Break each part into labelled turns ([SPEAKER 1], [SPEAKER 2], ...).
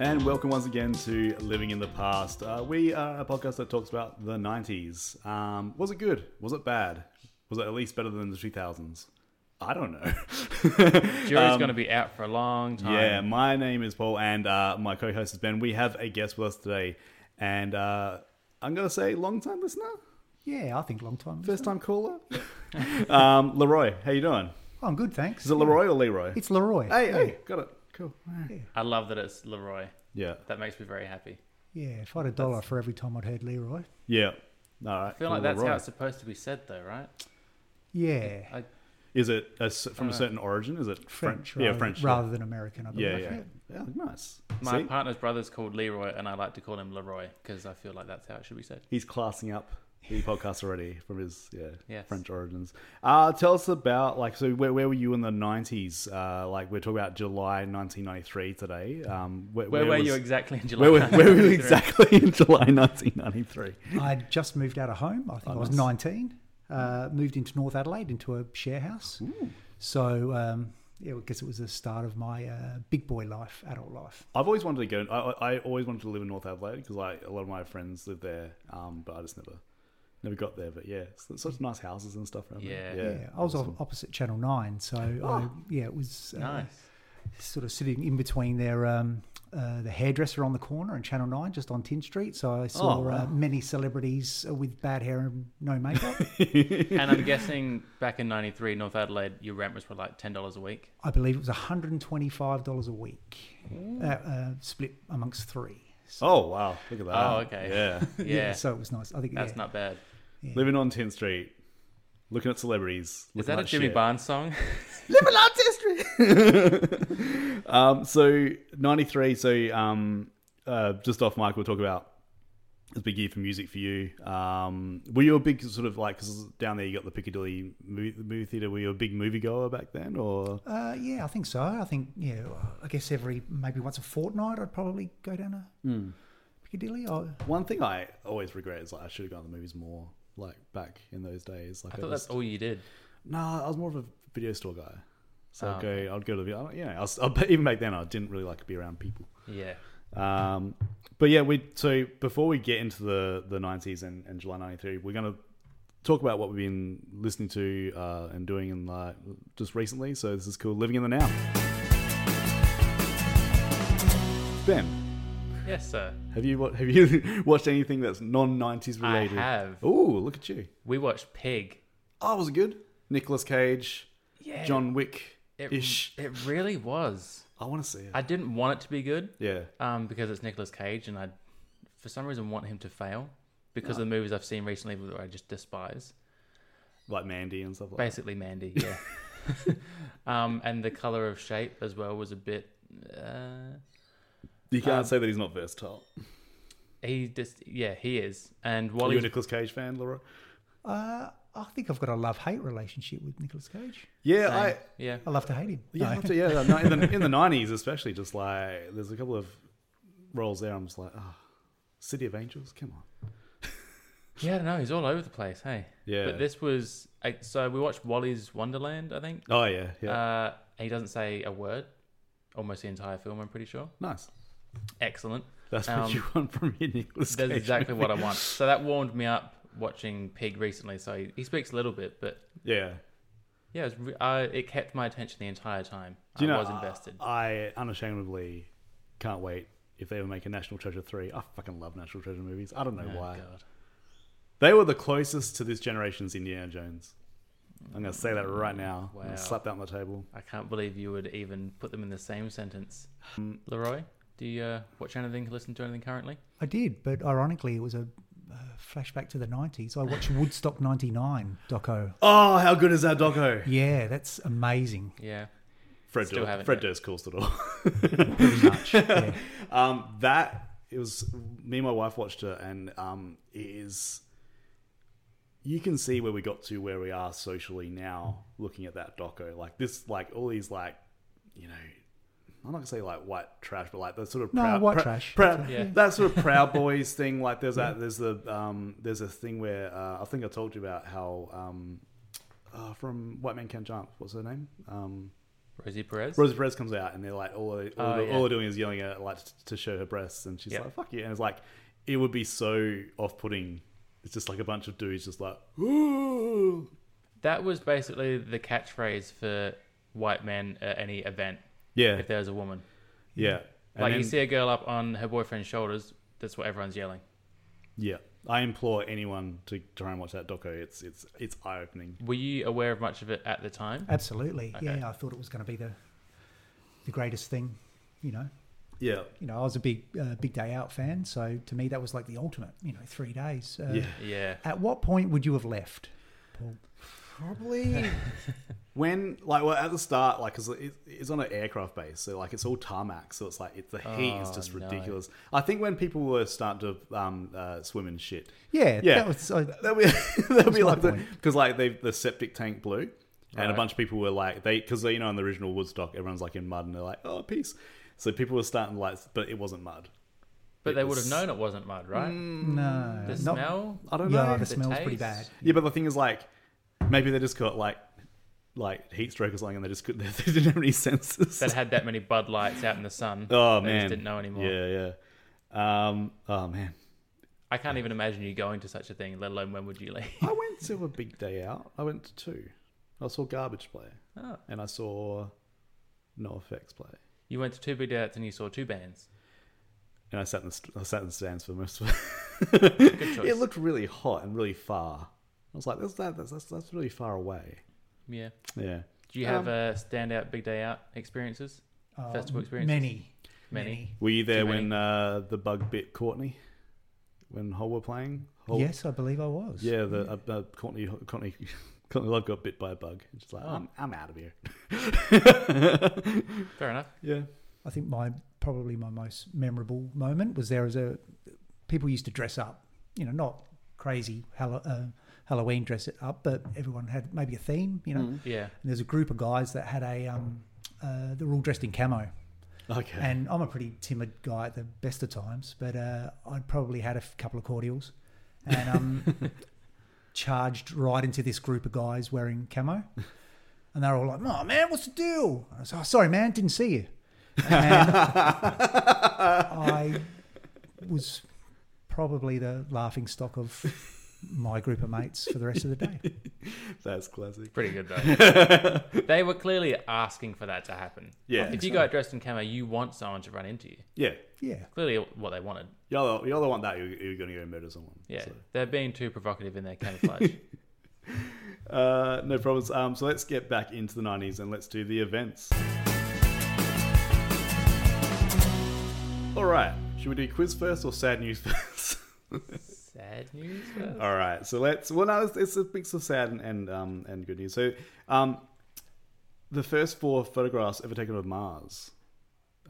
[SPEAKER 1] And welcome once again to Living in the Past. Uh, we are a podcast that talks about the 90s. Um, was it good? Was it bad? Was it at least better than the 2000s? I don't know. Um,
[SPEAKER 2] Jury's going to be out for a long time.
[SPEAKER 1] yeah, my name is Paul, and uh, my co host is Ben. We have a guest with us today, and uh, I'm going to say long time listener,
[SPEAKER 3] Yeah, I think long time.
[SPEAKER 1] first time caller. um, Leroy, how you doing?
[SPEAKER 3] Oh, I'm good, thanks.
[SPEAKER 1] Is it Leroy or Leroy?
[SPEAKER 3] It's Leroy.
[SPEAKER 1] hey, hey, got it. Cool.
[SPEAKER 2] I love that it's Leroy.
[SPEAKER 1] Yeah.
[SPEAKER 2] That makes me very happy.
[SPEAKER 3] Yeah, if I had a dollar for every time I'd heard Leroy.
[SPEAKER 1] Yeah. All right.
[SPEAKER 2] I feel like that's how it's supposed to be said, though, right?
[SPEAKER 3] Yeah.
[SPEAKER 2] I,
[SPEAKER 1] Is it a s from a certain origin? Is it French?
[SPEAKER 3] Uh, rather,
[SPEAKER 1] yeah, French.
[SPEAKER 3] Rather than American, I believe.
[SPEAKER 1] yeah, yeah, yeah. Nice.
[SPEAKER 2] my
[SPEAKER 1] See?
[SPEAKER 2] partner's brother's called Leroy, and I like to call him Leroy because I feel like that's how it should be said.
[SPEAKER 1] He's classing up the podcast already from his yeah
[SPEAKER 2] Yes.
[SPEAKER 1] French origins. Uh, tell us about like so where, where were you in the nineties? Uh, like we're talking about July nineteen ninety three today. Um, where,
[SPEAKER 2] Where, were
[SPEAKER 1] was-
[SPEAKER 2] you exactly in July?
[SPEAKER 1] Where, were- where were you exactly in July nineteen ninety three?
[SPEAKER 3] I'd just moved out of home. I think
[SPEAKER 1] Oh,
[SPEAKER 3] I was 19. Uh, moved into North Adelaide into a share house. So, um, yeah, I guess it was the start of my uh, big boy life, adult life.
[SPEAKER 1] I've always wanted to go. I, I I always wanted to live in North Adelaide because like a lot of my friends live there. Um, but I just never never got there. But yeah, it's such nice houses and stuff. around there.
[SPEAKER 2] Yeah.
[SPEAKER 3] Yeah,
[SPEAKER 1] yeah. Oh.
[SPEAKER 3] I was off opposite Channel 9. So, I, yeah, it was uh,
[SPEAKER 2] Nice.
[SPEAKER 3] sort of sitting in between their um, uh, the hairdresser on the corner and Channel Nine, just on Tin Street. So I saw
[SPEAKER 1] Oh, wow.
[SPEAKER 3] uh, many celebrities uh, with bad hair and no makeup.
[SPEAKER 2] and I'm guessing back in '93, North Adelaide, your rent was for like ten dollars a week.
[SPEAKER 3] I believe it was one hundred and twenty-five dollars a week,
[SPEAKER 1] Mm.
[SPEAKER 3] uh, uh, split amongst three. So,
[SPEAKER 1] Oh wow! Look at that.
[SPEAKER 2] Oh, okay.
[SPEAKER 1] Yeah.
[SPEAKER 2] Yeah,
[SPEAKER 3] so it was nice. I think
[SPEAKER 2] that's
[SPEAKER 3] yeah.
[SPEAKER 2] not bad.
[SPEAKER 1] Living on 10th Street, looking at celebrities.
[SPEAKER 2] Is
[SPEAKER 1] looking
[SPEAKER 2] that a
[SPEAKER 1] like
[SPEAKER 2] Jimmy
[SPEAKER 1] shit.
[SPEAKER 2] Barnes song?
[SPEAKER 1] Living on 10th Street! um, so, 93, so um, uh, just off mic, we'll talk about it's a big year for music for you. Um, were you a big sort of like, because down there you got the Piccadilly movie, movie theatre, were you a big moviegoer back then? Or
[SPEAKER 3] Uh, yeah, I think so. I think yeah. I guess every maybe once a fortnight, I'd probably go down to
[SPEAKER 1] Mm.
[SPEAKER 3] Piccadilly. I,
[SPEAKER 1] One thing I always regret is like, I should have gone to the movies more, like back in those days. Like
[SPEAKER 2] I thought that's all you did.
[SPEAKER 1] No, I was more of a video store guy. So
[SPEAKER 2] Oh,
[SPEAKER 1] I'd go, I'd go to the, I don't- you know, I was, I, even back then I didn't really like to be around people.
[SPEAKER 2] Yeah.
[SPEAKER 1] Um, but yeah, we so before we get into the the nineties and, and July '93, we're gonna talk about what we've been listening to uh, and doing in like just recently. So this is called Living in the Now. Ben,
[SPEAKER 2] Yes, sir.
[SPEAKER 1] have you what have you watched anything that's non nineties
[SPEAKER 2] I
[SPEAKER 1] related?
[SPEAKER 2] have.
[SPEAKER 1] Ooh, look at you!
[SPEAKER 2] We watched Pig.
[SPEAKER 1] Oh, was it good? Nicolas Cage,
[SPEAKER 2] Yeah.
[SPEAKER 1] John Wick
[SPEAKER 2] It,
[SPEAKER 1] ish.
[SPEAKER 2] it really was.
[SPEAKER 1] I want to see it.
[SPEAKER 2] I didn't want it to be good
[SPEAKER 1] yeah.
[SPEAKER 2] um, because it's Nicolas Cage, and I, for some reason, want him to fail because
[SPEAKER 1] Ah.
[SPEAKER 2] of the movies I've seen recently that I just despise.
[SPEAKER 1] like Mandy and stuff like that.
[SPEAKER 2] Basically, Mandy, yeah. um, and the color of shape as well was a bit. Uh,
[SPEAKER 1] You can't
[SPEAKER 2] um,
[SPEAKER 1] say that he's not versatile.
[SPEAKER 2] he just, yeah, he is. And
[SPEAKER 1] Are
[SPEAKER 2] while
[SPEAKER 1] you a
[SPEAKER 2] he's,
[SPEAKER 1] Nicolas Cage fan, Laura?
[SPEAKER 3] uh, I think I've got a love-hate relationship with Nicolas Cage.
[SPEAKER 1] Yeah, I.
[SPEAKER 2] yeah,
[SPEAKER 3] I love to hate him.
[SPEAKER 1] Yeah,
[SPEAKER 3] No.
[SPEAKER 1] I have to- yeah. no, In the, in the nineties, especially, just like there's a couple of roles there. I'm just like, oh, City of Angels, come on.
[SPEAKER 2] yeah, I don't know. He's all over the place. Hey,
[SPEAKER 1] Yeah.
[SPEAKER 2] But this was I- so we watched Wally's Wonderland, I think.
[SPEAKER 1] Oh yeah, yeah.
[SPEAKER 2] Uh, he doesn't say a word, almost the entire film. I'm pretty sure.
[SPEAKER 1] nice.
[SPEAKER 2] Excellent.
[SPEAKER 1] That's what
[SPEAKER 2] um,
[SPEAKER 1] you want from your Nicolas Cage.
[SPEAKER 2] That's exactly what I want. So that warmed me up watching Pig recently. So he, he speaks a little bit, but
[SPEAKER 1] Yeah.
[SPEAKER 2] yeah, it, was re- I, it kept my attention the entire time.
[SPEAKER 1] Do you
[SPEAKER 2] I
[SPEAKER 1] know,
[SPEAKER 2] was invested.
[SPEAKER 1] I unashamedly can't wait if they ever make a National Treasure three. I fucking love National Treasure movies. I don't know
[SPEAKER 2] Oh,
[SPEAKER 1] why.
[SPEAKER 2] God.
[SPEAKER 1] They were the closest to this generation's Indiana Jones. I'm gonna say that right now. I'm
[SPEAKER 2] Wow.
[SPEAKER 1] gonna slap that on the table.
[SPEAKER 2] I can't believe you would even put them in the same sentence. Um, Leroy, do you uh, watch anything, listen to anything currently?
[SPEAKER 3] I did, but ironically, it was a uh, flashback to the 90s. I watched Woodstock 99 doco.
[SPEAKER 1] Oh, how good is that doco?
[SPEAKER 3] Yeah, that's amazing.
[SPEAKER 2] Yeah.
[SPEAKER 1] Fred
[SPEAKER 2] Still
[SPEAKER 1] Durst,
[SPEAKER 2] haven't
[SPEAKER 1] Fred
[SPEAKER 2] yet.
[SPEAKER 1] Durst calls it all.
[SPEAKER 3] Pretty much. Yeah.
[SPEAKER 1] um, that it was me and my wife watched it, and um, it is you can see where we got to where we are socially now looking at that doco like this like all these like you know I'm not gonna say like white trash, but like the sort of
[SPEAKER 3] No,
[SPEAKER 1] proud,
[SPEAKER 3] white
[SPEAKER 1] prou-
[SPEAKER 3] trash.
[SPEAKER 1] proud-
[SPEAKER 2] Yeah.
[SPEAKER 1] that sort of proud boys thing. Like there's that there's the um there's a thing where uh, I think I told you about how um uh, from White Man Can't Jump. What's her name? Um,
[SPEAKER 2] Rosie Perez.
[SPEAKER 1] Rosa Perez comes out and they're like all all,
[SPEAKER 2] Oh,
[SPEAKER 1] they're,
[SPEAKER 2] yeah.
[SPEAKER 1] all they're doing is yelling at her, like t- to show her breasts, and she's
[SPEAKER 2] Yeah.
[SPEAKER 1] like fuck you, and it's like it would be so off putting. It's just like a bunch of dudes just like ooh.
[SPEAKER 2] That was basically the catchphrase for white men at any event
[SPEAKER 1] Yeah,
[SPEAKER 2] if there was a woman.
[SPEAKER 1] yeah. And
[SPEAKER 2] Like you
[SPEAKER 1] then-
[SPEAKER 2] see a girl up on her boyfriend's shoulders, that's what everyone's yelling.
[SPEAKER 1] Yeah, I implore anyone to try and watch that doco. It's it's it's eye opening.
[SPEAKER 2] Were you aware of much of it at the time?
[SPEAKER 1] Uh,
[SPEAKER 3] Absolutely.
[SPEAKER 2] Okay.
[SPEAKER 3] Yeah, I thought it was going to be the the greatest thing, you know.
[SPEAKER 1] Yeah,
[SPEAKER 3] You know, I was a big uh, big day out fan, so to me that was like the ultimate, you know, 3 days. Uh,
[SPEAKER 1] yeah.
[SPEAKER 2] Yeah.
[SPEAKER 3] At what point would you have left? Paul?
[SPEAKER 1] Probably when like well at the start like because it, it's on an aircraft base, so like it's all tarmac, so it's like it's the heat is
[SPEAKER 2] Oh,
[SPEAKER 1] just
[SPEAKER 2] no.
[SPEAKER 1] ridiculous. I think when people were starting to um, uh, swim in shit,
[SPEAKER 3] Yeah,
[SPEAKER 1] Yeah.
[SPEAKER 3] that was I,
[SPEAKER 1] That'd be, that'd be
[SPEAKER 3] my
[SPEAKER 1] like the
[SPEAKER 3] point.
[SPEAKER 1] because like they the septic tank blew, and a
[SPEAKER 2] Right.
[SPEAKER 1] bunch of people were like they because you know in the original Woodstock everyone's like in mud and they're like oh peace, so people were starting like but it wasn't mud.
[SPEAKER 2] But
[SPEAKER 1] It
[SPEAKER 2] they
[SPEAKER 1] was- Mm,
[SPEAKER 2] would have known it wasn't mud, right?
[SPEAKER 3] no.
[SPEAKER 2] the
[SPEAKER 3] not-
[SPEAKER 2] smell?
[SPEAKER 1] I don't know.
[SPEAKER 3] yeah, the
[SPEAKER 2] the
[SPEAKER 3] smell's pretty
[SPEAKER 2] taste.
[SPEAKER 3] bad.
[SPEAKER 1] Yeah, but the thing is, like, maybe they just got like, like heat stroke or something, and they just could, they didn't have any senses.
[SPEAKER 2] That had that many Bud Lights out in the sun.
[SPEAKER 1] oh
[SPEAKER 2] they
[SPEAKER 1] man,
[SPEAKER 2] just didn't know anymore.
[SPEAKER 1] Yeah, yeah. Um, oh man,
[SPEAKER 2] I can't even imagine you going to such a thing, let alone when would you leave?
[SPEAKER 1] I went to a big day out. I went to two. I saw Garbage Play,
[SPEAKER 2] Oh.
[SPEAKER 1] and I saw No Effects Play,
[SPEAKER 2] You went to two big dates and you saw two bands.
[SPEAKER 1] and I sat in the st- I sat in the stands for most of it.
[SPEAKER 2] Good choice.
[SPEAKER 1] It looked really hot and really far. I was like, that's that, that's that's, that's really far away.
[SPEAKER 2] yeah.
[SPEAKER 1] Yeah.
[SPEAKER 2] Do you
[SPEAKER 1] Um,
[SPEAKER 2] have uh, standout big day out experiences?
[SPEAKER 3] Uh,
[SPEAKER 2] Festival experiences?
[SPEAKER 3] Many,
[SPEAKER 2] Many.
[SPEAKER 1] Were you there
[SPEAKER 2] Too many.
[SPEAKER 1] when uh, the bug bit Courtney? When Hole were playing? Hole-
[SPEAKER 3] Yes, I believe I was.
[SPEAKER 1] Yeah, the uh, uh, Courtney, Courtney, Courtney Love got bit by a bug. She's like,
[SPEAKER 2] Oh.
[SPEAKER 1] I'm, I'm out of here.
[SPEAKER 2] Fair enough.
[SPEAKER 1] Yeah.
[SPEAKER 3] I think my probably my most memorable moment was there as a people used to dress up, you know, not crazy Hall- uh, Halloween dress it up, but everyone had maybe a theme, you know. And
[SPEAKER 2] Yeah.
[SPEAKER 3] there's a group of guys that had a um, uh, they were all dressed in camo,
[SPEAKER 1] Okay.
[SPEAKER 3] and I'm a pretty timid guy at the best of times, but uh, I'd probably had a f- couple of cordials, and um, charged right into this group of guys wearing camo, and they were all like, "Oh man, what's the deal?" I was like, oh, "Sorry, man, didn't see you." And I was probably the laughing stock of my group of mates for the rest of the day.
[SPEAKER 1] That's classic.
[SPEAKER 2] Pretty good though. they were clearly asking for that to happen.
[SPEAKER 1] Yeah.
[SPEAKER 2] If you go out dressed in camo, you want someone to run into you.
[SPEAKER 1] Yeah.
[SPEAKER 3] Yeah,
[SPEAKER 2] Clearly, what they wanted.
[SPEAKER 1] Y'all, y'all don't want that. You're, you're going to go murder someone.
[SPEAKER 2] Yeah,
[SPEAKER 1] So,
[SPEAKER 2] they're being too provocative in their camouflage.
[SPEAKER 1] Uh, no problems. Um, so let's get back into the 90s and let's do the events. All right. Should we do quiz first or sad news first?
[SPEAKER 2] Sad news. First.
[SPEAKER 1] All right, so let's. Well, no, it's, it's a mix of sad and and, um, and good news. So, um, the first four photographs ever taken of Mars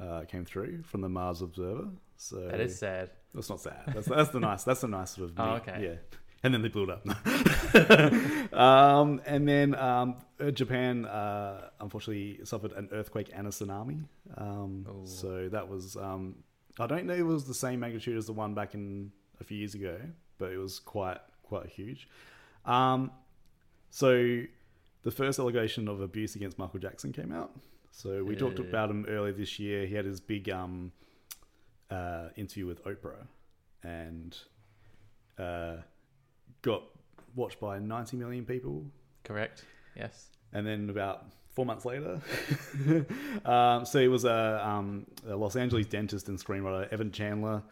[SPEAKER 1] uh, came through from the Mars Observer. So
[SPEAKER 2] That is sad.
[SPEAKER 1] that's not sad. That's, that's the nice. That's a nice sort of.
[SPEAKER 2] Oh,
[SPEAKER 1] neat-
[SPEAKER 2] okay.
[SPEAKER 1] Yeah. And then they blew it up. um, and then um, uh, Japan uh, unfortunately suffered an earthquake and a tsunami. Um,
[SPEAKER 2] Oh.
[SPEAKER 1] so that was. Um, I don't know if it was the same magnitude as the one back in a few years ago, but it was quite quite huge. Um, so the first allegation of abuse against Michael Jackson came out. So we talked
[SPEAKER 2] Yeah.
[SPEAKER 1] about him earlier this year. He had his big um, uh, interview with Oprah, and uh, got watched by 90 million people.
[SPEAKER 2] Correct. Yes.
[SPEAKER 1] And then about four months later, um, so it was a, um, a Los Angeles dentist and screenwriter, Evan Chandler,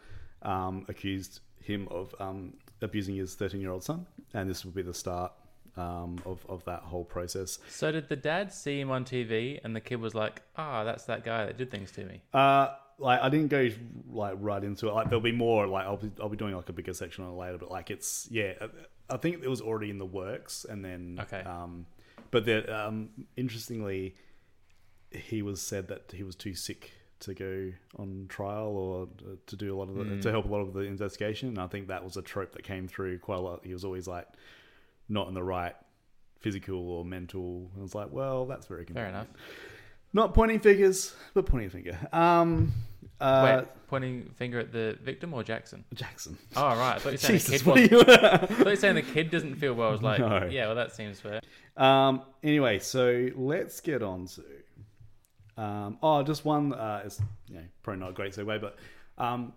[SPEAKER 1] um, accused him of um, abusing his 13 year old son. And this will be the start um, of, of that whole process.
[SPEAKER 2] So did the dad see him on TV, and the kid was like, "Ah, that's that guy that did things to me."
[SPEAKER 1] Uh, like I didn't go like right into it. Like there'll be more. Like I'll be I'll be doing like a bigger section on it later. But like it's yeah, I- I think it was already in the works, and then
[SPEAKER 2] Okay.
[SPEAKER 1] Um, but the um, interestingly, he was said that he was too sick to go on trial or to do a lot of the,
[SPEAKER 2] Hmm.
[SPEAKER 1] to help a lot of the investigation. And I think that was a trope that came through quite a lot. He was always like not in the right physical or mental. And I was like, well, that's very
[SPEAKER 2] Fair
[SPEAKER 1] convenient.
[SPEAKER 2] enough.
[SPEAKER 1] Not pointing figures, but pointing finger. Um, uh,
[SPEAKER 2] Wait, pointing finger at the victim or Jackson?
[SPEAKER 1] Jackson.
[SPEAKER 2] Oh, right. I thought you were saying the
[SPEAKER 1] Jesus, what are
[SPEAKER 2] kid wasn't.
[SPEAKER 1] you?
[SPEAKER 2] I thought you were saying the kid doesn't feel well. I was like,
[SPEAKER 1] No.
[SPEAKER 2] yeah, well, that seems fair.
[SPEAKER 1] Um, anyway, so let's get on to. Um, oh, just one. Uh, it's you know, probably not a great segue, but um,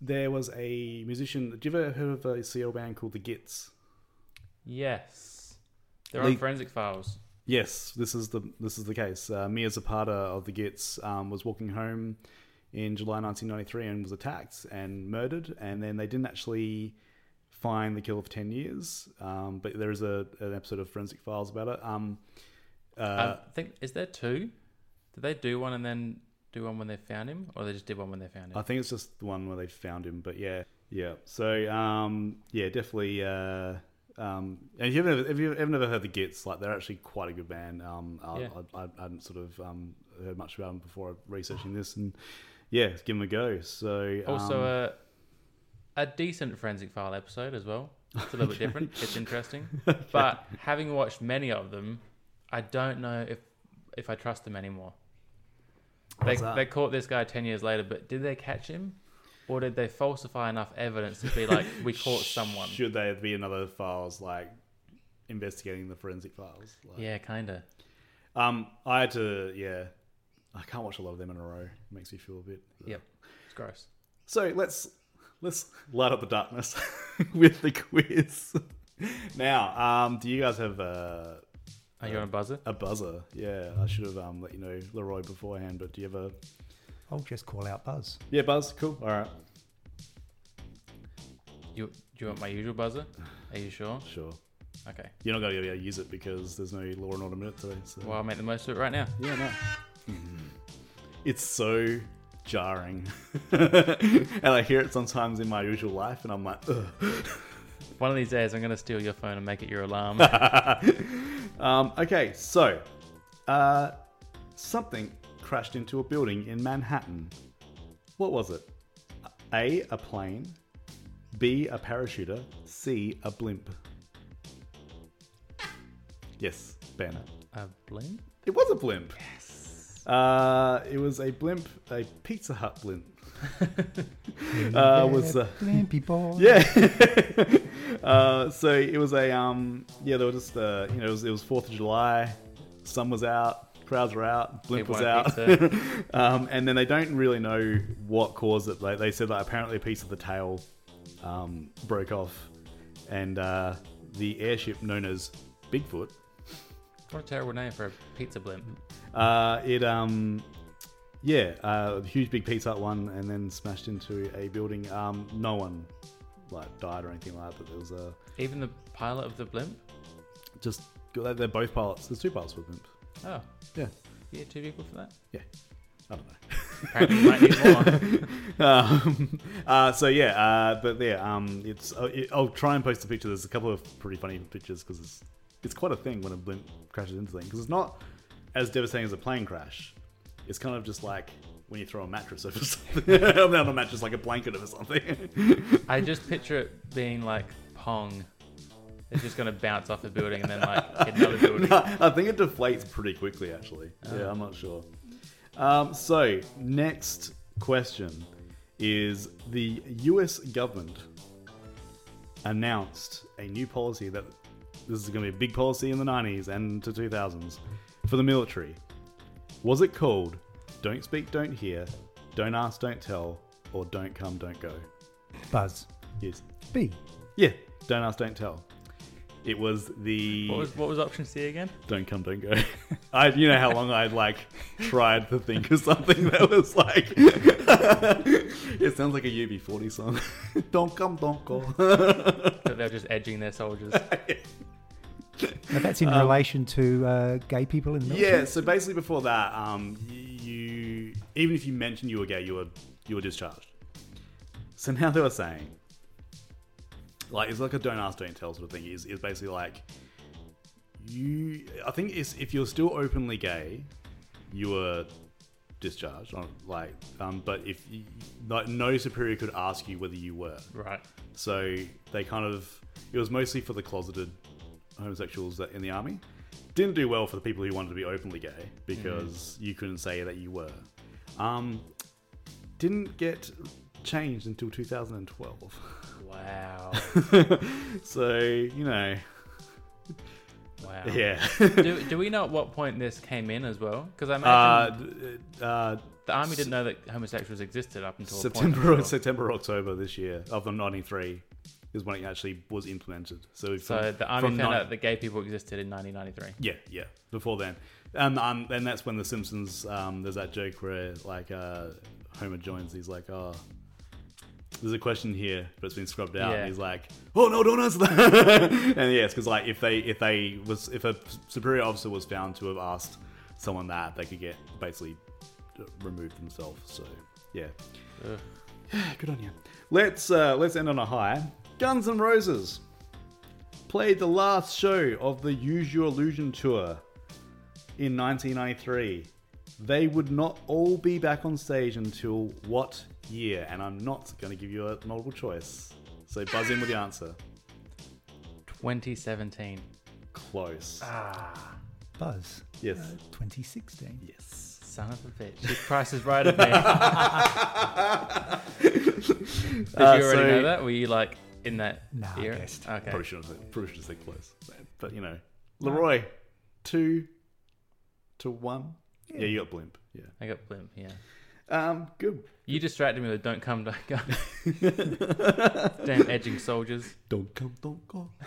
[SPEAKER 1] there was a musician. Did you ever heard of a Seattle band called The Gits?
[SPEAKER 2] Yes. They're on
[SPEAKER 1] Lee-
[SPEAKER 2] forensic files.
[SPEAKER 1] Yes, this is the this is the case. Uh, Mia Zapata of The Gits um, was walking home in July 1993 and was attacked and murdered, and then they didn't actually find the killer for 10 years. Um, but there is a, an episode of Forensic Files about it. Um, uh,
[SPEAKER 2] Um, I think, is there two? Did they do one and then do one when they found him? Or they just did one when they found
[SPEAKER 1] I
[SPEAKER 2] him?
[SPEAKER 1] think it's just the one where they found him, but yeah, yeah. So um, yeah, definitely. Uh, um, and if you've never, if you've ever never heard the Gits, like they're actually quite a good band. Um, I,
[SPEAKER 2] Yeah.
[SPEAKER 1] I, I, I hadn't sort of um, heard much about them before researching this, and yeah, give them a go. So
[SPEAKER 2] also, uh,
[SPEAKER 1] um,
[SPEAKER 2] a, a decent forensic file episode as well. It's a little bit different. It's interesting. But having watched many of them, I don't know if, if I trust them anymore. They,
[SPEAKER 1] What's that?
[SPEAKER 2] they caught this guy 10 years later, but did they catch him? Or did they falsify enough evidence to be like, we caught someone?
[SPEAKER 1] should there be another files like investigating the forensic files? Like,
[SPEAKER 2] Yeah, kind of.
[SPEAKER 1] Um, I had to. Yeah, I can't watch a lot of them in a row. It makes me feel a bit.
[SPEAKER 2] Yep. It's gross.
[SPEAKER 1] So let's let's light up the darkness with the quiz. Now, um, do you guys have a,
[SPEAKER 2] Are you on a buzzer?
[SPEAKER 1] a buzzer? Yeah, I should have um, let you know Leroy beforehand. But do you have a
[SPEAKER 3] I'll just call out Buzz.
[SPEAKER 1] yeah buzz? Cool. All right,
[SPEAKER 2] You do you want my usual buzzer? Are you sure?
[SPEAKER 1] sure.
[SPEAKER 2] Okay.
[SPEAKER 1] You're not going to be able to use it because there's no law and order minute today. So
[SPEAKER 2] Well, I'll make the most of it right now.
[SPEAKER 1] yeah, no. Mm-hmm. It's so jarring, and I hear it sometimes in my usual life, and I'm like, ugh.
[SPEAKER 2] One of these days, I'm going to steal your phone and make it your alarm.
[SPEAKER 1] Um, okay, so uh, something crashed into a building in Manhattan. What was it? A. A plane. B. A parachuter. C. A blimp. Yes, Banner.
[SPEAKER 2] a blimp?
[SPEAKER 1] It was a blimp. Yes. Uh, it was a blimp, a Pizza Hut blimp. uh, was uh,
[SPEAKER 3] Blimpy boy.
[SPEAKER 1] yeah. uh, so it was a um yeah they were just uh you know it was it was Fourth of July, sun was out, crowds were out, blimp
[SPEAKER 2] People
[SPEAKER 1] was
[SPEAKER 2] want
[SPEAKER 1] out, um, and then they don't really know what caused it. Like they said that apparently a piece of the tail um, broke off, and uh, the airship known as Bigfoot
[SPEAKER 2] What a terrible name for a pizza blimp.
[SPEAKER 1] uh, it um yeah uh, huge big pizza Hut one and then smashed into a building. Um, no one like died or anything like that, but there was a
[SPEAKER 2] Even the pilot of the blimp?
[SPEAKER 1] just they're they're both pilots. There's two pilots with them.
[SPEAKER 2] Oh,
[SPEAKER 1] Yeah,
[SPEAKER 2] yeah, two people for that?
[SPEAKER 1] yeah. I don't know.
[SPEAKER 2] Apparently, you might need more.
[SPEAKER 1] Um, uh, so yeah, uh, but yeah, um, it's. Uh, it, I'll try and post a picture. There's a couple of pretty funny pictures because it's it's quite a thing when a blimp crashes into things because it's not as devastating as a plane crash. It's kind of just like when you throw a mattress over something. not a mattress, like a blanket over something.
[SPEAKER 2] I just picture it being like Pong. It's just going to bounce off a building and then like hit another building.
[SPEAKER 1] No, I think it deflates pretty quickly, actually. Yeah, I'm not sure. Um, so, next question is the US government announced a new policy that this is going to be a big policy in the 90s and to 2000s for the military. Was it called Don't Speak, Don't Hear, Don't Ask, Don't Tell, or Don't Come, Don't Go?
[SPEAKER 3] Buzz.
[SPEAKER 1] Yes.
[SPEAKER 3] B.
[SPEAKER 1] Yeah, Don't Ask, Don't Tell. It was the.
[SPEAKER 2] What was, what was option C again?
[SPEAKER 1] Don't come, don't go. I, you know how long I like tried to think of something that was like. it sounds like a UB40 song. don't come, don't go.
[SPEAKER 2] That they're just edging their soldiers.
[SPEAKER 3] Now that's
[SPEAKER 1] Um,
[SPEAKER 3] in relation to uh, gay people in the military.
[SPEAKER 1] yeah. So basically, before that, um, y- you even if you mentioned you were gay, you were you were discharged. So now they were saying, like, it's like a don't ask, don't tell sort of thing. Is is basically like you. I think it's if you're still openly gay, you were discharged. Or, like, um, but if you, like, no superior could ask you whether you were.
[SPEAKER 2] Right.
[SPEAKER 1] So they kind of it was mostly for the closeted homosexuals that in the army. Didn't do well for the people who wanted to be openly gay because
[SPEAKER 2] Mm-hmm.
[SPEAKER 1] you couldn't say that you were. Um, didn't get changed until 2012.
[SPEAKER 2] Wow.
[SPEAKER 1] so, you know,
[SPEAKER 2] Wow.
[SPEAKER 1] yeah.
[SPEAKER 2] Do, do we know at what point this came in as well? Because I
[SPEAKER 1] Uh,
[SPEAKER 2] imagine
[SPEAKER 1] d- uh,
[SPEAKER 2] the army didn't know that homosexuals existed up until a point, I'm
[SPEAKER 1] September,
[SPEAKER 2] sure.
[SPEAKER 1] September, October this year of the 93 is when it actually was implemented. So, from,
[SPEAKER 2] So the army
[SPEAKER 1] from
[SPEAKER 2] found
[SPEAKER 1] nine-
[SPEAKER 2] out that gay people existed in 1993.
[SPEAKER 1] Yeah, yeah. Before then, and um, and that's when The Simpsons. Um, there's that joke where like uh, Homer joins. He's like, "Oh, there's a question here, but it's been scrubbed out."
[SPEAKER 2] Yeah.
[SPEAKER 1] And he's like, "Oh no, don't answer that." and yes, because like if they if they was if a superior officer was found to have asked someone that, they could get basically uh, removed themselves. So yeah,
[SPEAKER 2] Ugh.
[SPEAKER 1] good on you. Let's uh, let's end on a high. Guns N' Roses played the last show of the Use Your Illusion tour in 1993. They would not all be back on stage until what year? And I'm not going to give you a multiple choice. So buzz in with the answer.
[SPEAKER 2] 2017.
[SPEAKER 1] Close.
[SPEAKER 3] Buzz. Uh,
[SPEAKER 1] Yes.
[SPEAKER 3] 2016.
[SPEAKER 1] Yes.
[SPEAKER 2] Son of a bitch. This price is right of me. Did you already know that? Were you like in that
[SPEAKER 3] Nah, I
[SPEAKER 2] era?
[SPEAKER 3] guessed.
[SPEAKER 2] Okay.
[SPEAKER 1] Probably should have said, probably should have said close. But, you know. Leroy, two to one. Yeah, you got blimp. Yeah.
[SPEAKER 2] I got blimp. Yeah.
[SPEAKER 1] Um, good.
[SPEAKER 2] You distracted me with "Don't come, don't go." Damn edging soldiers.
[SPEAKER 1] Don't come, don't go.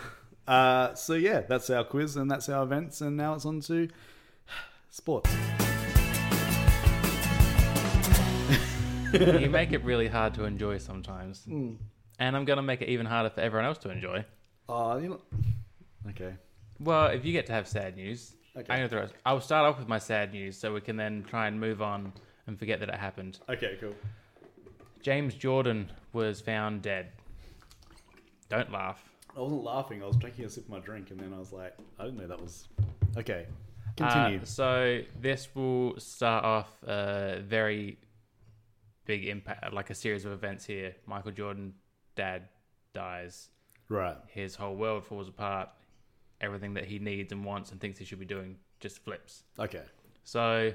[SPEAKER 1] Uh, so yeah, that's our quiz and that's our events, and now it's on to sports.
[SPEAKER 2] you make it really hard to enjoy sometimes, and I'm gonna make it even harder for everyone else to enjoy.
[SPEAKER 1] Oh, you know. Okay.
[SPEAKER 2] Well, if you get to have sad news,
[SPEAKER 1] Okay.
[SPEAKER 2] I'm gonna throw. I'll start off with my sad news, so we can then try and move on and forget that it happened.
[SPEAKER 1] Okay. Cool.
[SPEAKER 2] James Jordan was found dead. Don't laugh.
[SPEAKER 1] I wasn't laughing. I was taking a sip of my drink, and then I was like, I didn't know that was. Okay.
[SPEAKER 2] Uh,
[SPEAKER 1] Continue.
[SPEAKER 2] so this will start off a very big impact, like a series of events here. Michael Jordan, dad, dies.
[SPEAKER 1] right.
[SPEAKER 2] His whole world falls apart. Everything that he needs and wants and thinks he should be doing just flips.
[SPEAKER 1] Okay.
[SPEAKER 2] So,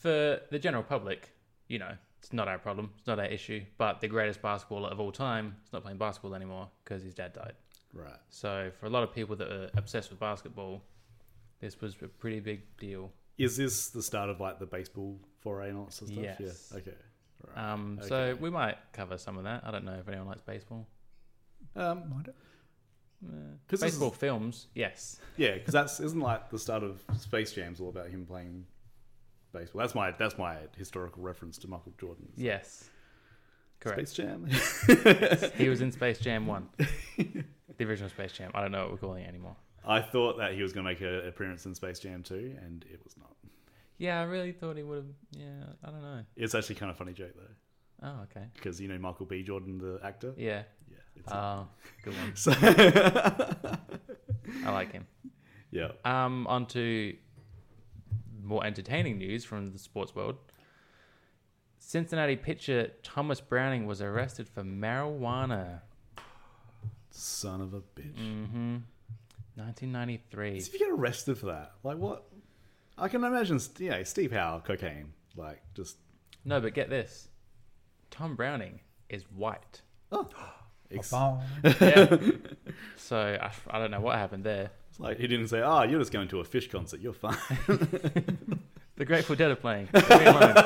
[SPEAKER 2] for the general public, you know, it's not our problem. It's not our issue. But the greatest basketballer of all time is not playing basketball anymore because his dad died.
[SPEAKER 1] Right.
[SPEAKER 2] So, for a lot of people that are obsessed with basketball, this was a pretty big deal.
[SPEAKER 1] Is this the start of like the baseball foray and all that sort of stuff?
[SPEAKER 2] Yes.
[SPEAKER 1] Yeah. Okay. Right.
[SPEAKER 2] Um,
[SPEAKER 1] Okay.
[SPEAKER 2] So we might cover some of that. I don't know if anyone likes baseball.
[SPEAKER 1] Um.
[SPEAKER 3] Might it?
[SPEAKER 1] Because
[SPEAKER 2] Uh, Baseball films, yes.
[SPEAKER 1] Yeah, because that's isn't like the start of Space Jam's all about him playing baseball. That's my that's my historical reference to Michael Jordan.
[SPEAKER 2] Yes. Correct.
[SPEAKER 1] Space Jam.
[SPEAKER 2] He was in Space Jam 1. the original Space Jam. I don't know what we're calling it anymore.
[SPEAKER 1] I thought that he was going to make an appearance in Space Jam 2, and it was not.
[SPEAKER 2] Yeah, I really thought he would have. Yeah, I don't know.
[SPEAKER 1] It's actually kind of funny joke though,
[SPEAKER 2] Oh, okay.
[SPEAKER 1] because you know Michael B. Jordan, the actor.
[SPEAKER 2] Yeah.
[SPEAKER 1] Yeah. Ah, It's
[SPEAKER 2] Oh, good one.
[SPEAKER 1] so
[SPEAKER 2] I like him.
[SPEAKER 1] yeah.
[SPEAKER 2] Um, on to more entertaining news from the sports world. Cincinnati pitcher Thomas Browning was arrested for marijuana.
[SPEAKER 1] Son of a bitch.
[SPEAKER 2] Mm-hmm. 1993.
[SPEAKER 1] If you get arrested for that, like what? I can imagine. You know, Steve Howe, cocaine, like just
[SPEAKER 2] No, but get this. Tom Browning is white.
[SPEAKER 1] ex-
[SPEAKER 3] Ba-bom.
[SPEAKER 2] Yeah. so I, I don't know what happened there.
[SPEAKER 1] it's like he didn't say, "Oh, you're just going to a fish concert. You're fine."
[SPEAKER 2] The Grateful Dead are playing. Leave me alone.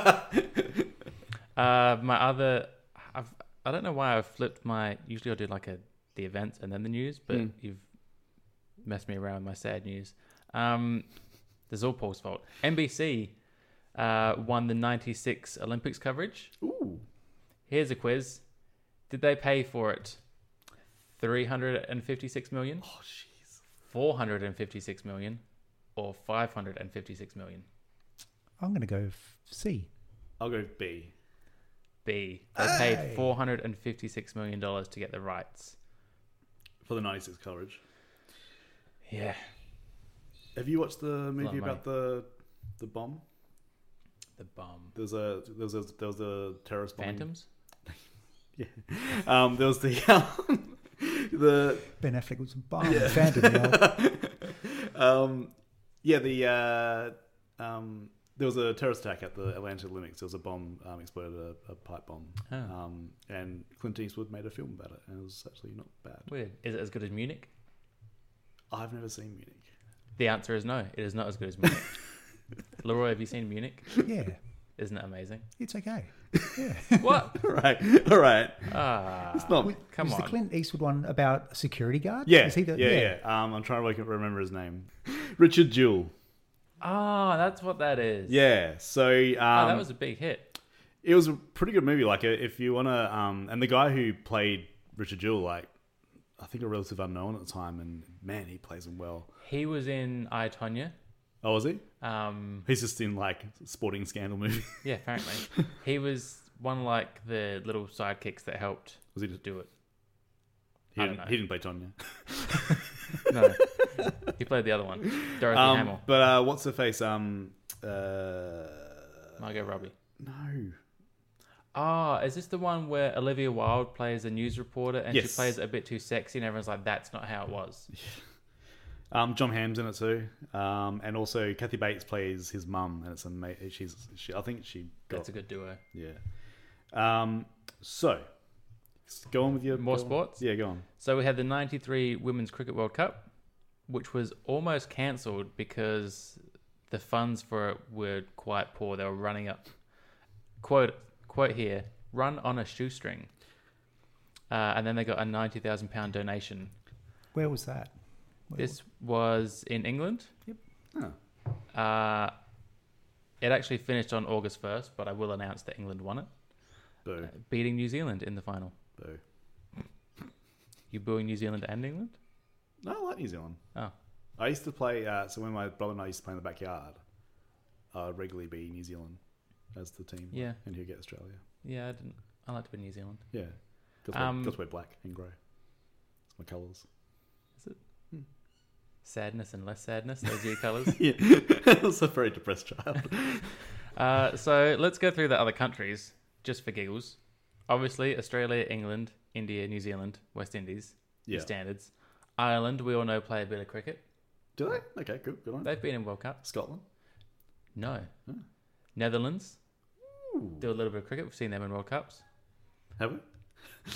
[SPEAKER 2] uh, my other, I've, I don't know why I've flipped my. Usually I do like a the events and then the news, but
[SPEAKER 1] Mm.
[SPEAKER 2] you've messed me around with my sad news. Um, this is all Paul's fault. NBC uh, won the '96 Olympics coverage.
[SPEAKER 1] Ooh.
[SPEAKER 2] Here's a quiz. Did they pay for it? 356 million,
[SPEAKER 1] Oh, jeez.
[SPEAKER 2] 456 million, or 556 million?
[SPEAKER 3] I'm going to go f- C.
[SPEAKER 1] I'll go B.
[SPEAKER 2] B. They paid 456 million dollars to get the rights.
[SPEAKER 1] for the 96 coverage.
[SPEAKER 2] Yeah.
[SPEAKER 1] Have you watched the movie
[SPEAKER 2] of
[SPEAKER 1] about the the bomb?
[SPEAKER 2] The bomb.
[SPEAKER 1] There's a there's a there was a terrorist bomb.
[SPEAKER 2] Phantoms?
[SPEAKER 1] Um, there was the um, the
[SPEAKER 3] Ben Affleck was a bomb. Phantom. you know.
[SPEAKER 1] um, Yeah, the uh, um, there was a terrorist attack at the Atlanta Olympics. There was a bomb um, exploded, a, a pipe bomb,
[SPEAKER 2] Oh.
[SPEAKER 1] um, and Clint Eastwood made a film about it, and it was actually not bad.
[SPEAKER 2] Weird. Is it as good as Munich?
[SPEAKER 1] I've never seen Munich.
[SPEAKER 2] The answer is no. It is not as good as Munich. Leroy, have you seen Munich?
[SPEAKER 3] Yeah,
[SPEAKER 2] Isn't it amazing?
[SPEAKER 3] it's okay.
[SPEAKER 2] What?
[SPEAKER 1] all right, all right,
[SPEAKER 2] Ah,
[SPEAKER 1] it's not.
[SPEAKER 2] come
[SPEAKER 3] was
[SPEAKER 2] on.
[SPEAKER 3] the Clint Eastwood one about a security guard?
[SPEAKER 1] Yeah,
[SPEAKER 3] Is he the-
[SPEAKER 1] yeah, yeah, Um, I'm trying to work- remember his name. Richard Jewell.
[SPEAKER 2] Ah, that's what that is.
[SPEAKER 1] Yeah. So um,
[SPEAKER 2] Oh, that was a big hit.
[SPEAKER 1] it was a pretty good movie. Like, uh, if you want to, um, and the guy who played Richard Jewell, like, I think a relative unknown at the time, and man, he plays him well.
[SPEAKER 2] He was in I Tonya.
[SPEAKER 1] Oh, was he?
[SPEAKER 2] Um,
[SPEAKER 1] He's just in like sporting scandal movie.
[SPEAKER 2] yeah, apparently he was one like the little sidekicks that helped
[SPEAKER 1] Was he just?
[SPEAKER 2] do it.
[SPEAKER 1] He
[SPEAKER 2] I don't
[SPEAKER 1] didn't,
[SPEAKER 2] know.
[SPEAKER 1] he didn't play Tonya.
[SPEAKER 2] No, he played the other one, Dorothy
[SPEAKER 1] Um,
[SPEAKER 2] Hamill,
[SPEAKER 1] but uh, what's her face? Um, uh,
[SPEAKER 2] Margot Robbie.
[SPEAKER 1] no.
[SPEAKER 2] Ah, is this the one where Olivia Wilde plays a news reporter and she
[SPEAKER 1] Yes.
[SPEAKER 2] plays it a bit too sexy and everyone's like, "That's not how it was."
[SPEAKER 1] Um, John Hamm's in it too, um, and also Kathy Bates plays his mum, and it's amazing. She's, she, I think she got
[SPEAKER 2] That's a good duo.
[SPEAKER 1] Yeah. Um, so, go on with your
[SPEAKER 2] More
[SPEAKER 1] go on.
[SPEAKER 2] sports?
[SPEAKER 1] Yeah, go on.
[SPEAKER 2] So we had the 93 Women's Cricket World Cup, which was almost cancelled because the funds for it were quite poor. They were running up, quote, quote here, run on a shoestring. Uh, and then they got a £90,000 donation.
[SPEAKER 3] Where was that? Where
[SPEAKER 2] This was in England.
[SPEAKER 1] Oh.
[SPEAKER 2] Uh, it actually finished on August 1st, but I will announce that England won it,
[SPEAKER 1] Boo.
[SPEAKER 2] uh, beating New Zealand in the final.
[SPEAKER 1] Boo.
[SPEAKER 2] You booing New Zealand and England?
[SPEAKER 1] No, I like New Zealand.
[SPEAKER 2] Oh.
[SPEAKER 1] I used to play, uh, so when my brother and I used to play in the backyard, I would regularly be New Zealand as the team.
[SPEAKER 2] Yeah.
[SPEAKER 1] And he'd get Australia.
[SPEAKER 2] Yeah, I didn't. I like to be New Zealand.
[SPEAKER 1] Yeah. Got to, wear-
[SPEAKER 2] Um,
[SPEAKER 1] got to wear black and grey. It's my colours.
[SPEAKER 2] Sadness and less sadness, those are your colours.
[SPEAKER 1] Yeah. I was a very depressed child.
[SPEAKER 2] Uh, so let's go through the other countries just for giggles. Obviously, Australia, England, India, New Zealand, West Indies,
[SPEAKER 1] Yeah.
[SPEAKER 2] your standards. Ireland, we all know play a bit of cricket.
[SPEAKER 1] Do they? Okay, cool. Good on you.
[SPEAKER 2] They've been in World Cup.
[SPEAKER 1] Scotland?
[SPEAKER 2] No.
[SPEAKER 1] Hmm.
[SPEAKER 2] Netherlands
[SPEAKER 1] Ooh.
[SPEAKER 2] do a little bit of cricket. We've seen them in World Cups.
[SPEAKER 1] Have we?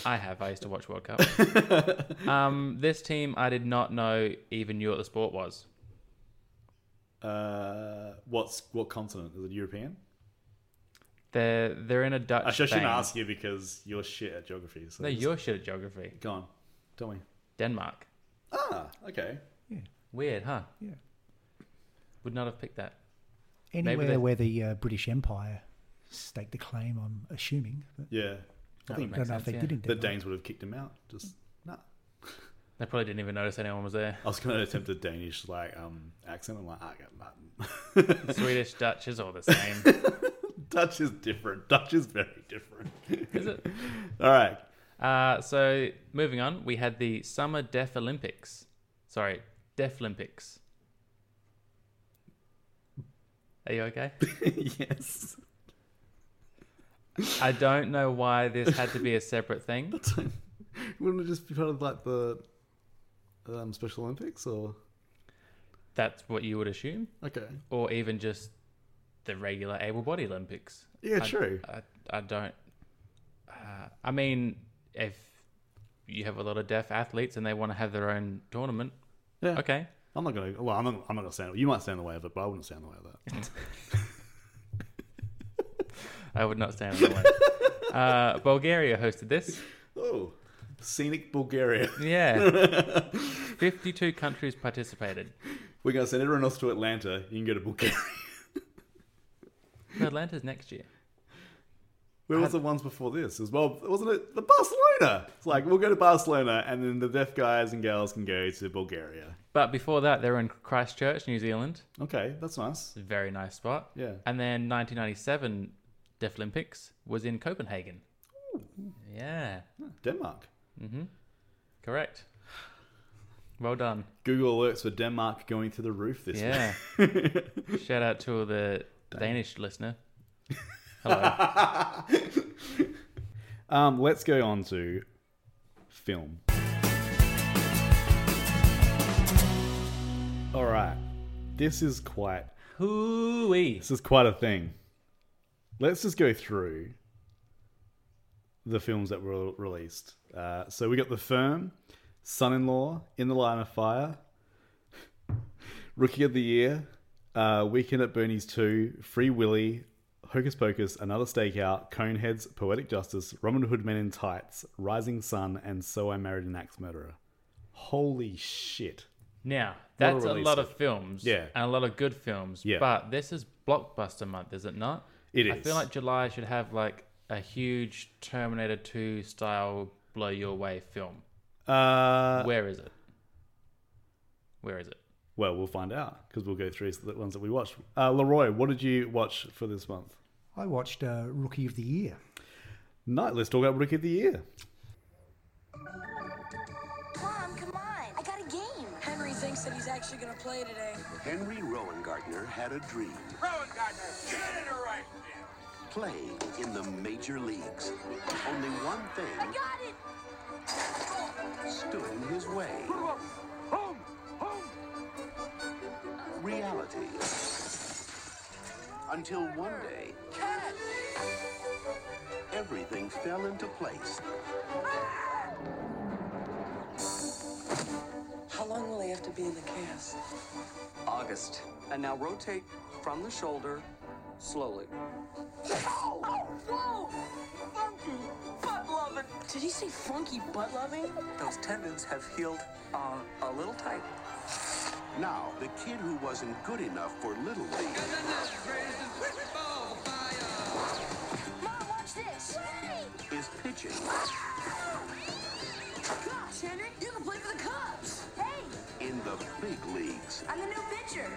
[SPEAKER 2] I have. I used to watch World Cup. um, this team, I did not know even knew what the sport was.
[SPEAKER 1] Uh, what's what continent is it? European?
[SPEAKER 2] They're they're in a Dutch.
[SPEAKER 1] Actually, I shouldn't
[SPEAKER 2] thing.
[SPEAKER 1] ask you because you're shit at geography. So
[SPEAKER 2] Uh, No,
[SPEAKER 1] just-
[SPEAKER 2] you're shit at geography.
[SPEAKER 1] Go on. Tell me.
[SPEAKER 2] Denmark.
[SPEAKER 1] Ah, okay.
[SPEAKER 2] Weird, huh?
[SPEAKER 3] Yeah.
[SPEAKER 2] Would not have picked that.
[SPEAKER 3] Anywhere
[SPEAKER 2] they-
[SPEAKER 3] where the uh, British Empire staked a claim, I'm assuming. But
[SPEAKER 1] Yeah. I
[SPEAKER 2] That
[SPEAKER 1] think
[SPEAKER 2] would
[SPEAKER 3] I
[SPEAKER 2] make
[SPEAKER 3] don't know
[SPEAKER 2] sense,
[SPEAKER 3] if they
[SPEAKER 2] yeah.
[SPEAKER 3] did in
[SPEAKER 1] the
[SPEAKER 3] Denmark.
[SPEAKER 1] Danes would have kicked him out. Just nah.
[SPEAKER 2] They probably didn't even notice anyone was there.
[SPEAKER 1] I was going to attempt a Danish like um accent. I'm like, I got nothing.
[SPEAKER 2] Swedish, Dutch is all the same.
[SPEAKER 1] Dutch is different. Dutch is very different.
[SPEAKER 2] is it?
[SPEAKER 1] All right.
[SPEAKER 2] Uh, so moving on, we had the Summer Deaf Olympics. Sorry, Deaf Olympics. Are you okay?
[SPEAKER 1] yes.
[SPEAKER 2] I don't know why this had to be a separate thing.
[SPEAKER 1] Wouldn't it just be part of like the um, Special Olympics or
[SPEAKER 2] That's what you would assume,
[SPEAKER 1] okay?
[SPEAKER 2] or even just the regular able-bodied Olympics.
[SPEAKER 1] Yeah,
[SPEAKER 2] I-
[SPEAKER 1] true.
[SPEAKER 2] I, I don't. Uh, I mean, if you have a lot of deaf athletes and they want to have their own tournament,
[SPEAKER 1] Yeah.
[SPEAKER 2] okay.
[SPEAKER 1] I'm not gonna. Well, I'm not. I'm not gonna stand. You might stand in the way of it, but I wouldn't stand in the way of that.
[SPEAKER 2] I would not stand in the way. uh, Bulgaria hosted this.
[SPEAKER 1] oh, scenic Bulgaria.
[SPEAKER 2] Yeah. 52 countries participated.
[SPEAKER 1] We're gonna send everyone else to Atlanta. You can go to Bulgaria.
[SPEAKER 2] No, Atlanta's next year.
[SPEAKER 1] Where was the ones before this as well? Wasn't it the Barcelona? It's like we'll go to Barcelona, and then the deaf guys and gals can go to Bulgaria.
[SPEAKER 2] But before that, they were in Christchurch, New Zealand.
[SPEAKER 1] Okay, that's nice.
[SPEAKER 2] It's a very nice spot.
[SPEAKER 1] Yeah.
[SPEAKER 2] And then 1997 Deaf Olympics was in Copenhagen. Yeah.
[SPEAKER 1] Denmark.
[SPEAKER 2] Correct. Well done.
[SPEAKER 1] Google alerts for Denmark going through the roof this week.
[SPEAKER 2] Yeah. Shout out to the Danish listener. Hello.
[SPEAKER 1] Um, let's go on to film. All right. This is quite
[SPEAKER 2] Hooey.
[SPEAKER 1] this is quite a thing. Let's just go through the films that were released. Uh, so we got The Firm, Son in Law, In the Line of Fire, Rookie of the Year, uh, Weekend at Bernie's 2, Free Willy, Hocus Pocus, Another Stakeout, Coneheads, Poetic Justice, Robin Hood Men in Tights, Rising Sun, and So I Married an Axe Murderer. Holy shit.
[SPEAKER 2] Now, that's a
[SPEAKER 1] release
[SPEAKER 2] lot
[SPEAKER 1] it.
[SPEAKER 2] of films.
[SPEAKER 1] Yeah.
[SPEAKER 2] And a lot of good films.
[SPEAKER 1] Yeah.
[SPEAKER 2] But this is blockbuster month, is it not?
[SPEAKER 1] It
[SPEAKER 2] I
[SPEAKER 1] is.
[SPEAKER 2] feel like July should have like a huge Terminator 2 style blow your way film.
[SPEAKER 1] Uh,
[SPEAKER 2] Where is it? Where is it?
[SPEAKER 1] Well, we'll find out because we'll go through the ones that we watched. Uh, Leroy, what did you watch for this month?
[SPEAKER 3] I watched uh, Rookie of the Year.
[SPEAKER 1] Night. Let's talk about Rookie of the Year.
[SPEAKER 4] Mom, come on. I got a game.
[SPEAKER 5] Henry thinks that he's actually going to play today.
[SPEAKER 6] Henry Rowan Gardner had a dream
[SPEAKER 7] Rowan Gardner, get it right.
[SPEAKER 6] playing in the major leagues. Only one
[SPEAKER 4] I
[SPEAKER 6] thing
[SPEAKER 4] got it.
[SPEAKER 6] stood in his way
[SPEAKER 7] Home, home.
[SPEAKER 6] reality. Until one day, everything fell into place.
[SPEAKER 5] How long will he have to be in the cast?
[SPEAKER 8] August. And now rotate from the shoulder slowly.
[SPEAKER 4] Oh, Whoa. Funky.
[SPEAKER 8] Butt loving.
[SPEAKER 5] Did he say funky butt loving?
[SPEAKER 8] Those tendons have healed uh, a little tight.
[SPEAKER 6] Now, the kid who wasn't good enough for Little League
[SPEAKER 4] Mom, watch this.
[SPEAKER 6] is pitching
[SPEAKER 4] Gosh, Henry, you can play for the Cubs. Hey,
[SPEAKER 6] in the big leagues.
[SPEAKER 4] I'm the new pitcher.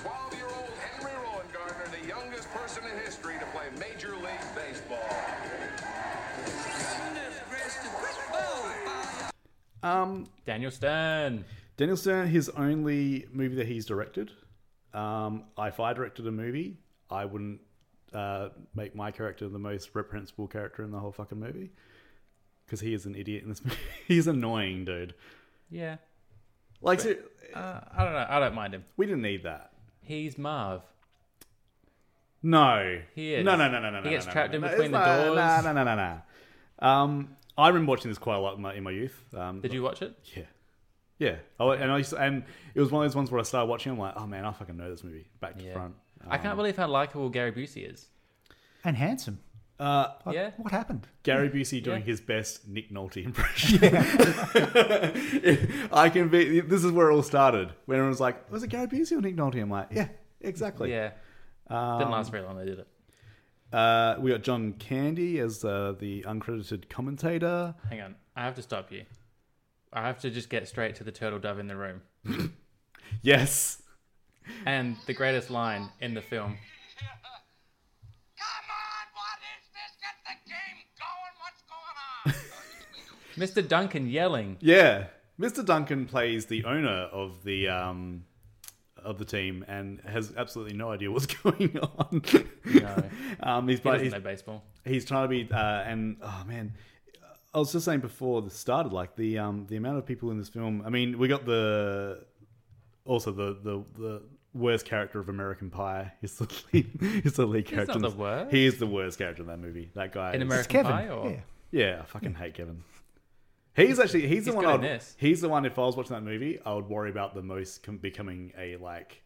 [SPEAKER 7] Twelve-year-old Henry Rowan Gardner, the youngest person in history to play Major League Baseball.
[SPEAKER 1] Um,
[SPEAKER 2] Daniel Stern.
[SPEAKER 1] Daniel Stern, his only movie that he's directed. Um, if I directed a movie, I wouldn't uh, make my character the most reprehensible character in the whole fucking movie because he is an idiot in this movie. he's annoying, dude.
[SPEAKER 2] Yeah.
[SPEAKER 1] Like, so,
[SPEAKER 2] Uh, I don't know. I don't mind him.
[SPEAKER 1] we didn't need that.
[SPEAKER 2] He's Marv.
[SPEAKER 1] No.
[SPEAKER 2] He is.
[SPEAKER 1] No, no, no, no, no.
[SPEAKER 2] He
[SPEAKER 1] no,
[SPEAKER 2] gets
[SPEAKER 1] no,
[SPEAKER 2] trapped
[SPEAKER 1] no,
[SPEAKER 2] in
[SPEAKER 1] no,
[SPEAKER 2] between
[SPEAKER 1] it's
[SPEAKER 2] the
[SPEAKER 1] not-
[SPEAKER 2] doors.
[SPEAKER 1] No, no, no, no, no. Um, I remember watching this quite a lot in my, in my youth. Um,
[SPEAKER 2] Did you watch it?
[SPEAKER 1] Yeah. Yeah. Oh, and I used to, and it was one of those ones where I started watching. I'm like, oh man, I fucking know this movie back to front. Um,
[SPEAKER 2] I can't believe how likable Gary Busey is.
[SPEAKER 3] And handsome.
[SPEAKER 1] Uh,
[SPEAKER 2] yeah.
[SPEAKER 3] What happened?
[SPEAKER 1] Gary Busey doing
[SPEAKER 2] Yeah.
[SPEAKER 1] his best Nick Nolte impression. I can be. This is where it all started. When everyone's like, was it Gary Busey or Nick Nolte? I'm like, yeah, exactly.
[SPEAKER 2] Yeah. Didn't
[SPEAKER 1] Um,
[SPEAKER 2] last very long. They did it.
[SPEAKER 1] Uh, we got John Candy as uh, the uncredited commentator.
[SPEAKER 2] Hang on. I have to stop you. I have to just get straight to the turtle dove in the room.
[SPEAKER 1] Yes.
[SPEAKER 2] And the greatest line in the film.
[SPEAKER 7] Come on, what is this? Get the game going. What's going on?
[SPEAKER 2] Mr. Duncan yelling.
[SPEAKER 1] Yeah, Mr. Duncan plays the owner of the um, of the team and has absolutely no idea what's going on.
[SPEAKER 2] No.
[SPEAKER 1] um, he's,
[SPEAKER 2] He
[SPEAKER 1] but
[SPEAKER 2] doesn't
[SPEAKER 1] he's,
[SPEAKER 2] know baseball.
[SPEAKER 1] he's trying to be uh, and oh man, I was just saying before this started, like the um, the amount of people in this film. I mean, we got the also the the the. Worst character of American Pie is the lead, is the lead character. in
[SPEAKER 2] not
[SPEAKER 1] this-
[SPEAKER 2] the worst.
[SPEAKER 1] He is the worst character in that movie. That guy
[SPEAKER 2] In
[SPEAKER 1] is-
[SPEAKER 2] American
[SPEAKER 3] It's Kevin.
[SPEAKER 2] Pie or
[SPEAKER 3] Yeah.
[SPEAKER 1] yeah, I fucking hate Kevin. He's actually he's, the
[SPEAKER 2] He's
[SPEAKER 1] one.
[SPEAKER 2] good
[SPEAKER 1] I
[SPEAKER 2] in
[SPEAKER 1] would-
[SPEAKER 2] this.
[SPEAKER 1] he's the one. If I was watching that movie, I would worry about the most com- becoming a like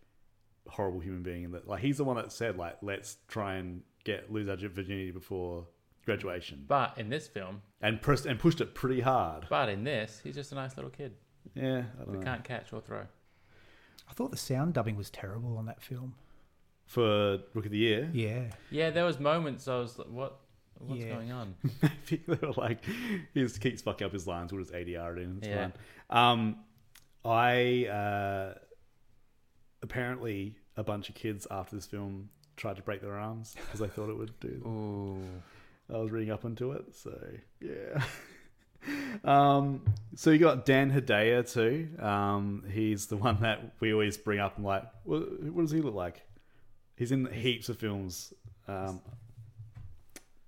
[SPEAKER 1] horrible human being. In that, like, he's the one that said like, let's try and get lose our virginity before graduation,
[SPEAKER 2] But in this film,
[SPEAKER 1] and pressed and pushed it pretty hard.
[SPEAKER 2] but in this, he's just a nice little kid.
[SPEAKER 1] Yeah, I don't know.
[SPEAKER 2] Can't catch or throw.
[SPEAKER 3] I thought the sound dubbing was terrible on that film.
[SPEAKER 1] for Rook of the Year,
[SPEAKER 3] Yeah.
[SPEAKER 2] Yeah, there was moments I was like, what? What's
[SPEAKER 3] Yeah.
[SPEAKER 2] going on?
[SPEAKER 1] maybe they were like, he just keeps fucking up his lines. We'll just ADR it in. It's
[SPEAKER 2] Yeah.
[SPEAKER 1] fine. Um, I uh, apparently a bunch of kids after this film tried to break their arms because they thought it would do. That.
[SPEAKER 2] Ooh.
[SPEAKER 1] I was reading up into it, so yeah. um, so you got Dan Hedaya too. Um, he's the one that we always bring up and like, what, what does he look like? He's in heaps of films. Um,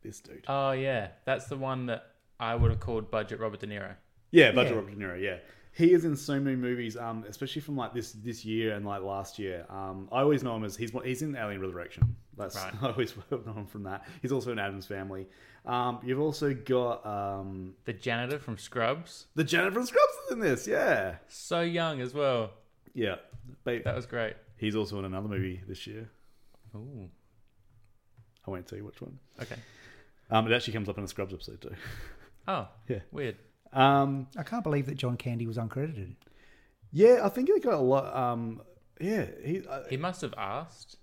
[SPEAKER 1] this dude.
[SPEAKER 2] Oh yeah, that's the one that I would have called budget Robert De Niro.
[SPEAKER 1] Yeah, Budget
[SPEAKER 3] Yeah.
[SPEAKER 1] Robert De Niro, yeah. he is in so many movies, um, especially from like this this year and like last year. Um, I always know him as he's one- he's in Alien Resurrection. That's
[SPEAKER 2] Right.
[SPEAKER 1] I always know him from that. He's also in Adam's Family. Um, you've also got um,
[SPEAKER 2] The janitor from Scrubs,
[SPEAKER 1] the Jennifer Scrubs is in this. Yeah,
[SPEAKER 2] so young as well.
[SPEAKER 1] yeah. But
[SPEAKER 2] That was great.
[SPEAKER 1] he's also in another movie this year.
[SPEAKER 2] Ooh,
[SPEAKER 1] I won't tell you which one.
[SPEAKER 2] okay.
[SPEAKER 1] Um, it actually comes up in a Scrubs episode too.
[SPEAKER 2] Oh,
[SPEAKER 1] Yeah.
[SPEAKER 2] weird.
[SPEAKER 1] Um,
[SPEAKER 3] I can't believe that John Candy was uncredited.
[SPEAKER 1] yeah, I think he got a lot. Um, yeah, he, uh,
[SPEAKER 2] He must have asked,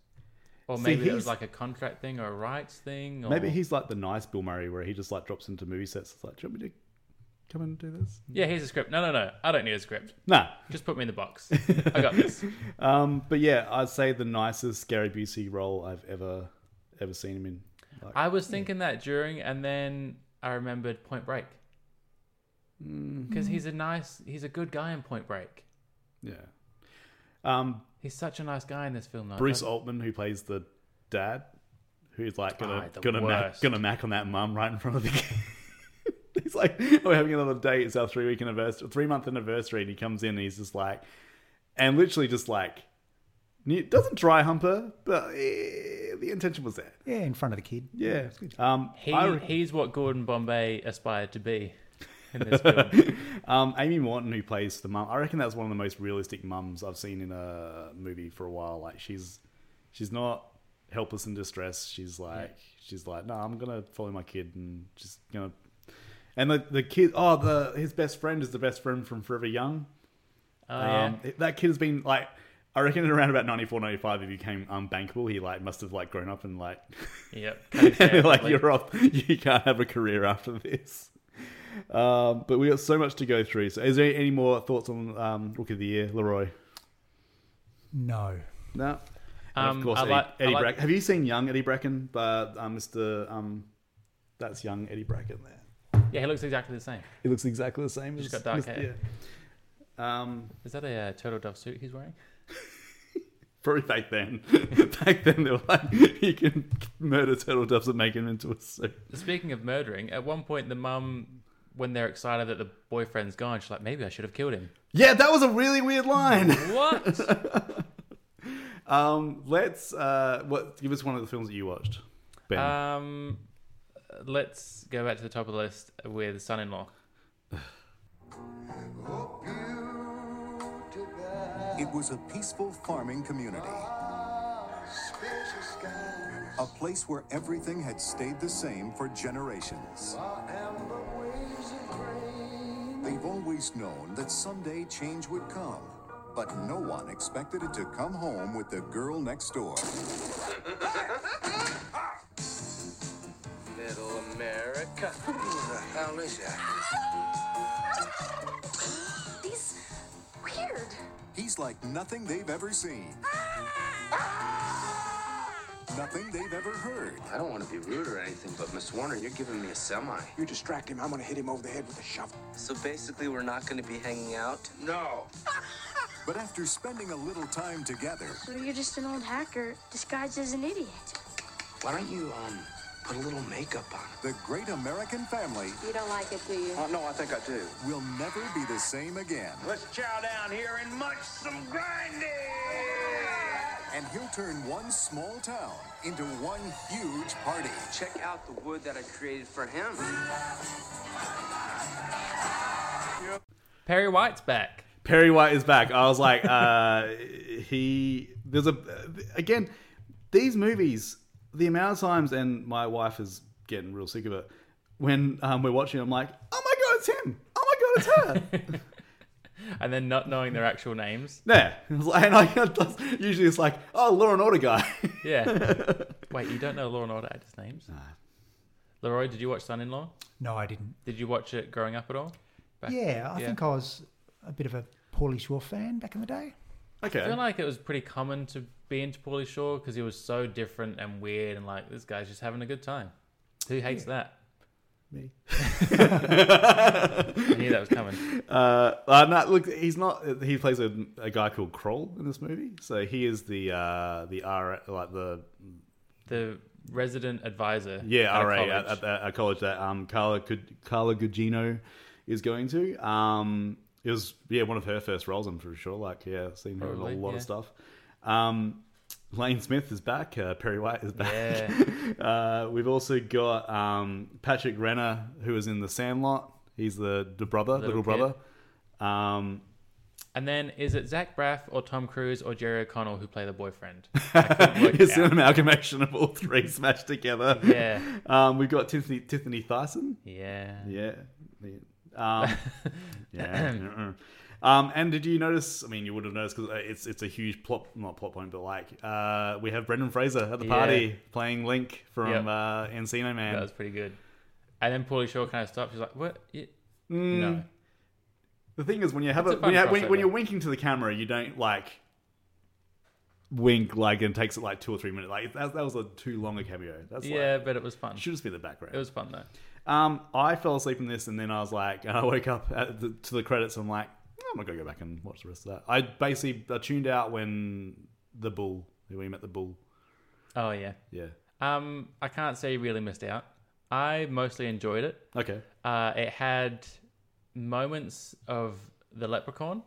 [SPEAKER 2] or
[SPEAKER 1] See,
[SPEAKER 2] maybe it was
[SPEAKER 1] he's-
[SPEAKER 2] like a contract thing or a rights thing. Or...
[SPEAKER 1] maybe he's like the nice Bill Murray, where he just like drops into movie sets. It's like, do you want me to come and do this?
[SPEAKER 2] Yeah, here's a script. No, no, no. I don't need a script.
[SPEAKER 1] Nah.
[SPEAKER 2] Just put me in the box. I got this.
[SPEAKER 1] Um, but yeah, I'd say the nicest Gary Busey role I've ever ever seen him in. Like,
[SPEAKER 2] I was thinking that during, and then I remembered Point Break.
[SPEAKER 1] Mm-hmm.
[SPEAKER 2] Because he's a nice, he's a good guy in Point Break.
[SPEAKER 1] yeah. Um,
[SPEAKER 2] He's such a nice guy in this film. Though.
[SPEAKER 1] Bruce
[SPEAKER 2] Like,
[SPEAKER 1] Altman, who plays the dad, who's like gonna
[SPEAKER 2] Ah, the
[SPEAKER 1] gonna mac,
[SPEAKER 2] worst.
[SPEAKER 1] gonna mac on that mum right in front of the kid. he's like, we're having another date. It's our three week anniversary, three month anniversary, and he comes in and he's just like, and literally just like, ne- doesn't dry hump her, but eh, the intention was there.
[SPEAKER 3] Yeah, in front of the kid.
[SPEAKER 1] Yeah. Um,
[SPEAKER 2] he,
[SPEAKER 1] I re-
[SPEAKER 2] he's what Gordon Bombay aspired to be in this film.
[SPEAKER 1] Um, Amy Morton, who plays the mum, I reckon that's one of the most realistic mums I've seen in a movie for a while. Like she's she's not helpless in distress. She's like she's like, no, I'm gonna follow my kid and just gonna. And the the kid, oh, the his best friend is the best friend from Forever Young.
[SPEAKER 2] Oh,
[SPEAKER 1] Um, that kid has been like, I reckon around about 94, 95, he became unbankable. He like must have like grown up and like,
[SPEAKER 2] yeah. Yep. Cut his hair,
[SPEAKER 1] like
[SPEAKER 2] probably.
[SPEAKER 1] you're off, you can't have a career after this. Um, but we got so much to go through. So, is there any more thoughts on um, Rook of the Year, Leroy?
[SPEAKER 3] No.
[SPEAKER 1] No. and
[SPEAKER 2] Um,
[SPEAKER 1] of course,
[SPEAKER 2] I
[SPEAKER 1] Eddie,
[SPEAKER 2] like- I
[SPEAKER 1] Eddie
[SPEAKER 2] like-
[SPEAKER 1] Bracken. Have you seen young Eddie Bracken? But uh, Mr. Um, that's young Eddie Bracken there.
[SPEAKER 2] Yeah, he looks exactly the same.
[SPEAKER 1] It looks exactly the same.
[SPEAKER 2] Just
[SPEAKER 1] as-
[SPEAKER 2] got dark
[SPEAKER 1] as-
[SPEAKER 2] hair.
[SPEAKER 1] yeah. Um,
[SPEAKER 2] Is that a uh, turtle dove suit he's wearing?
[SPEAKER 1] probably back then. back then, they were like, you can murder turtle doves and make them into a soup.
[SPEAKER 2] Speaking of murdering, at one point the mum, when they're excited that the boyfriend's gone, she's like, maybe I should have killed him.
[SPEAKER 1] Yeah, that was a really weird line.
[SPEAKER 2] What?
[SPEAKER 1] Um, let's uh, what give us one of the films that you watched, Ben.
[SPEAKER 2] um, let's go back to the top of the list with son-in-law.
[SPEAKER 6] It was a peaceful farming community. A place where everything had stayed the same for generations. They've always known that someday change would come, but no one expected it to come home with the girl next door.
[SPEAKER 7] Little America. Who the hell is that?
[SPEAKER 4] These weird.
[SPEAKER 6] He's like nothing they've ever seen, nothing they've ever heard.
[SPEAKER 9] I don't want to be rude or anything, but Miss Warner, you're giving me a semi.
[SPEAKER 10] You distract him, I'm gonna hit him over the head with a shovel.
[SPEAKER 9] So basically, we're not going to be hanging out.
[SPEAKER 7] No.
[SPEAKER 6] But after spending a little time together,
[SPEAKER 4] So you're just an old hacker disguised as an idiot.
[SPEAKER 9] Why don't you um put a little makeup on?
[SPEAKER 6] the great American family
[SPEAKER 5] You don't like it, do you?
[SPEAKER 9] Oh, no, I think I do.
[SPEAKER 6] will never be the same again.
[SPEAKER 7] Let's chow down here and munch some grinding.
[SPEAKER 6] And he'll turn one small town into one huge party.
[SPEAKER 9] Check out the wood that I created for him.
[SPEAKER 2] Perry White's back.
[SPEAKER 1] Perry White is back. I was like, uh, he there's a uh, again these movies. The amount of times, and my wife is getting real sick of it. When um, we're watching, I'm like, oh my god, it's him! Oh my god, it's her!
[SPEAKER 2] And then not knowing their actual names.
[SPEAKER 1] Yeah, and I, usually it's like, oh, Law and Order guy.
[SPEAKER 2] Yeah. Wait, you don't know Law and Order actors' names? Leroy, did you watch Son-in-Law?
[SPEAKER 3] No, I didn't.
[SPEAKER 2] Did you watch it growing up at all? Back-
[SPEAKER 3] Yeah, I think I was a bit of a Paulie Shore fan back in the day.
[SPEAKER 1] okay,
[SPEAKER 2] I feel like it was pretty common to be into Paulie Shaw because he was so different and weird and like this guy's just having a good time. Who hates that?
[SPEAKER 1] me.
[SPEAKER 2] I knew that was coming.
[SPEAKER 1] Uh, uh, no, look, he's not. He plays a, a guy called Kroll in this movie, so he is the uh, the R like the
[SPEAKER 2] The resident advisor.
[SPEAKER 1] yeah
[SPEAKER 2] at a
[SPEAKER 1] RA at,
[SPEAKER 2] college.
[SPEAKER 1] at, at a college that um Carla Cu- Carla Gugino is going to. Um, It was yeah, one of her first roles. I'm pretty sure. Like yeah, seen her
[SPEAKER 2] Probably,
[SPEAKER 1] in a lot
[SPEAKER 2] yeah.
[SPEAKER 1] of stuff. Um, Lane Smith is back. Uh, Perry White is back.
[SPEAKER 2] Yeah.
[SPEAKER 1] Uh, we've also got um, Patrick Renner, who is in The Sandlot. He's the the brother, little,
[SPEAKER 2] Little
[SPEAKER 1] brother. Um,
[SPEAKER 2] And then is it Zach Braff or Tom Cruise or Jerry O'Connell who play the boyfriend? I couldn't work
[SPEAKER 1] it's
[SPEAKER 2] it
[SPEAKER 1] an
[SPEAKER 2] out.
[SPEAKER 1] amalgamation of all three smashed together.
[SPEAKER 2] Yeah.
[SPEAKER 1] Um, we've got Tiffany Tiffany Thyssen.
[SPEAKER 2] Yeah.
[SPEAKER 1] Yeah. Um, yeah. um, and did you notice? I mean, you would have noticed because it's it's a huge plot, not plot point, but like uh, we have Brendan Fraser at the
[SPEAKER 2] Yeah.
[SPEAKER 1] party playing Link from
[SPEAKER 2] Yep.
[SPEAKER 1] uh, Encino Man.
[SPEAKER 2] That was pretty good. And then Paulie Shaw kind of stopped. She's like, what? You- No.
[SPEAKER 1] Mm, The thing is, when you have
[SPEAKER 2] It's
[SPEAKER 1] a,
[SPEAKER 2] a
[SPEAKER 1] when,
[SPEAKER 2] fun
[SPEAKER 1] you have, when, when
[SPEAKER 2] crossover.
[SPEAKER 1] you're winking to the camera, you don't like wink like and it takes it like two or three minutes. Like that, that was a too long a cameo. That's
[SPEAKER 2] Yeah,
[SPEAKER 1] like,
[SPEAKER 2] but it was fun.
[SPEAKER 1] should just be the background.
[SPEAKER 2] It was fun though.
[SPEAKER 1] Um, I fell asleep in this, and then I was like, I woke up at the, to the credits. And I'm like, "Oh, I'm not gonna go back and watch the rest of that. I basically I tuned out when the bull, when you met the bull.
[SPEAKER 2] Oh yeah.
[SPEAKER 1] Yeah.
[SPEAKER 2] Um, I can't say you really missed out. I mostly enjoyed it.
[SPEAKER 1] Okay.
[SPEAKER 2] Uh, it had moments of the leprechaun.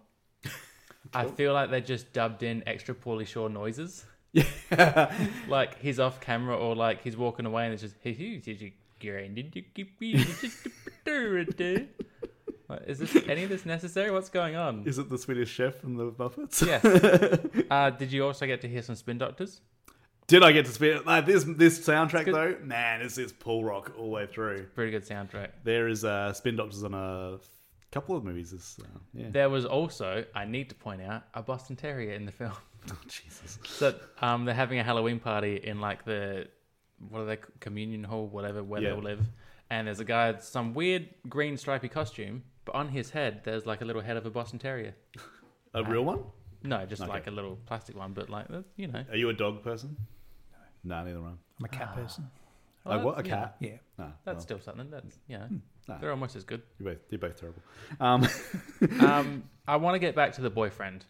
[SPEAKER 2] I feel like they just dubbed in extra Paulie Shaw noises.
[SPEAKER 1] Yeah.
[SPEAKER 2] Like he's off camera or like he's walking away and it's just "Hey, hey, did you get- did you keep me- did you keep it there?" Like, Is this any of this necessary? What's going on?
[SPEAKER 1] Is it the Swedish chef from the Muppets?
[SPEAKER 2] Yes. Uh, did you also get to hear some spin doctors?
[SPEAKER 1] Did I get to speak? Like this this soundtrack
[SPEAKER 2] good.
[SPEAKER 1] though, man, it's this Paul Rock all the way through.
[SPEAKER 2] Pretty good soundtrack.
[SPEAKER 1] There is uh, Spin Doctors on a couple of movies. This uh, yeah.
[SPEAKER 2] There was also, I need to point out, a Boston Terrier in the film.
[SPEAKER 1] Oh, Jesus.
[SPEAKER 2] So um, they're having a Halloween party in like the what are they communion hall, whatever, where
[SPEAKER 1] Yeah.
[SPEAKER 2] they all live. And there's a guy in some weird green stripy costume, but on his head there's like a little head of a Boston Terrier.
[SPEAKER 1] A real one?
[SPEAKER 2] No, just
[SPEAKER 1] Okay.
[SPEAKER 2] like a little plastic one, but like that- you know,
[SPEAKER 1] Are you a dog person? No, neither am
[SPEAKER 3] I'm a
[SPEAKER 2] Ah.
[SPEAKER 3] cat person.
[SPEAKER 1] I. Like what? A
[SPEAKER 2] yeah.
[SPEAKER 1] cat?
[SPEAKER 3] Yeah.
[SPEAKER 1] Nah,
[SPEAKER 2] that's
[SPEAKER 1] well, Hmm.
[SPEAKER 2] still something. That's you know,
[SPEAKER 1] Nah.
[SPEAKER 2] they're almost as good.
[SPEAKER 1] you're both you're both terrible. Um,
[SPEAKER 2] Um, I want to get back to the boyfriend.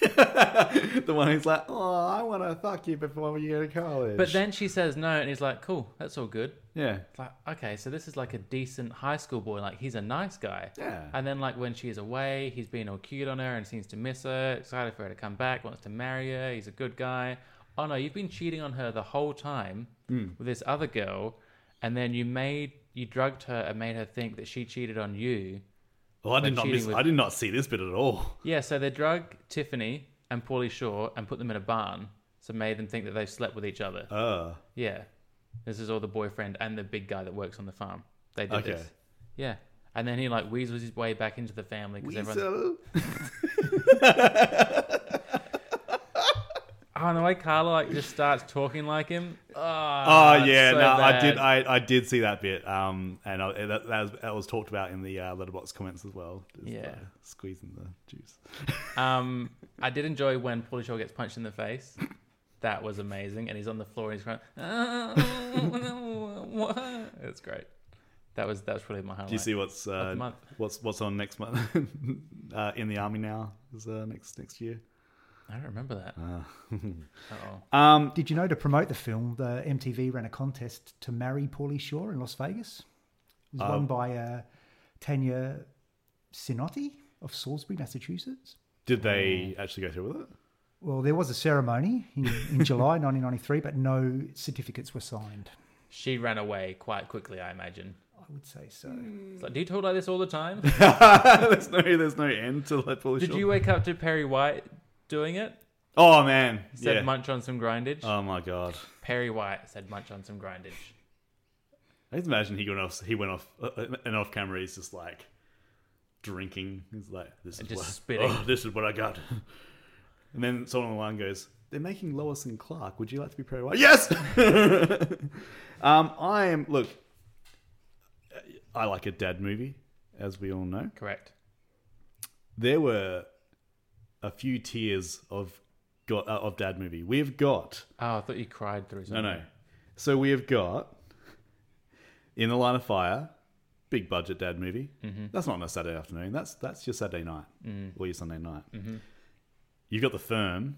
[SPEAKER 1] the one who's like, oh, I want to fuck you before you go to college.
[SPEAKER 2] But then she says no, and he's like, "Cool, that's all good."
[SPEAKER 1] yeah,
[SPEAKER 2] It's like, okay, so this is like a decent high school boy. Like, he's a nice guy.
[SPEAKER 1] Yeah.
[SPEAKER 2] And then, like, when she's away, he's being all cute on her and seems to miss her, excited for her to come back, wants to marry her. He's a good guy. Oh, no, you've been cheating on her the whole time with this other girl. And then you made, you drugged her and made her think that she cheated on you.
[SPEAKER 1] well, Oh, I did
[SPEAKER 2] Like
[SPEAKER 1] not
[SPEAKER 2] cheating
[SPEAKER 1] miss,
[SPEAKER 2] with-
[SPEAKER 1] I did not see this bit at all.
[SPEAKER 2] Yeah, so they drug Tiffany and Paulie Shaw and put them in a barn. So made them think that they've slept with each other.
[SPEAKER 1] Uh,
[SPEAKER 2] Yeah. This is all the boyfriend and the big guy that works on the farm. They did
[SPEAKER 1] Okay.
[SPEAKER 2] this. Yeah. And then he like weasels his way back into the family because everyone.
[SPEAKER 1] Weasel.
[SPEAKER 2] Oh, and the way Carla like just starts talking like him. Oh,
[SPEAKER 1] Oh yeah, no, I did. I, I did see that bit, um, and I, that, that, was, that was talked about in the uh, letterbox comments as well. Just,
[SPEAKER 2] Yeah.
[SPEAKER 1] uh, squeezing the juice.
[SPEAKER 2] Um, I did enjoy when Paulie Shaw gets punched in the face. That was amazing, and he's on the floor and he's crying. That's great. That was that was probably my highlight.
[SPEAKER 1] Do you see what's
[SPEAKER 2] the
[SPEAKER 1] uh,
[SPEAKER 2] month.
[SPEAKER 1] what's what's on next month? uh, in the army now is uh, next next year.
[SPEAKER 2] I don't remember that. oh.
[SPEAKER 1] Um,
[SPEAKER 3] Did you know to promote the film, the MTV ran a contest to marry Paulie Shaw in Las Vegas? It was won by uh, Tanya Sinotti of Salisbury, Massachusetts.
[SPEAKER 1] did
[SPEAKER 2] Mm.
[SPEAKER 1] they actually go through with it?
[SPEAKER 3] Well, there was a ceremony in, in July 1993, but no certificates were signed.
[SPEAKER 2] She ran away quite quickly, I imagine.
[SPEAKER 3] I would say so.
[SPEAKER 2] It's like, do you talk like this all the time?
[SPEAKER 1] there's no there's no end to that bullshit.
[SPEAKER 2] Did you wake up to Perry White doing it?
[SPEAKER 1] Oh man,
[SPEAKER 2] Said
[SPEAKER 1] yeah.
[SPEAKER 2] munch on some grindage.
[SPEAKER 1] Oh my god.
[SPEAKER 2] Perry White said munch on some grindage.
[SPEAKER 1] I just imagine he went off. He went off, uh, and off camera, he's just like drinking. He's like, "This is
[SPEAKER 2] And just
[SPEAKER 1] what,
[SPEAKER 2] spitting.
[SPEAKER 1] Oh, this is what I got." And then someone on the line goes, "They're making Lois and Clark. Would you like to be Perry White?" Yes. um, I am. Look, I like a dad movie, as we all know.
[SPEAKER 2] Correct.
[SPEAKER 1] There were a few tiers of got uh, of dad movie. We've got.
[SPEAKER 2] Oh, I thought you cried through
[SPEAKER 1] No,
[SPEAKER 2] something.
[SPEAKER 1] no. So we have got In the Line of Fire, big budget dad movie. Mm-hmm. That's not on a Saturday afternoon. That's that's your Saturday night
[SPEAKER 2] Mm.
[SPEAKER 1] or your Sunday night.
[SPEAKER 2] Mm-hmm.
[SPEAKER 1] You've got The Firm,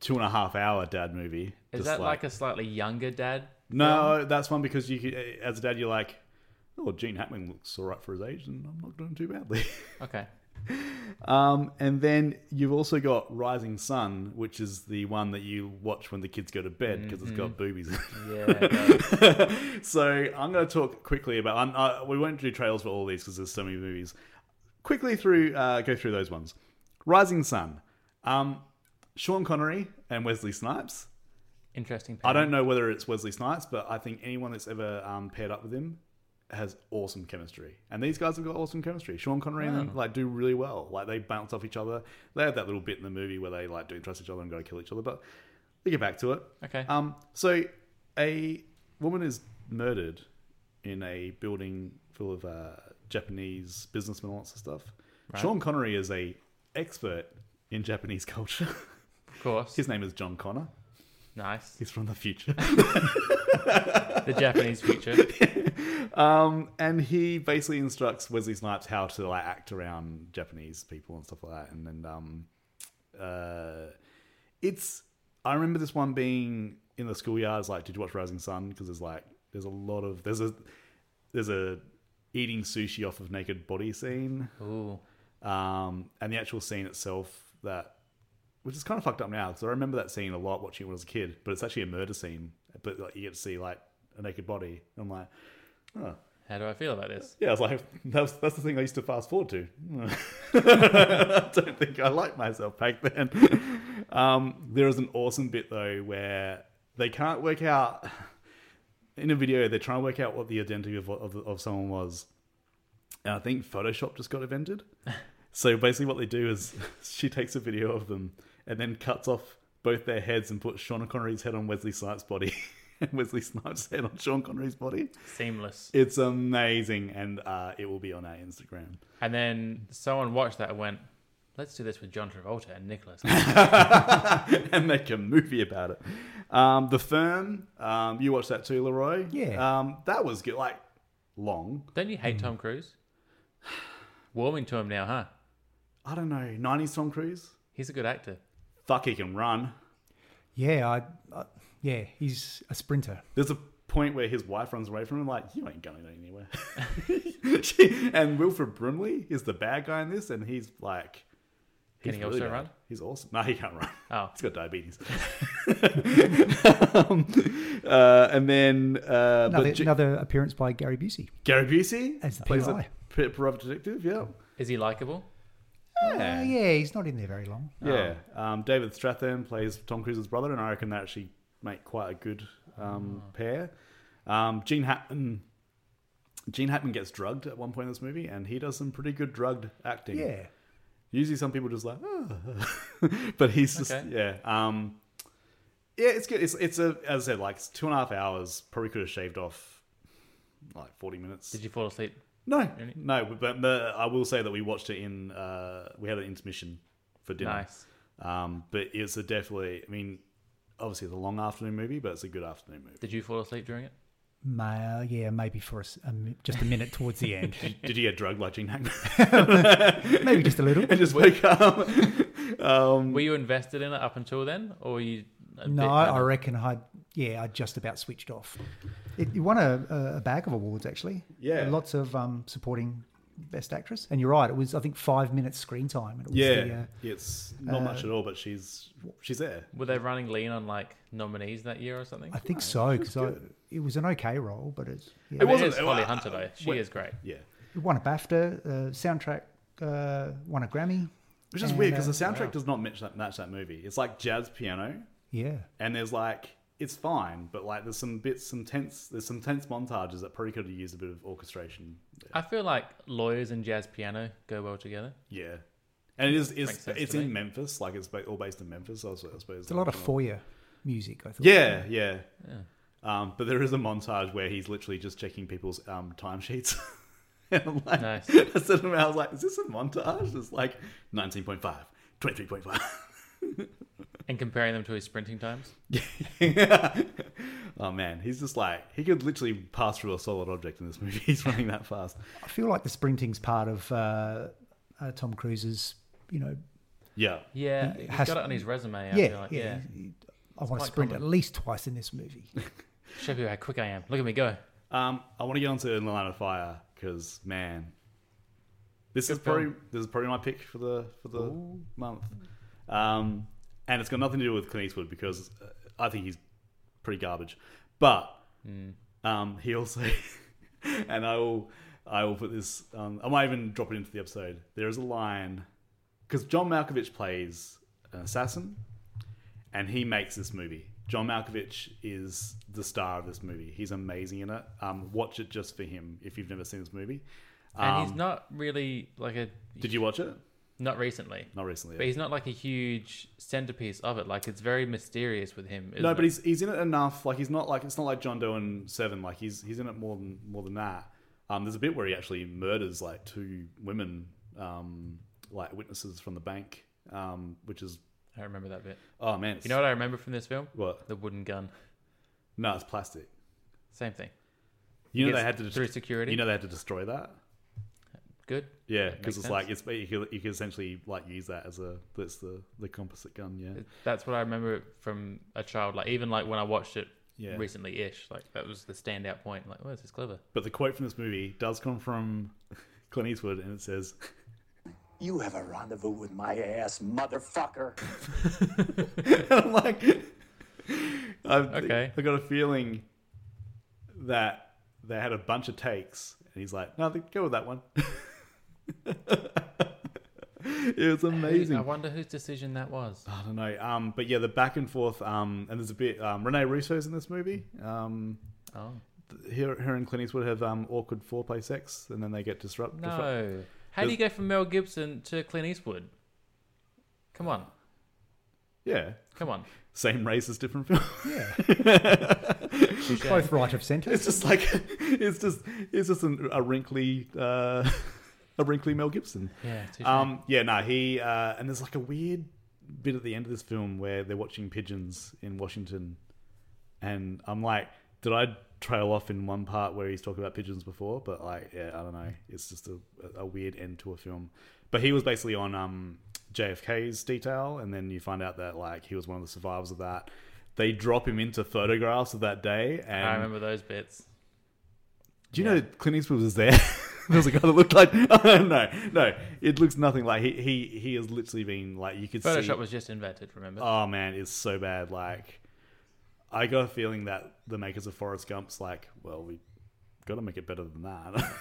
[SPEAKER 1] two and a half hour dad movie.
[SPEAKER 2] Is
[SPEAKER 1] Just
[SPEAKER 2] that like, a slightly younger dad?
[SPEAKER 1] no? That's one because you could, as a dad, you're like, oh, Gene Hackman looks all right for his age, and I'm not doing too badly.
[SPEAKER 2] Okay.
[SPEAKER 1] Um, and then you've also got Rising Sun, which is the one that you watch when the kids go to bed because it's got boobies. in it.
[SPEAKER 2] Mm-hmm. Yeah.
[SPEAKER 1] so I'm going to talk quickly about. I'm, uh, we won't do trailers for all these because there's so many movies. Quickly through, uh, go through those ones. Rising Sun, um, Sean Connery and Wesley Snipes.
[SPEAKER 2] Interesting.
[SPEAKER 1] I don't know whether it's Wesley Snipes, but I think anyone that's ever um, paired up with him has awesome chemistry, and these guys have got awesome chemistry. Sean Connery and them like do really well. Like they bounce off each other. They have that little bit in the movie where they like don't trust each other and go kill each other, but they get back to it.
[SPEAKER 2] Okay.
[SPEAKER 1] Um, so a woman is murdered in a building full of uh, Japanese businessmen and lots of stuff. Sean Connery is a expert in Japanese culture.
[SPEAKER 2] Of course.
[SPEAKER 1] His name is John Connor.
[SPEAKER 2] nice.
[SPEAKER 1] He's from the future.
[SPEAKER 2] The Japanese future.
[SPEAKER 1] Um, and he basically instructs Wesley Snipes how to like act around Japanese people and stuff like that. And then um, uh, it's I remember this one being in the schoolyards. Like, did you watch Rising Sun? Because there's like there's a lot of there's a there's a eating sushi off of naked body scene.
[SPEAKER 2] Ooh.
[SPEAKER 1] Um, and the actual scene itself that which is kind of fucked up now because I remember that scene a lot watching it when I was a kid, but it's actually a murder scene. But like, you get to see like a naked body. I'm like, oh.
[SPEAKER 2] How do I feel about this?
[SPEAKER 1] Yeah, I was like, that's that's the thing I used to fast forward to. I don't think I liked myself back then. Um, there is an awesome bit though where they can't work out in a video. They're trying to work out what the identity of of, of someone was, and I think Photoshop just got invented. so basically, what they do is she takes a video of them and then cuts off both their heads and puts Sean Connery's head on Wesley Snipes' body. and Wesley Snipes' head on Sean Connery's body.
[SPEAKER 2] Seamless.
[SPEAKER 1] It's amazing, and uh, it will be on our Instagram.
[SPEAKER 2] And then someone watched that and went, let's do this with John Travolta and Nicholas.
[SPEAKER 1] and make a movie about it. Um, the Firm, um, you watched that too, Leroy.
[SPEAKER 3] Yeah.
[SPEAKER 1] um, that was good. Like long.
[SPEAKER 2] Don't you hate Tom Cruise? Warming to him now, huh?
[SPEAKER 1] I don't know. Nineties Tom Cruise.
[SPEAKER 2] He's a good actor.
[SPEAKER 1] Fuck, he can run.
[SPEAKER 3] Yeah, I, I, yeah, he's a sprinter.
[SPEAKER 1] There's a point where his wife runs away from him, like you ain't going anywhere. She- and Wilfred Brimley is the bad guy in this, and he's like.
[SPEAKER 2] Can
[SPEAKER 1] he's
[SPEAKER 2] he also
[SPEAKER 1] bad.
[SPEAKER 2] run?
[SPEAKER 1] He's awesome. No, he can't run.
[SPEAKER 2] Oh.
[SPEAKER 1] he's got diabetes. um, uh, and then uh,
[SPEAKER 3] Another,
[SPEAKER 1] but J-
[SPEAKER 3] another appearance by Gary Busey.
[SPEAKER 1] Gary Busey
[SPEAKER 3] As the
[SPEAKER 1] plays a
[SPEAKER 3] PI.
[SPEAKER 1] p- private detective. Yeah,
[SPEAKER 2] Is he likable?
[SPEAKER 3] Yeah, Oh, yeah he's not in there very long.
[SPEAKER 1] yeah. Um, David Strathairn plays Tom Cruise's brother, and I reckon they actually make quite a good um,
[SPEAKER 2] Mm.
[SPEAKER 1] pair. Um, Gene Hackman. Gene Hackman gets drugged at one point in this movie, and he does some pretty good drugged acting.
[SPEAKER 3] Yeah,
[SPEAKER 1] Usually, some people just like, "Oh." but he's just
[SPEAKER 2] Okay.
[SPEAKER 1] yeah. Um, yeah, it's good. It's it's a as I said, like it's two and a half hours. Probably could have shaved off like forty minutes.
[SPEAKER 2] Did you fall asleep?
[SPEAKER 1] No, no, but, but I will say that we watched it in. Uh, we had an intermission for dinner.
[SPEAKER 2] Nice.
[SPEAKER 1] Um, but it's a definitely. I mean, obviously it's a long afternoon movie, but it's a good afternoon movie.
[SPEAKER 2] Did you fall asleep during it?
[SPEAKER 3] May, uh, yeah, maybe for a s a mi just a minute towards the end,
[SPEAKER 1] Did, did you get drugged like Gene Hackman?
[SPEAKER 3] maybe just a little.
[SPEAKER 1] and just wake up.
[SPEAKER 2] Were you invested in it up until then, or were you? a bit-
[SPEAKER 3] No, I reckon I yeah, I just about switched off. It, it won a, a- a bag of awards actually.
[SPEAKER 1] Yeah.
[SPEAKER 3] lots of um, supporting best actress. And you're right, it was I think five minutes screen time. And it was
[SPEAKER 1] Yeah,
[SPEAKER 3] the, uh,
[SPEAKER 1] it's not much at all, but she's she's there.
[SPEAKER 2] Were they running lean on like nominees that year or something?
[SPEAKER 3] I think so because it was an okay role, but it's yeah.
[SPEAKER 2] I mean, it
[SPEAKER 1] wasn't-
[SPEAKER 2] is Holly
[SPEAKER 1] uh,
[SPEAKER 2] Hunter though. She
[SPEAKER 1] wait.
[SPEAKER 2] is great.
[SPEAKER 1] Yeah,
[SPEAKER 3] it won a BAFTA uh, soundtrack, uh, won a Grammy.
[SPEAKER 1] which is
[SPEAKER 3] And,
[SPEAKER 1] weird because
[SPEAKER 3] uh,
[SPEAKER 1] the soundtrack does not match that, match that movie. It's like jazz piano,
[SPEAKER 3] Yeah,
[SPEAKER 1] and there's like it's fine, but like there's some bits, some tense, there's some tense montages that probably could have used a bit of orchestration.
[SPEAKER 2] I feel like lawyers and jazz piano go well together.
[SPEAKER 1] Yeah, and it is it's
[SPEAKER 2] Makes sense
[SPEAKER 1] it's
[SPEAKER 2] to
[SPEAKER 1] in
[SPEAKER 2] me.
[SPEAKER 1] Memphis, like it's ba- all based in Memphis. I suppose. I suppose
[SPEAKER 3] it's a lot of foyer music. I thought.
[SPEAKER 1] Yeah, yeah. Um, but there is a montage where he's literally just checking people's um, timesheets. and I'm like,
[SPEAKER 2] Nice.
[SPEAKER 1] I said to him, I was like, is this a montage? It's like 19.5, 23.5.
[SPEAKER 2] And comparing them to his sprinting times.
[SPEAKER 1] oh man, he's just like he could literally pass through a solid object in this movie. He's running that fast.
[SPEAKER 3] I feel like the sprinting's part of uh, uh, Tom Cruise's. You know,
[SPEAKER 1] Yeah,
[SPEAKER 2] Yeah,
[SPEAKER 3] He
[SPEAKER 2] he's
[SPEAKER 3] has-
[SPEAKER 2] got it on his resume. I
[SPEAKER 3] yeah,
[SPEAKER 2] feel like.
[SPEAKER 3] yeah.
[SPEAKER 2] yeah.
[SPEAKER 3] I want to
[SPEAKER 2] quite
[SPEAKER 3] sprint
[SPEAKER 2] common.
[SPEAKER 3] at least twice in this movie.
[SPEAKER 2] Show people how quick I am. Look at me go.
[SPEAKER 1] Um, I want to get onto In the Line of Fire because man, this is
[SPEAKER 2] Good film.
[SPEAKER 1] probably this is probably my pick for the for the month, um, and it's got nothing to do with Clint Eastwood because uh, I think he's pretty garbage, but
[SPEAKER 2] Mm.
[SPEAKER 1] um, he also and I will I will put this um, I might even drop it into the episode. There is a line because John Malkovich plays an assassin, and he makes this movie. John Malkovich is the star of this movie. He's amazing in it. Um, watch it just for him if you've never seen this movie.
[SPEAKER 2] and
[SPEAKER 1] Um,
[SPEAKER 2] he's not really like a
[SPEAKER 1] Did you watch it?
[SPEAKER 2] not recently,
[SPEAKER 1] Not recently.
[SPEAKER 2] but he's not like a huge centerpiece of it. Like it's very mysterious with him.
[SPEAKER 1] no,
[SPEAKER 2] isn't
[SPEAKER 1] but
[SPEAKER 2] it?
[SPEAKER 1] he's he's in it enough. Like he's not like it's not like John Doe in Seven. Like he's he's in it more than more than that. Um, there's a bit where he actually murders like two women, um, like witnesses from the bank, um, which is
[SPEAKER 2] I remember that bit.
[SPEAKER 1] oh man. it's-
[SPEAKER 2] You know what I remember from this film?
[SPEAKER 1] What?
[SPEAKER 2] The wooden gun.
[SPEAKER 1] No, it's plastic.
[SPEAKER 2] Same thing.
[SPEAKER 1] You know
[SPEAKER 2] gets
[SPEAKER 1] they had to dest-
[SPEAKER 2] through security.
[SPEAKER 1] You know they had to destroy that.
[SPEAKER 2] Good.
[SPEAKER 1] Yeah,
[SPEAKER 2] That
[SPEAKER 1] because
[SPEAKER 2] makes
[SPEAKER 1] it's like it's you could, you could essentially like use that as a that's the the composite gun. Yeah,
[SPEAKER 2] That's what I remember from a child. Like even like when I watched it
[SPEAKER 1] Yeah.
[SPEAKER 2] recently, ish. Like that was the standout point. Like, oh, this is clever.
[SPEAKER 1] but the quote from this movie does come from Clint Eastwood, and it says,
[SPEAKER 10] You have a rendezvous with my ass, motherfucker.
[SPEAKER 1] "I'm like, I've,
[SPEAKER 2] Okay.
[SPEAKER 1] I got a feeling that they had a bunch of takes, and he's like, no, they- go with that one." it was amazing.
[SPEAKER 2] I wonder whose decision that was.
[SPEAKER 1] I don't know. Um, but yeah, the back and forth. Um, and there's a bit. Um, Rene Russo's in this movie. Um,
[SPEAKER 2] Oh
[SPEAKER 1] her, her and Clint Eastwood have um, awkward foreplay sex, and then they get disrupt- disrupt-
[SPEAKER 2] no! How do you go from Mel Gibson to Clint Eastwood? Come on,
[SPEAKER 1] Yeah,
[SPEAKER 2] come on.
[SPEAKER 1] same race as different film.
[SPEAKER 3] Both right of centre.
[SPEAKER 1] it's just like it's just it's just an, a wrinkly uh, a wrinkly Mel Gibson.
[SPEAKER 2] Yeah, touche.
[SPEAKER 1] Um. Yeah. No. He uh, and there's like a weird bit at the end of this film where they're watching pigeons in Washington, and I'm like, did I trail off in one part where he's talking about pigeons before? But like, yeah, I don't know. It's just a, a weird end to a film. But he was basically on um JFK's detail, and then you find out that like he was one of the survivors of that. They drop him into photographs of that day, and
[SPEAKER 2] I remember those bits.
[SPEAKER 1] do you know Clint Eastwood was there? there was a guy that looked like no, no. It looks nothing like he. He he has literally been like you could see.
[SPEAKER 2] Photoshop was just invented. Remember?
[SPEAKER 1] oh man, it's so bad. Like I got a feeling that the makers of Forrest Gump's like, well, we got to make it better than that.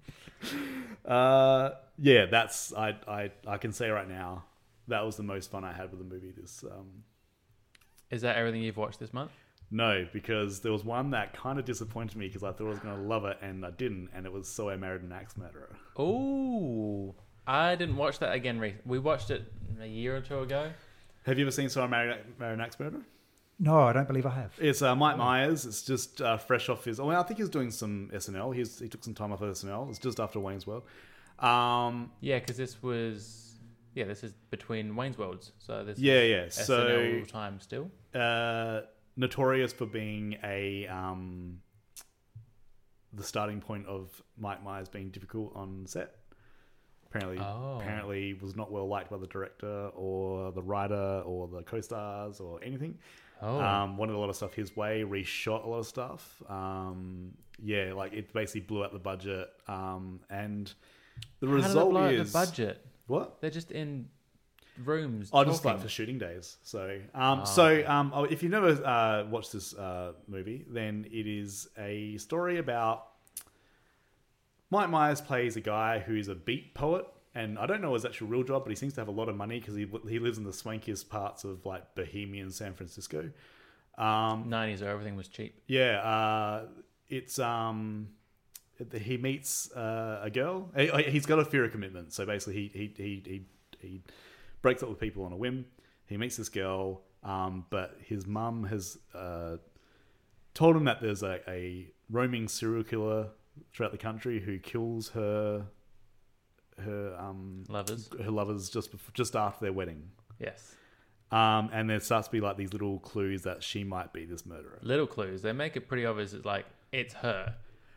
[SPEAKER 1] uh, yeah, that's I I I can say right now that was the most fun I had with the movie this um,
[SPEAKER 2] Is that everything you've watched this month?
[SPEAKER 1] no, because there was one that kind of disappointed me because I thought I was going to love it and I didn't, and it was So I Married an Axe Murderer.
[SPEAKER 2] Oh, I didn't watch that again. Re- we watched it a year or two ago.
[SPEAKER 1] Have you ever seen So I Married, Married an Axe Murderer?
[SPEAKER 3] No, I don't believe I have.
[SPEAKER 1] It's uh, Mike Myers. It's just uh, fresh off his. Well, I think he's doing some SNL. He's, he took some time off of SNL. It's just after Wayne's World. Um,
[SPEAKER 2] Yeah, because this was yeah, this is between Wayne's Worlds. So this
[SPEAKER 1] yeah,
[SPEAKER 2] is
[SPEAKER 1] yeah. So
[SPEAKER 2] SNL time still.
[SPEAKER 1] uh, notorious for being a um, the starting point of Mike Myers being difficult on set. Apparently,
[SPEAKER 2] Oh.
[SPEAKER 1] apparently was not well liked by the director or the writer or the co-stars or anything.
[SPEAKER 2] Oh.
[SPEAKER 1] Um, wanted a lot of stuff his way, reshot a lot of stuff. Um, yeah, like it basically blew out the budget. Um, and the
[SPEAKER 2] How did it
[SPEAKER 1] result
[SPEAKER 2] blow out
[SPEAKER 1] is
[SPEAKER 2] the budget?
[SPEAKER 1] what
[SPEAKER 2] They're just in rooms.
[SPEAKER 1] Oh, just
[SPEAKER 2] talking.
[SPEAKER 1] like for shooting days. So, um, so um, oh, if you've never uh, watched this uh, movie, then it is a story about Mike Myers plays a guy who is a beat poet, and I don't know his actual real job, but he seems to have a lot of money because he he lives in the swankiest parts of like Bohemian San Francisco.
[SPEAKER 2] 90s where everything was cheap.
[SPEAKER 1] Yeah, uh, it's um, he meets uh, a girl. He- He's got a fear of commitment, so basically he he he he, he breaks up with people on a whim. He meets this girl, um, but his mum has uh, told him that there's a, a roaming serial killer throughout the country who kills her her um,
[SPEAKER 2] Lovers.
[SPEAKER 1] her lovers just bef- just after their wedding.
[SPEAKER 2] Yes.
[SPEAKER 1] Um, and there starts to be like these little clues that she might be this murderer.
[SPEAKER 2] Little clues. They make it pretty obvious. It's like, it's her.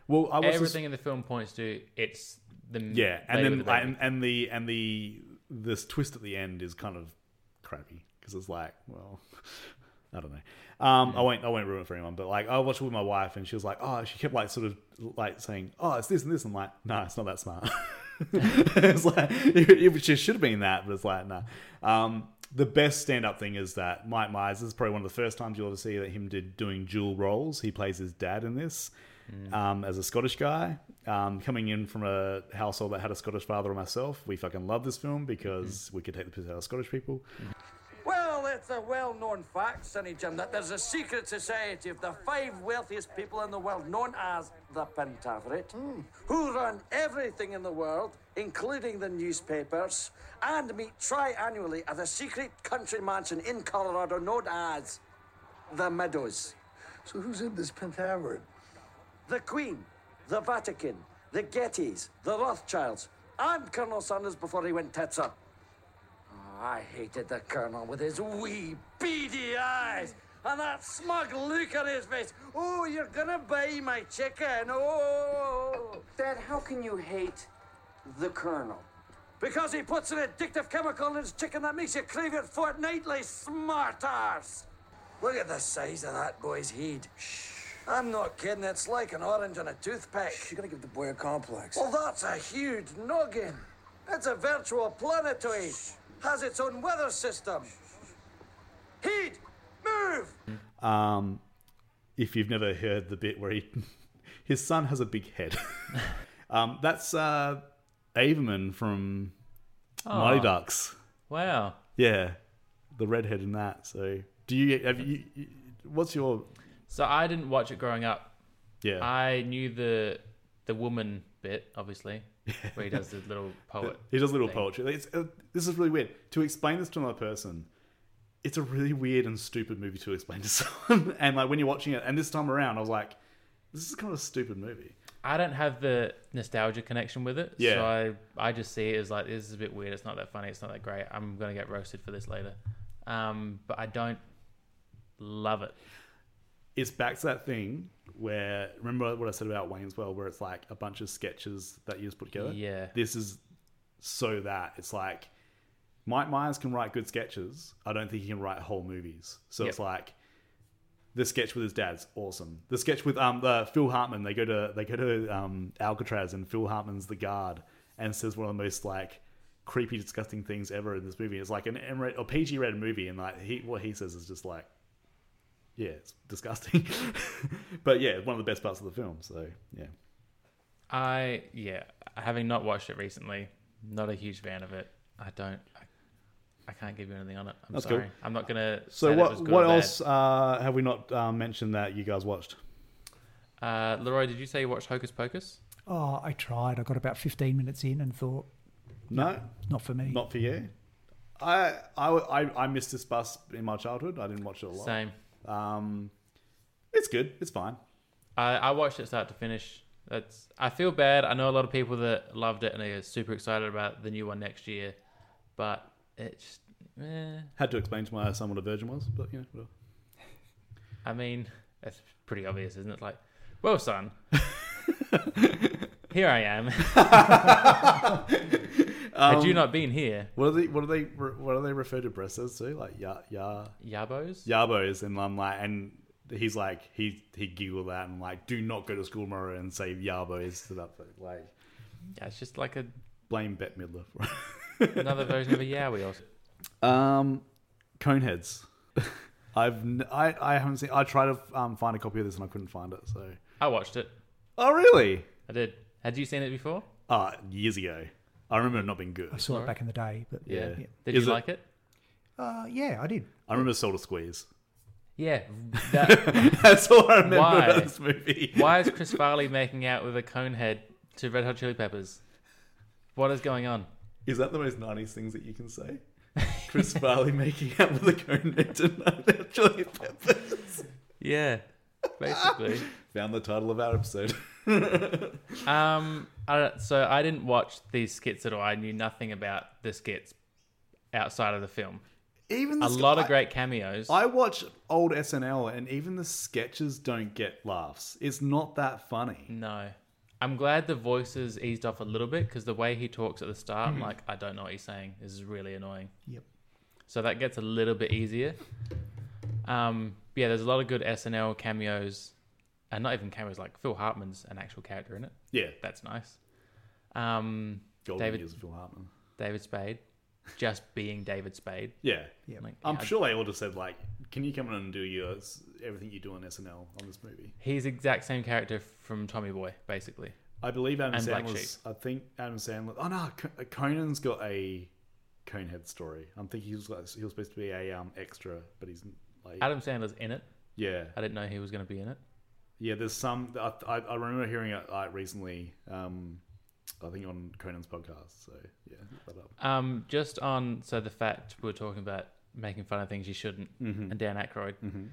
[SPEAKER 1] Well, I watched this-
[SPEAKER 2] Everything in the film points to it's the
[SPEAKER 1] Yeah, and
[SPEAKER 2] they were
[SPEAKER 1] then
[SPEAKER 2] the baby.
[SPEAKER 1] and, and the and the this twist at the end is kind of crappy because it's like, well, I don't know. Um, I won't. I won't ruin it for anyone. But like, I watched it with my wife, and she was like, "Oh," she kept like sort of like saying, "Oh, it's this and this." I'm like, "No, it's not that smart." it's like it, it just should have been that, but it's like, nah. Um, the best stand-up thing is that Mike Myers this is probably one of the first times you'll ever see that him did doing dual roles. He plays his dad in this um, as a Scottish guy um, coming in from a household that had a Scottish father. and Myself, we fucking love this film because we could take the piss out of Scottish people.
[SPEAKER 11] Well, it's a well known fact, Sonny Jim, that there's a secret society of the five wealthiest people in the world known as the Pentaveret,
[SPEAKER 9] Hmm.
[SPEAKER 11] who run everything in the world, including the newspapers, and meet triannually at a secret country mansion in Colorado known as the Meadows.
[SPEAKER 9] So who's in this pentaveret?
[SPEAKER 11] The Queen, the Vatican, the Gettys, the Rothschilds, and Colonel Sanders before he went tits up. Ah, I hated the colonel with his wee beady eyes and that smug look on his face. Oh, you're gonna buy my chicken. Oh,
[SPEAKER 5] Dad, how can you hate the Colonel?
[SPEAKER 11] because he puts an addictive chemical in his chicken that makes you crave it fortnightly, smart arse. Look at the size of that boy's head. I'm not kidding. It's like an orange on a toothpick.
[SPEAKER 9] You're gonna give the boy a complex.
[SPEAKER 11] Well, that's a huge noggin. It's a virtual planetoid. Has its own weather system. Heat! Move!
[SPEAKER 1] Um, if you've never heard the bit where he, his son has a big head, um, that's uh, Averman from Mighty
[SPEAKER 2] Oh.
[SPEAKER 1] Ducks.
[SPEAKER 2] Wow.
[SPEAKER 1] Yeah, the redhead in that. So, do you have you? you- What's your
[SPEAKER 2] So I didn't watch it growing up.
[SPEAKER 1] yeah?
[SPEAKER 2] I knew the the woman bit, obviously, where he does the little poet.
[SPEAKER 1] he does little
[SPEAKER 2] thing.
[SPEAKER 1] poetry. It's, uh, this is really weird to explain this to another person. It's a really weird and stupid movie to explain to someone. and like when you're watching it, and this time around, I was like, this is kind of a stupid movie.
[SPEAKER 2] I don't have the nostalgia connection with it,
[SPEAKER 1] Yeah.
[SPEAKER 2] so I I just see it as like this is a bit weird. It's not that funny. It's not that great. I'm gonna get roasted for this later, um, but I don't love it.
[SPEAKER 1] it's back to that thing where remember what I said about Wayne's World, where it's like a bunch of sketches that you just put together.
[SPEAKER 2] Yeah.
[SPEAKER 1] this is so that it's like Mike Myers can write good sketches. I don't think he can write whole movies. So it's
[SPEAKER 2] Yep.
[SPEAKER 1] like the sketch with his dad's awesome. The sketch with um the Phil Hartman. They go to they go to um Alcatraz and Phil Hartman's the guard and says one of the most like creepy, disgusting things ever in this movie. It's like an M rated or PG rated movie, and like he what he says is just like yeah, it's disgusting. but yeah, one of the best parts of the film. So yeah,
[SPEAKER 2] I yeah, having not watched it recently, not a huge fan of it. I don't. I, I can't give you anything on it. I'm
[SPEAKER 1] That's
[SPEAKER 2] sorry.
[SPEAKER 1] cool.
[SPEAKER 2] I'm not gonna.
[SPEAKER 1] so
[SPEAKER 2] say that it was
[SPEAKER 1] what
[SPEAKER 2] good
[SPEAKER 1] what
[SPEAKER 2] or bad.
[SPEAKER 1] else uh, have we not uh, mentioned that you guys watched?
[SPEAKER 2] Uh, Leroy, did you say you watched Hocus Pocus?
[SPEAKER 3] Oh, I tried. I got about 15 minutes in and thought,
[SPEAKER 1] No,
[SPEAKER 3] not for me.
[SPEAKER 1] not for you. I I I, I missed this bus in my childhood. I didn't watch it a lot.
[SPEAKER 2] Same.
[SPEAKER 1] Um, it's good. It's fine.
[SPEAKER 2] I, I watched it start to finish. That's I feel bad. I know a lot of people that loved it and are super excited about the new one next year, but it's. Eh,
[SPEAKER 1] Had to explain to my son what a virgin was, but you know, whatever.
[SPEAKER 2] I mean, that's pretty obvious, isn't it? Like, well, son, here I am. Had you not been here,
[SPEAKER 1] what do they what do they what do they refer to breasts as too? Like ya ya
[SPEAKER 2] Yabos?
[SPEAKER 1] Yabos, and I'm um, like, and he's like, he he giggled at and like, do not go to school tomorrow and say Yabos to that thing. Like,
[SPEAKER 2] Yeah, it's just like a
[SPEAKER 1] blame Bette Midler for
[SPEAKER 2] another version of a Yowie. Or
[SPEAKER 1] it. Um, Coneheads. I've n- I I haven't seen. I tried to um, find a copy of this and I couldn't find it. So.
[SPEAKER 2] I watched it.
[SPEAKER 1] Oh really?
[SPEAKER 2] I did. Had you seen it before?
[SPEAKER 1] Uh years ago. I remember it not being good.
[SPEAKER 3] I saw it back in the day, but yeah, yeah,
[SPEAKER 2] Did
[SPEAKER 1] Is
[SPEAKER 2] you
[SPEAKER 1] it-
[SPEAKER 2] like it?
[SPEAKER 3] uh, yeah I did.
[SPEAKER 1] I remember Soda Squeeze.
[SPEAKER 2] Yeah. That,
[SPEAKER 1] That's all I remember
[SPEAKER 2] Why?
[SPEAKER 1] about this movie.
[SPEAKER 2] why is Chris Farley making out with a cone head to Red Hot Chili Peppers? What is going on?
[SPEAKER 1] Is that the most 90s things that you can say? Chris Farley making out with a Conehead and Chili Peppers.
[SPEAKER 2] Yeah, basically.
[SPEAKER 1] Found the title of our episode.
[SPEAKER 2] um, I don't, so I didn't watch these skits at all. I knew nothing about the skits outside of the film.
[SPEAKER 1] Even
[SPEAKER 2] A
[SPEAKER 1] the-
[SPEAKER 2] lot of
[SPEAKER 1] I-
[SPEAKER 2] great cameos.
[SPEAKER 1] I watch old SNL, and even the sketches don't get laughs. It's not that funny.
[SPEAKER 2] no, I'm glad the voices eased off a little bit because the way he talks at the start, I'm like, I don't know what he's saying. This is really annoying.
[SPEAKER 3] Yep.
[SPEAKER 2] So that gets a little bit easier. Um, but yeah, there's a lot of good SNL cameos, and not even cameos. Like Phil Hartman's an actual character in it.
[SPEAKER 1] Yeah.
[SPEAKER 2] that's nice. Um,
[SPEAKER 1] Golden
[SPEAKER 2] David
[SPEAKER 1] years of Phil Hartman.
[SPEAKER 2] David Spade, just being David Spade.
[SPEAKER 1] Yeah.
[SPEAKER 2] Like,
[SPEAKER 1] I'm
[SPEAKER 2] yeah,
[SPEAKER 1] sure they all just said like, "Can you come in and do your everything you do on SNL on this movie?"
[SPEAKER 2] He's the exact same character from Tommy Boy, basically.
[SPEAKER 1] I believe Adam
[SPEAKER 2] And Black
[SPEAKER 1] Sandler's. I think Adam Sandler. Oh no, Co- Conan's got a Conehead story. I'm thinking he was like, he was supposed to be a um extra, but he's like
[SPEAKER 2] Adam Sandler's in it.
[SPEAKER 1] yeah
[SPEAKER 2] I didn't know he was going to be in it.
[SPEAKER 1] yeah. There's some I, I, I remember hearing it like recently. Um, I think on Conan's podcast. So yeah, uh, look that up.
[SPEAKER 2] Um, just on so the fact we are talking about making fun of things you shouldn't,
[SPEAKER 1] Mhm.
[SPEAKER 2] and Dan Aykroyd.
[SPEAKER 1] Mhm.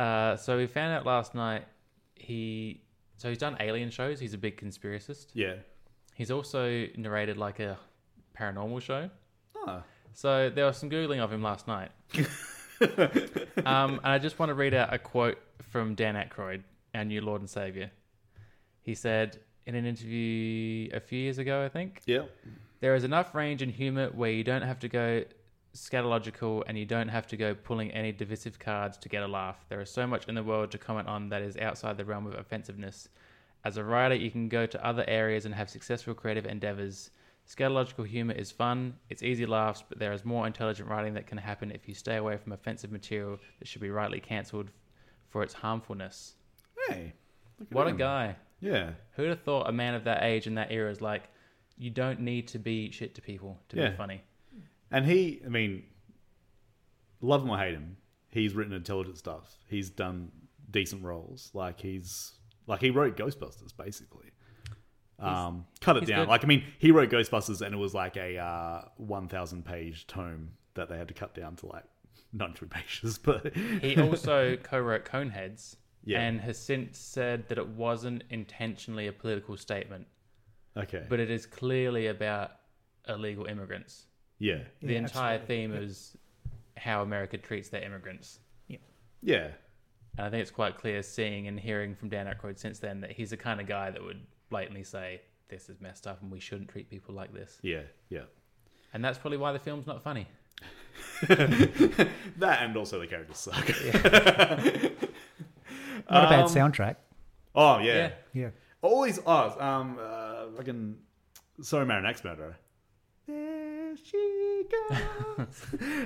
[SPEAKER 2] Uh, so we found out last night he so he's done alien shows. He's a big conspiracist.
[SPEAKER 1] Yeah.
[SPEAKER 2] He's also narrated like a paranormal show.
[SPEAKER 1] Oh.
[SPEAKER 2] So there was some googling of him last night. um, and I just want to read out a quote from Dan Aykroyd, our new Lord and Savior. He said in an interview a few years ago, I think.
[SPEAKER 1] Yeah.
[SPEAKER 2] There is enough range and humor where you don't have to go scatological and you don't have to go pulling any divisive cards to get a laugh. There is so much in the world to comment on that is outside the realm of offensiveness. As a writer, you can go to other areas and have successful creative endeavors. Scatological humor is fun, it's easy laughs, but there is more intelligent writing that can happen if you stay away from offensive material that should be rightly cancelled for its harmfulness.
[SPEAKER 1] Hey, look at
[SPEAKER 2] What a
[SPEAKER 1] him.
[SPEAKER 2] guy.
[SPEAKER 1] Yeah.
[SPEAKER 2] Who'd have thought a man of that age in that era is like, you don't need to be shit to people to
[SPEAKER 1] Yeah.
[SPEAKER 2] be funny.
[SPEAKER 1] And he, I mean, love him or hate him, he's written intelligent stuff. He's done decent roles. Like he's like he wrote Ghostbusters basically. Um, cut it
[SPEAKER 2] he's
[SPEAKER 1] down.
[SPEAKER 2] good.
[SPEAKER 1] Like I mean, he wrote Ghostbusters, and it was like a uh, one thousand page tome that they had to cut down to like ninety three pages. But
[SPEAKER 2] He also co-wrote Coneheads
[SPEAKER 1] Yeah.
[SPEAKER 2] and has since said that it wasn't intentionally a political statement,
[SPEAKER 1] okay,
[SPEAKER 2] but it is clearly about illegal immigrants.
[SPEAKER 1] yeah,
[SPEAKER 2] The
[SPEAKER 3] Yeah,
[SPEAKER 2] entire
[SPEAKER 3] absolutely.
[SPEAKER 2] theme is how America treats their immigrants.
[SPEAKER 1] yeah,
[SPEAKER 2] And I think it's quite clear seeing and hearing from Dan Aykroyd since then that he's the kind of guy that would blatantly say, this is messed up and we shouldn't treat people like this.
[SPEAKER 1] yeah, yeah.
[SPEAKER 2] And that's probably why the film's not funny.
[SPEAKER 1] That and also the characters suck.
[SPEAKER 3] Not a
[SPEAKER 1] Um,
[SPEAKER 3] bad soundtrack.
[SPEAKER 1] Oh yeah,
[SPEAKER 2] Yeah.
[SPEAKER 3] Yeah.
[SPEAKER 1] All these odds. Um, uh, fucking. Sorry, Marin X Murderer. There she goes.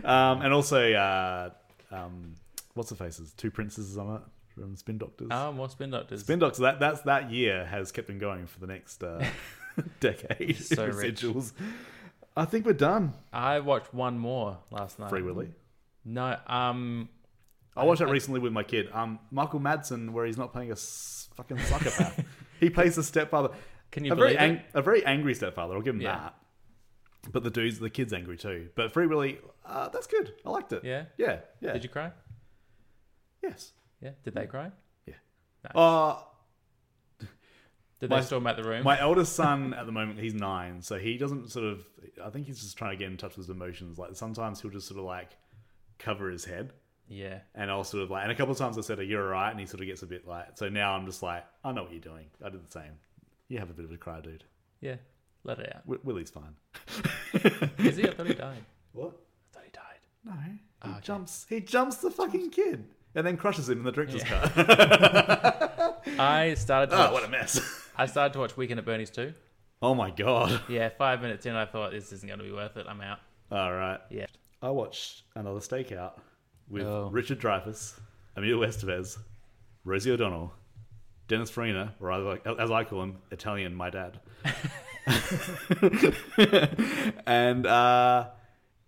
[SPEAKER 1] um, and also, uh, um, what's the faces? Two princesses on it from Spin Doctors.
[SPEAKER 2] Oh, more spin doctors.
[SPEAKER 1] Spin Doctors. That that's that year has kept them going for the next uh, decade.
[SPEAKER 2] So rich.
[SPEAKER 1] Residuals. I think we're done.
[SPEAKER 2] I watched one more last night.
[SPEAKER 1] Free Willy.
[SPEAKER 2] No, um,
[SPEAKER 1] I watched that recently with my kid. Um, Michael Madsen, where he's not playing a s- fucking psychopath. he plays the stepfather.
[SPEAKER 2] Can you
[SPEAKER 1] a very
[SPEAKER 2] believe it?
[SPEAKER 1] a very angry stepfather? I'll give him
[SPEAKER 2] Yeah.
[SPEAKER 1] that. But the dude's the kid's angry too. But Free Willy, uh, that's good. I liked it.
[SPEAKER 2] Yeah?
[SPEAKER 1] yeah, yeah.
[SPEAKER 2] did you cry?
[SPEAKER 1] Yes.
[SPEAKER 2] Yeah. Did they cry?
[SPEAKER 1] Uh,
[SPEAKER 2] Did
[SPEAKER 1] My-
[SPEAKER 2] they storm out the room?
[SPEAKER 1] my eldest son at the moment, he's nine, so he doesn't sort of. I think he's just trying to get in touch with his emotions. Like sometimes he'll just sort of like cover his head.
[SPEAKER 2] yeah.
[SPEAKER 1] And I'll sort of like, and a couple of times I said, "Are you alright?" And he sort of gets a bit like, so now I'm just like, I know what you're doing. I did the same. You have a bit of a cry, dude.
[SPEAKER 2] Yeah. Let it out.
[SPEAKER 1] W- Willie's fine.
[SPEAKER 2] Is he? I thought he died.
[SPEAKER 1] What?
[SPEAKER 2] I thought he died.
[SPEAKER 1] No, he jumps. He jumps the fucking kid, and then crushes him in the director's car.
[SPEAKER 2] I started to
[SPEAKER 1] Oh,
[SPEAKER 2] watch,
[SPEAKER 1] what a mess!
[SPEAKER 2] I started to watch Weekend at Bernie's too.
[SPEAKER 1] oh my god.
[SPEAKER 2] Yeah, five minutes in, I thought this isn't going to be worth it. I'm out.
[SPEAKER 1] All right.
[SPEAKER 2] Yeah.
[SPEAKER 1] I watched another stakeout with
[SPEAKER 2] Oh.
[SPEAKER 1] Richard Dreyfuss, Emilio Estevez, Rosie O'Donnell, Dennis Farina, or as I, as I call him, Italian, my dad. and uh,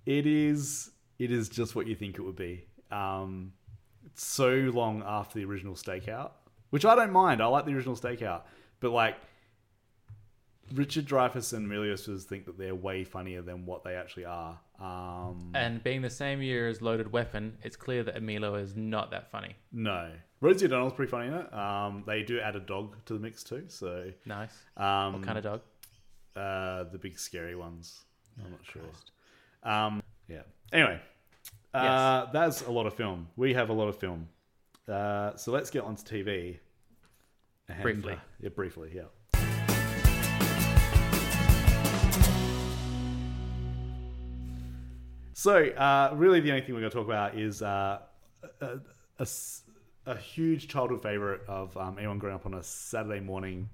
[SPEAKER 1] it is it is just what you think it would be. Um, it's so long after the original stakeout, which I don't mind. I like the original stakeout, but like Richard Dreyfuss and Emilio Estevez think that they're way funnier than what they actually are. Um,
[SPEAKER 2] And being the same year as Loaded Weapon, it's clear that Emilio is not that funny.
[SPEAKER 1] No. Rosie O'Donnell's pretty funny in it. Um, they do add a dog to the mix too, so
[SPEAKER 2] Nice.
[SPEAKER 1] um,
[SPEAKER 2] What kind of dog?
[SPEAKER 1] uh, the big scary ones. I'm not sure. Um, yeah. Anyway, uh, that's a lot of film. We have a lot of film. Uh, so let's get onto TV. And,
[SPEAKER 2] Briefly.
[SPEAKER 1] uh, yeah, briefly. Yeah. So, uh, really, the only thing we're going to talk about is uh, uh, a, s- a huge childhood favorite of um, anyone growing up on a Saturday morning.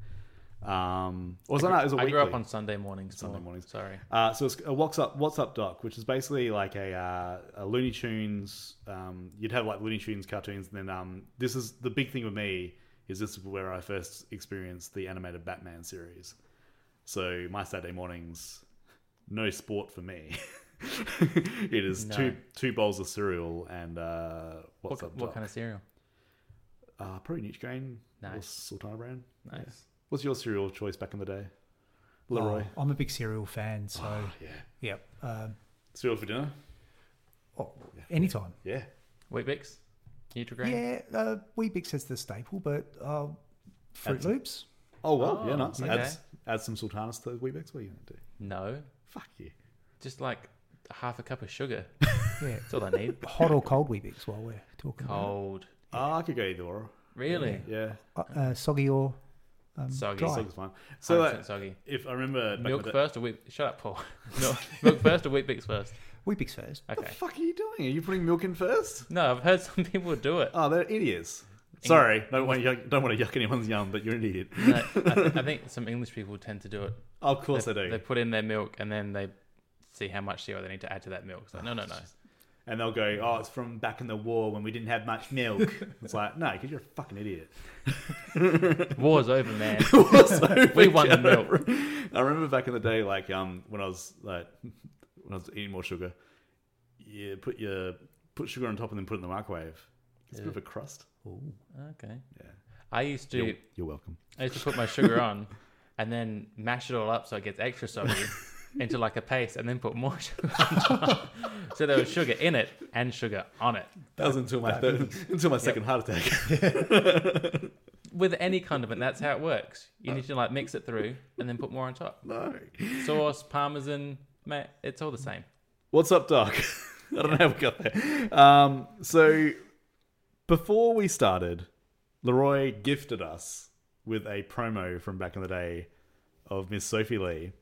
[SPEAKER 1] Um, or was it, no, it was a
[SPEAKER 2] I grew
[SPEAKER 1] weekly.
[SPEAKER 2] up on Sunday mornings. Sunday mornings. Sorry.
[SPEAKER 1] Uh, so it's a What's Up, What's Up Doc, which is basically like a, uh, a Looney Tunes. Um, you'd have like Looney Tunes cartoons, and then um, this is the big thing with me is this is where I first experienced the animated Batman series. So my Saturday mornings, no sport for me. it is
[SPEAKER 2] No.
[SPEAKER 1] two two bowls of cereal and uh, What's
[SPEAKER 2] What,
[SPEAKER 1] Up
[SPEAKER 2] what
[SPEAKER 1] Doc.
[SPEAKER 2] kind of cereal?
[SPEAKER 1] Uh, probably Nutrigrain
[SPEAKER 2] Nice.
[SPEAKER 1] or Sultana brand.
[SPEAKER 2] Nice.
[SPEAKER 1] What's your cereal choice back in the day? Leroy. Ah,
[SPEAKER 3] Oh, I'm a big cereal fan, so
[SPEAKER 1] yeah.
[SPEAKER 3] Yep. Um,
[SPEAKER 1] Cereal for dinner?
[SPEAKER 3] oh, anytime.
[SPEAKER 1] Yeah.
[SPEAKER 2] Wheat Bix? Nutrigrain?
[SPEAKER 3] Yeah, uh, Wee Bix says the staple, but uh, Fruit
[SPEAKER 1] That's-
[SPEAKER 3] Loops.
[SPEAKER 1] Oh, well,
[SPEAKER 2] Oh,
[SPEAKER 1] yeah, nice.
[SPEAKER 2] okay.
[SPEAKER 1] Add, add some sultanas to those Weebex. What are you going to do?
[SPEAKER 2] No.
[SPEAKER 1] Fuck you.
[SPEAKER 2] Just like half a cup of sugar.
[SPEAKER 3] Yeah,
[SPEAKER 2] That's all I need.
[SPEAKER 3] hot or cold Wee Bix while we're talking. about
[SPEAKER 2] Cold.
[SPEAKER 1] Ah, I could go either or.
[SPEAKER 2] Really?
[SPEAKER 1] Yeah.
[SPEAKER 3] it. Uh, uh, soggy or um,
[SPEAKER 2] Soggy.
[SPEAKER 3] dry.
[SPEAKER 1] Soggy's fine. So, like,
[SPEAKER 2] 100% soggy.
[SPEAKER 1] if I remember. back in
[SPEAKER 2] Milk
[SPEAKER 1] the-
[SPEAKER 2] first or wheat? Shut up, Paul. milk, milk first or wheat bix first?
[SPEAKER 3] Wee Bix first.
[SPEAKER 2] Okay.
[SPEAKER 1] What the fuck are you doing? Are you putting milk in first?
[SPEAKER 2] No, I've heard some people do it.
[SPEAKER 1] Oh, they're idiots. Sorry, don't want, to yuck, don't want to yuck anyone's yum, but you're an idiot.
[SPEAKER 2] No, I, th- I think some English people tend to do it.
[SPEAKER 1] of course
[SPEAKER 2] they,
[SPEAKER 1] they, do.
[SPEAKER 2] They put in their milk and then they see how much cereal they need to add to that milk. It's like, no, no, no.
[SPEAKER 1] and they'll go, oh, it's from back in the war when we didn't have much milk. it's like, no, because you're a fucking idiot.
[SPEAKER 2] War's over, man.
[SPEAKER 1] Also,
[SPEAKER 2] We want the milk.
[SPEAKER 1] I remember back in the day, like um, when I was like when I was eating more sugar, you put your put sugar on top and then put it in the microwave. It's a bit of a crust.
[SPEAKER 2] Okay. Yeah. I used to.
[SPEAKER 1] You're, you're welcome.
[SPEAKER 2] I used to put my sugar on and then mash it all up so it gets extra soggy into like a paste and then put more sugar on top. so there was sugar in it and sugar on it.
[SPEAKER 1] That was until my third, until my second heart attack.
[SPEAKER 2] With any condiment, that's how it works. You need to like mix it through and then put more on top.
[SPEAKER 1] no.
[SPEAKER 2] Sauce, parmesan, mate, it's all the same.
[SPEAKER 1] What's up, Doc? I don't know how we got there. Um, so before we started, Leroy gifted us with a promo from back in the day of Miss Sophie Lee,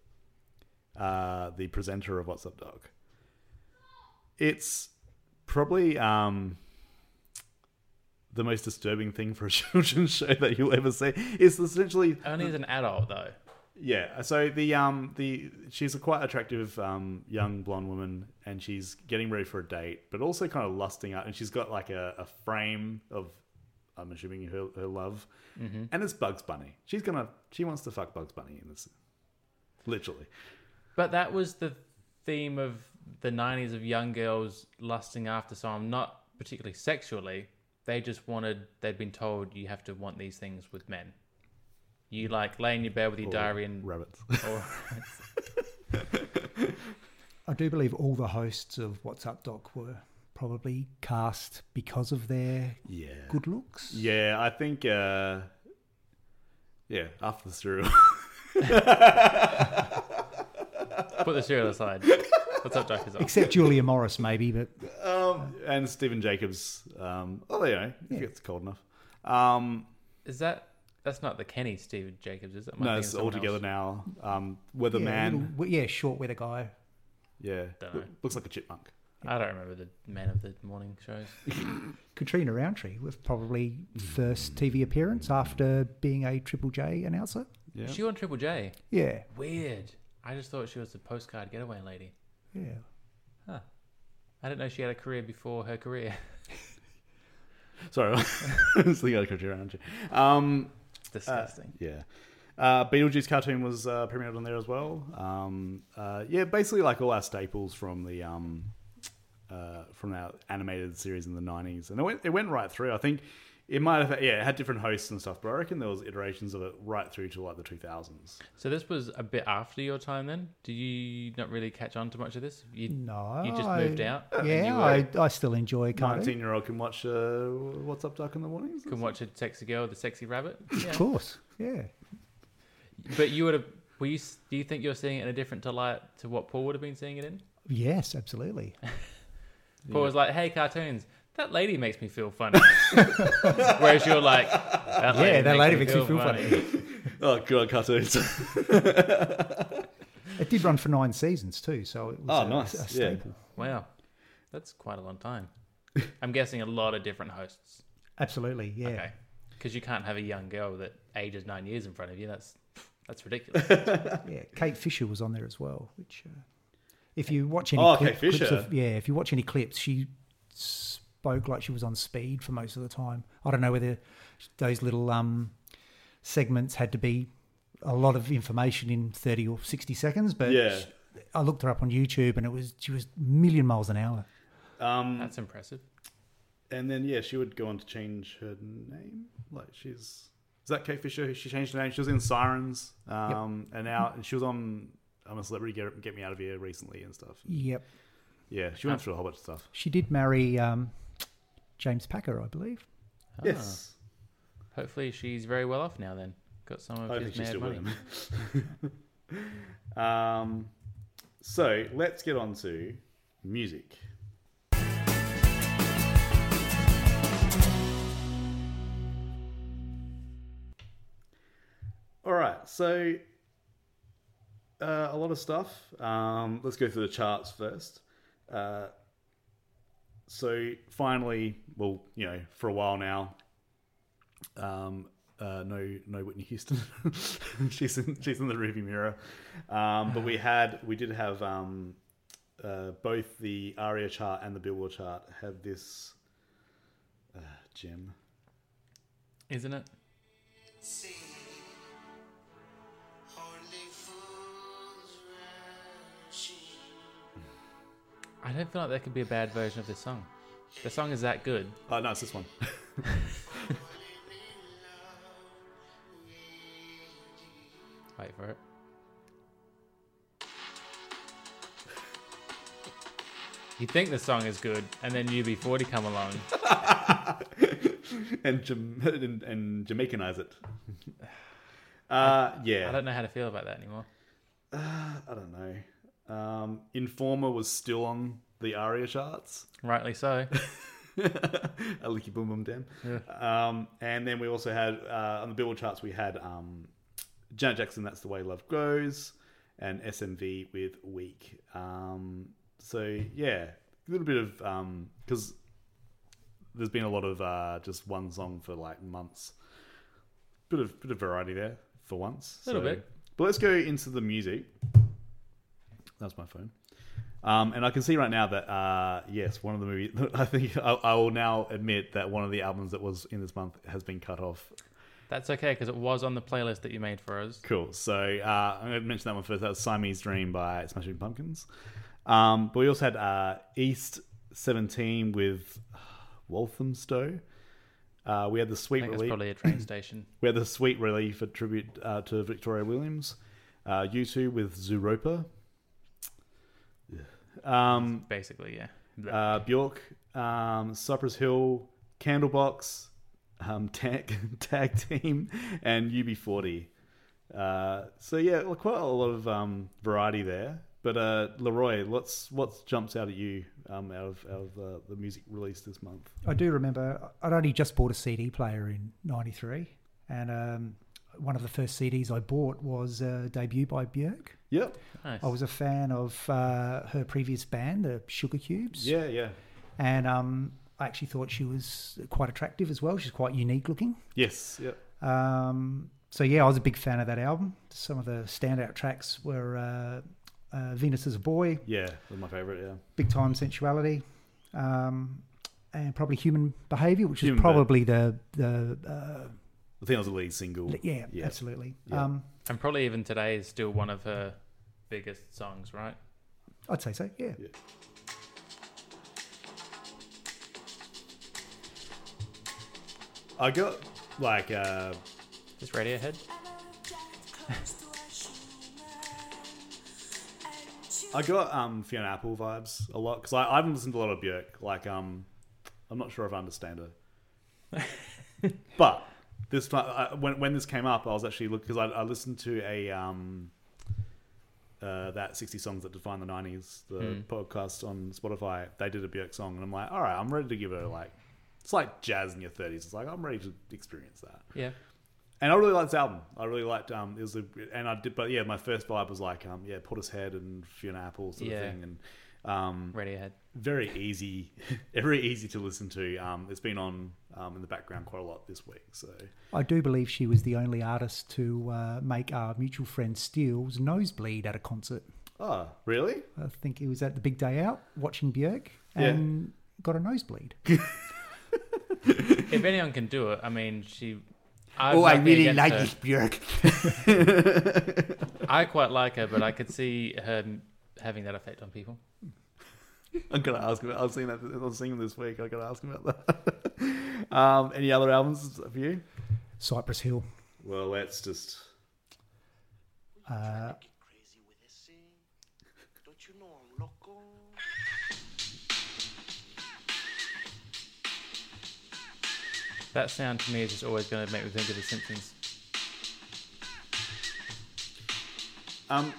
[SPEAKER 1] uh, the presenter of What's Up, Doc. It's probably um, the most disturbing thing for a children's show that you'll ever see. It's essentially
[SPEAKER 2] Only as an adult though.
[SPEAKER 1] yeah. So the um the she's a quite attractive um young blonde woman, and she's getting ready for a date, but also kind of lusting out, and she's got like a, a frame of, I'm assuming her her love, and it's Bugs Bunny. She's gonna she wants to fuck Bugs Bunny in this, literally.
[SPEAKER 2] But that was the theme of the 90s of young girls lusting after someone, not particularly sexually. They just wanted, they'd been told you have to want these things with men. You like lay in your bed with
[SPEAKER 1] Oh,
[SPEAKER 2] your diary and.
[SPEAKER 1] Rabbits.
[SPEAKER 2] Or,
[SPEAKER 3] I do believe all the hosts of What's Up Doc were probably cast because of their
[SPEAKER 1] Yeah.
[SPEAKER 3] good looks.
[SPEAKER 1] Yeah, I think. uh Yeah, after the cereal.
[SPEAKER 2] put the cereal aside. What's up, Doctor?
[SPEAKER 3] Except Julia Morris, maybe, but
[SPEAKER 1] um, and Stephen Jacobs. Um, oh, you know, it gets cold enough. Um,
[SPEAKER 2] Is that. That's not the Kenny Steve Jacobs, is it? Am I
[SPEAKER 1] No,
[SPEAKER 2] thinking
[SPEAKER 1] it's
[SPEAKER 2] of
[SPEAKER 1] all
[SPEAKER 2] someone
[SPEAKER 1] together
[SPEAKER 2] else?
[SPEAKER 1] now. Um,
[SPEAKER 3] yeah,
[SPEAKER 1] Weatherman.
[SPEAKER 3] little- well, yeah, short weather guy.
[SPEAKER 1] Yeah.
[SPEAKER 2] Dunno.
[SPEAKER 1] Lo- Looks like a chipmunk.
[SPEAKER 2] I don't remember the men of the morning shows.
[SPEAKER 3] Katrina Roundtree was probably
[SPEAKER 1] Mm.
[SPEAKER 3] first TV appearance after being a Triple J announcer.
[SPEAKER 1] Yeah.
[SPEAKER 2] She on Triple J.
[SPEAKER 3] Yeah,
[SPEAKER 2] Weird. I just thought she was the postcard getaway lady.
[SPEAKER 3] yeah.
[SPEAKER 2] I didn't know she had a career before her career.
[SPEAKER 1] Sorry. I was thinking of Katrina Roundtree. Um,
[SPEAKER 2] It's disgusting.
[SPEAKER 1] yeah. Uh, Beetlejuice cartoon was uh, premiered on there as well. Um, uh, yeah, basically like all our staples from the um, uh, from our animated series in the nineties, and it went it went right through. I think it might have yeah it had different hosts and stuff, but I reckon there was iterations of it right through to like the two thousands.
[SPEAKER 2] So this was a bit after your time then? Do you not really catch on to much of this? You,
[SPEAKER 3] No,
[SPEAKER 2] You just
[SPEAKER 3] I-
[SPEAKER 2] moved out? and
[SPEAKER 3] Yeah,
[SPEAKER 2] you were-
[SPEAKER 3] I, I still enjoy cartoon.
[SPEAKER 1] Nineteen year old can watch uh, What's Up Duck in the mornings.
[SPEAKER 2] Can watch a sexy girl, the sexy rabbit.
[SPEAKER 3] Of
[SPEAKER 2] Yeah.
[SPEAKER 3] course, yeah.
[SPEAKER 2] but you would have. Were you? s- Do you think you're seeing it in a different to light to what Paul would have been seeing it in?
[SPEAKER 3] Yes, absolutely.
[SPEAKER 2] Paul was like, "Hey, cartoons. That lady makes me feel funny." Whereas you're like, that lady
[SPEAKER 3] Yeah, that lady makes me feel funny.
[SPEAKER 1] Oh god, cartoons.
[SPEAKER 3] It did run for nine seasons too, so it was
[SPEAKER 1] Oh,
[SPEAKER 3] a,
[SPEAKER 1] nice.
[SPEAKER 3] a
[SPEAKER 1] Yeah.
[SPEAKER 3] staple.
[SPEAKER 2] Wow, that's quite a long time. I'm guessing a lot of different hosts.
[SPEAKER 3] Absolutely, yeah.
[SPEAKER 2] Okay. Because you can't have a young girl that ages nine years in front of you. That's that's ridiculous. yeah,
[SPEAKER 3] Kate Fisher was on there as well. Which, uh, if you watch any,
[SPEAKER 1] Oh,
[SPEAKER 3] clip-
[SPEAKER 1] Kate Fisher.
[SPEAKER 3] clips of, yeah, if you watch any clips, she spoke like she was on speed for most of the time. I don't know whether those little um, segments had to be a lot of information in thirty or sixty seconds, but
[SPEAKER 1] Yeah.
[SPEAKER 3] she- I looked her up on YouTube, and it was she was a million miles an hour.
[SPEAKER 1] Um,
[SPEAKER 2] That's impressive.
[SPEAKER 1] and then yeah, she would go on to change her name. Like she's is that Kate Fisher? She changed her name. She was in Sirens, um, and now and she was on I'm a Celebrity Get, Get Me Out of Here recently and stuff.
[SPEAKER 3] Yep,
[SPEAKER 1] Yeah, she went through a whole bunch of stuff.
[SPEAKER 3] she did marry um, James Packer, I believe.
[SPEAKER 1] Yes.
[SPEAKER 2] Hopefully, she's very well off now. Then got some of
[SPEAKER 1] Hopefully
[SPEAKER 2] his
[SPEAKER 1] she's
[SPEAKER 2] mad
[SPEAKER 1] still
[SPEAKER 2] money.
[SPEAKER 1] with him. um, so let's get on to music. All right, so uh, a lot of stuff. Um, let's go through the charts first. Uh, so finally, well, you know, for a while now, um, uh, no, no Whitney Houston. she's in, she's in the rearview mirror. Um, but we had, we did have um, uh, both the ARIA chart and the Billboard chart had this uh, gem.
[SPEAKER 2] Isn't it? I don't feel like there could be a bad version of this song. The song is that good.
[SPEAKER 1] Oh no, it's this one.
[SPEAKER 2] Wait for it. You think the song is good, and then UB40 come along.
[SPEAKER 1] and, Jam- and and Jamaicanize it. Uh, yeah,
[SPEAKER 2] I don't know how to feel about that anymore.
[SPEAKER 1] I don't know. Um, Informer was still on the ARIA charts.
[SPEAKER 2] Rightly so.
[SPEAKER 1] a licky boom boom dam. Um, and then we also had uh, on the Billboard charts we had um, Janet Jackson, "That's the Way Love Goes," and SMV with "Weak." Um, so yeah, a little bit of because there's been a lot of uh, just one song for like months. Bit of bit of variety there for once.
[SPEAKER 2] Little
[SPEAKER 1] So-
[SPEAKER 2] bit.
[SPEAKER 1] But let's go into the music. That's my phone. Um, and I can see right now that uh, yes, one of the movies. I think I, I will now admit that one of the albums that was in this month has been cut off.
[SPEAKER 2] That's okay, because it was on the playlist that you made for us.
[SPEAKER 1] Cool. So uh, I'm going to mention that one first. That was Siamese Dream by Smashing Pumpkins. Um, but we also had uh, East 17 with Walthamstow. Uh, we had the
[SPEAKER 2] I
[SPEAKER 1] Sweet
[SPEAKER 2] think it's
[SPEAKER 1] Relief.
[SPEAKER 2] probably a train station.
[SPEAKER 1] We had the Sweet Relief a tribute uh, to Victoria Williams. Uh, U2 with Zuropa. Um,
[SPEAKER 2] Basically, yeah.
[SPEAKER 1] uh, Bjork, um, Cypress Hill, Candlebox, um, Tag Tag Team, and UB40. Uh, so yeah, well, quite a lot of um, variety there. But uh, Leroy, what's what's jumps out at you um, out of out of the, the music released this month?
[SPEAKER 3] I do remember I'd only just bought a CD player in '93, and um, one of the first CDs I bought was uh, debut by Björk.
[SPEAKER 1] Yep.
[SPEAKER 2] Nice.
[SPEAKER 3] I was a fan of uh, her previous band, the Sugar Cubes,
[SPEAKER 1] Yeah, yeah.
[SPEAKER 3] and um, I actually thought she was quite attractive as well. She's quite unique looking.
[SPEAKER 1] Yes. Yep.
[SPEAKER 3] Um, so yeah, I was a big fan of that album. Some of the standout tracks were uh, uh, "Venus is a Boy,"
[SPEAKER 1] Yeah, was my favorite. Yeah.
[SPEAKER 3] big time sensuality, um, and probably human behaviour, which
[SPEAKER 1] Human
[SPEAKER 3] is probably the the uh,
[SPEAKER 1] I think it was the lead single.
[SPEAKER 3] yeah,
[SPEAKER 1] Yeah.
[SPEAKER 3] absolutely.
[SPEAKER 1] Yeah.
[SPEAKER 3] Um,
[SPEAKER 2] And probably even today is still one of her biggest songs, right?
[SPEAKER 3] I'd say so. Yeah.
[SPEAKER 1] Yeah. I got like uh,
[SPEAKER 2] Is Radiohead?
[SPEAKER 1] I got um, Fiona Apple vibes a lot because I, I haven't listened to a lot of Björk. Like, um, I'm not sure if I understand her. but this time, I, when when this came up, I was actually looking because I, I listened to a um, uh, that 60 songs that define the 90s, the podcast on Spotify. They did a Björk song, and I'm like, all right, I'm ready to give her like. It's like jazz in your 30s. It's like I'm ready to experience that.
[SPEAKER 2] Yeah.
[SPEAKER 1] And I really liked this album. I really liked um it was a, and I did but yeah, my first vibe was like um yeah, Portishead and Fiona Apple sort
[SPEAKER 2] Yeah.
[SPEAKER 1] of thing and
[SPEAKER 3] Hmm.
[SPEAKER 1] Um,
[SPEAKER 2] Radiohead.
[SPEAKER 1] Very easy, very easy to listen to. Um, it's been on um, in the background quite a lot this week. So
[SPEAKER 3] I do believe she was the only artist to uh, make our mutual friend Steele's nosebleed at a concert.
[SPEAKER 1] Oh, really?
[SPEAKER 3] I think it was at the big day out watching Björk
[SPEAKER 1] Yeah.
[SPEAKER 3] and got a nosebleed.
[SPEAKER 2] if anyone can do it, I mean, she. I've
[SPEAKER 3] Oh, I
[SPEAKER 2] nothing
[SPEAKER 3] really
[SPEAKER 2] against
[SPEAKER 3] like
[SPEAKER 2] her.
[SPEAKER 3] this
[SPEAKER 2] I quite like her, but I could see her having that effect on people.
[SPEAKER 1] I'm gonna ask about. I was seeing that. I was seeing him this week. I gotta ask him about that. um, any other albums for you?
[SPEAKER 3] Cypress Hill.
[SPEAKER 1] Well, let's just.
[SPEAKER 3] Uh,
[SPEAKER 2] That sound to me is just always going to make me think of The Simpsons.
[SPEAKER 1] Um,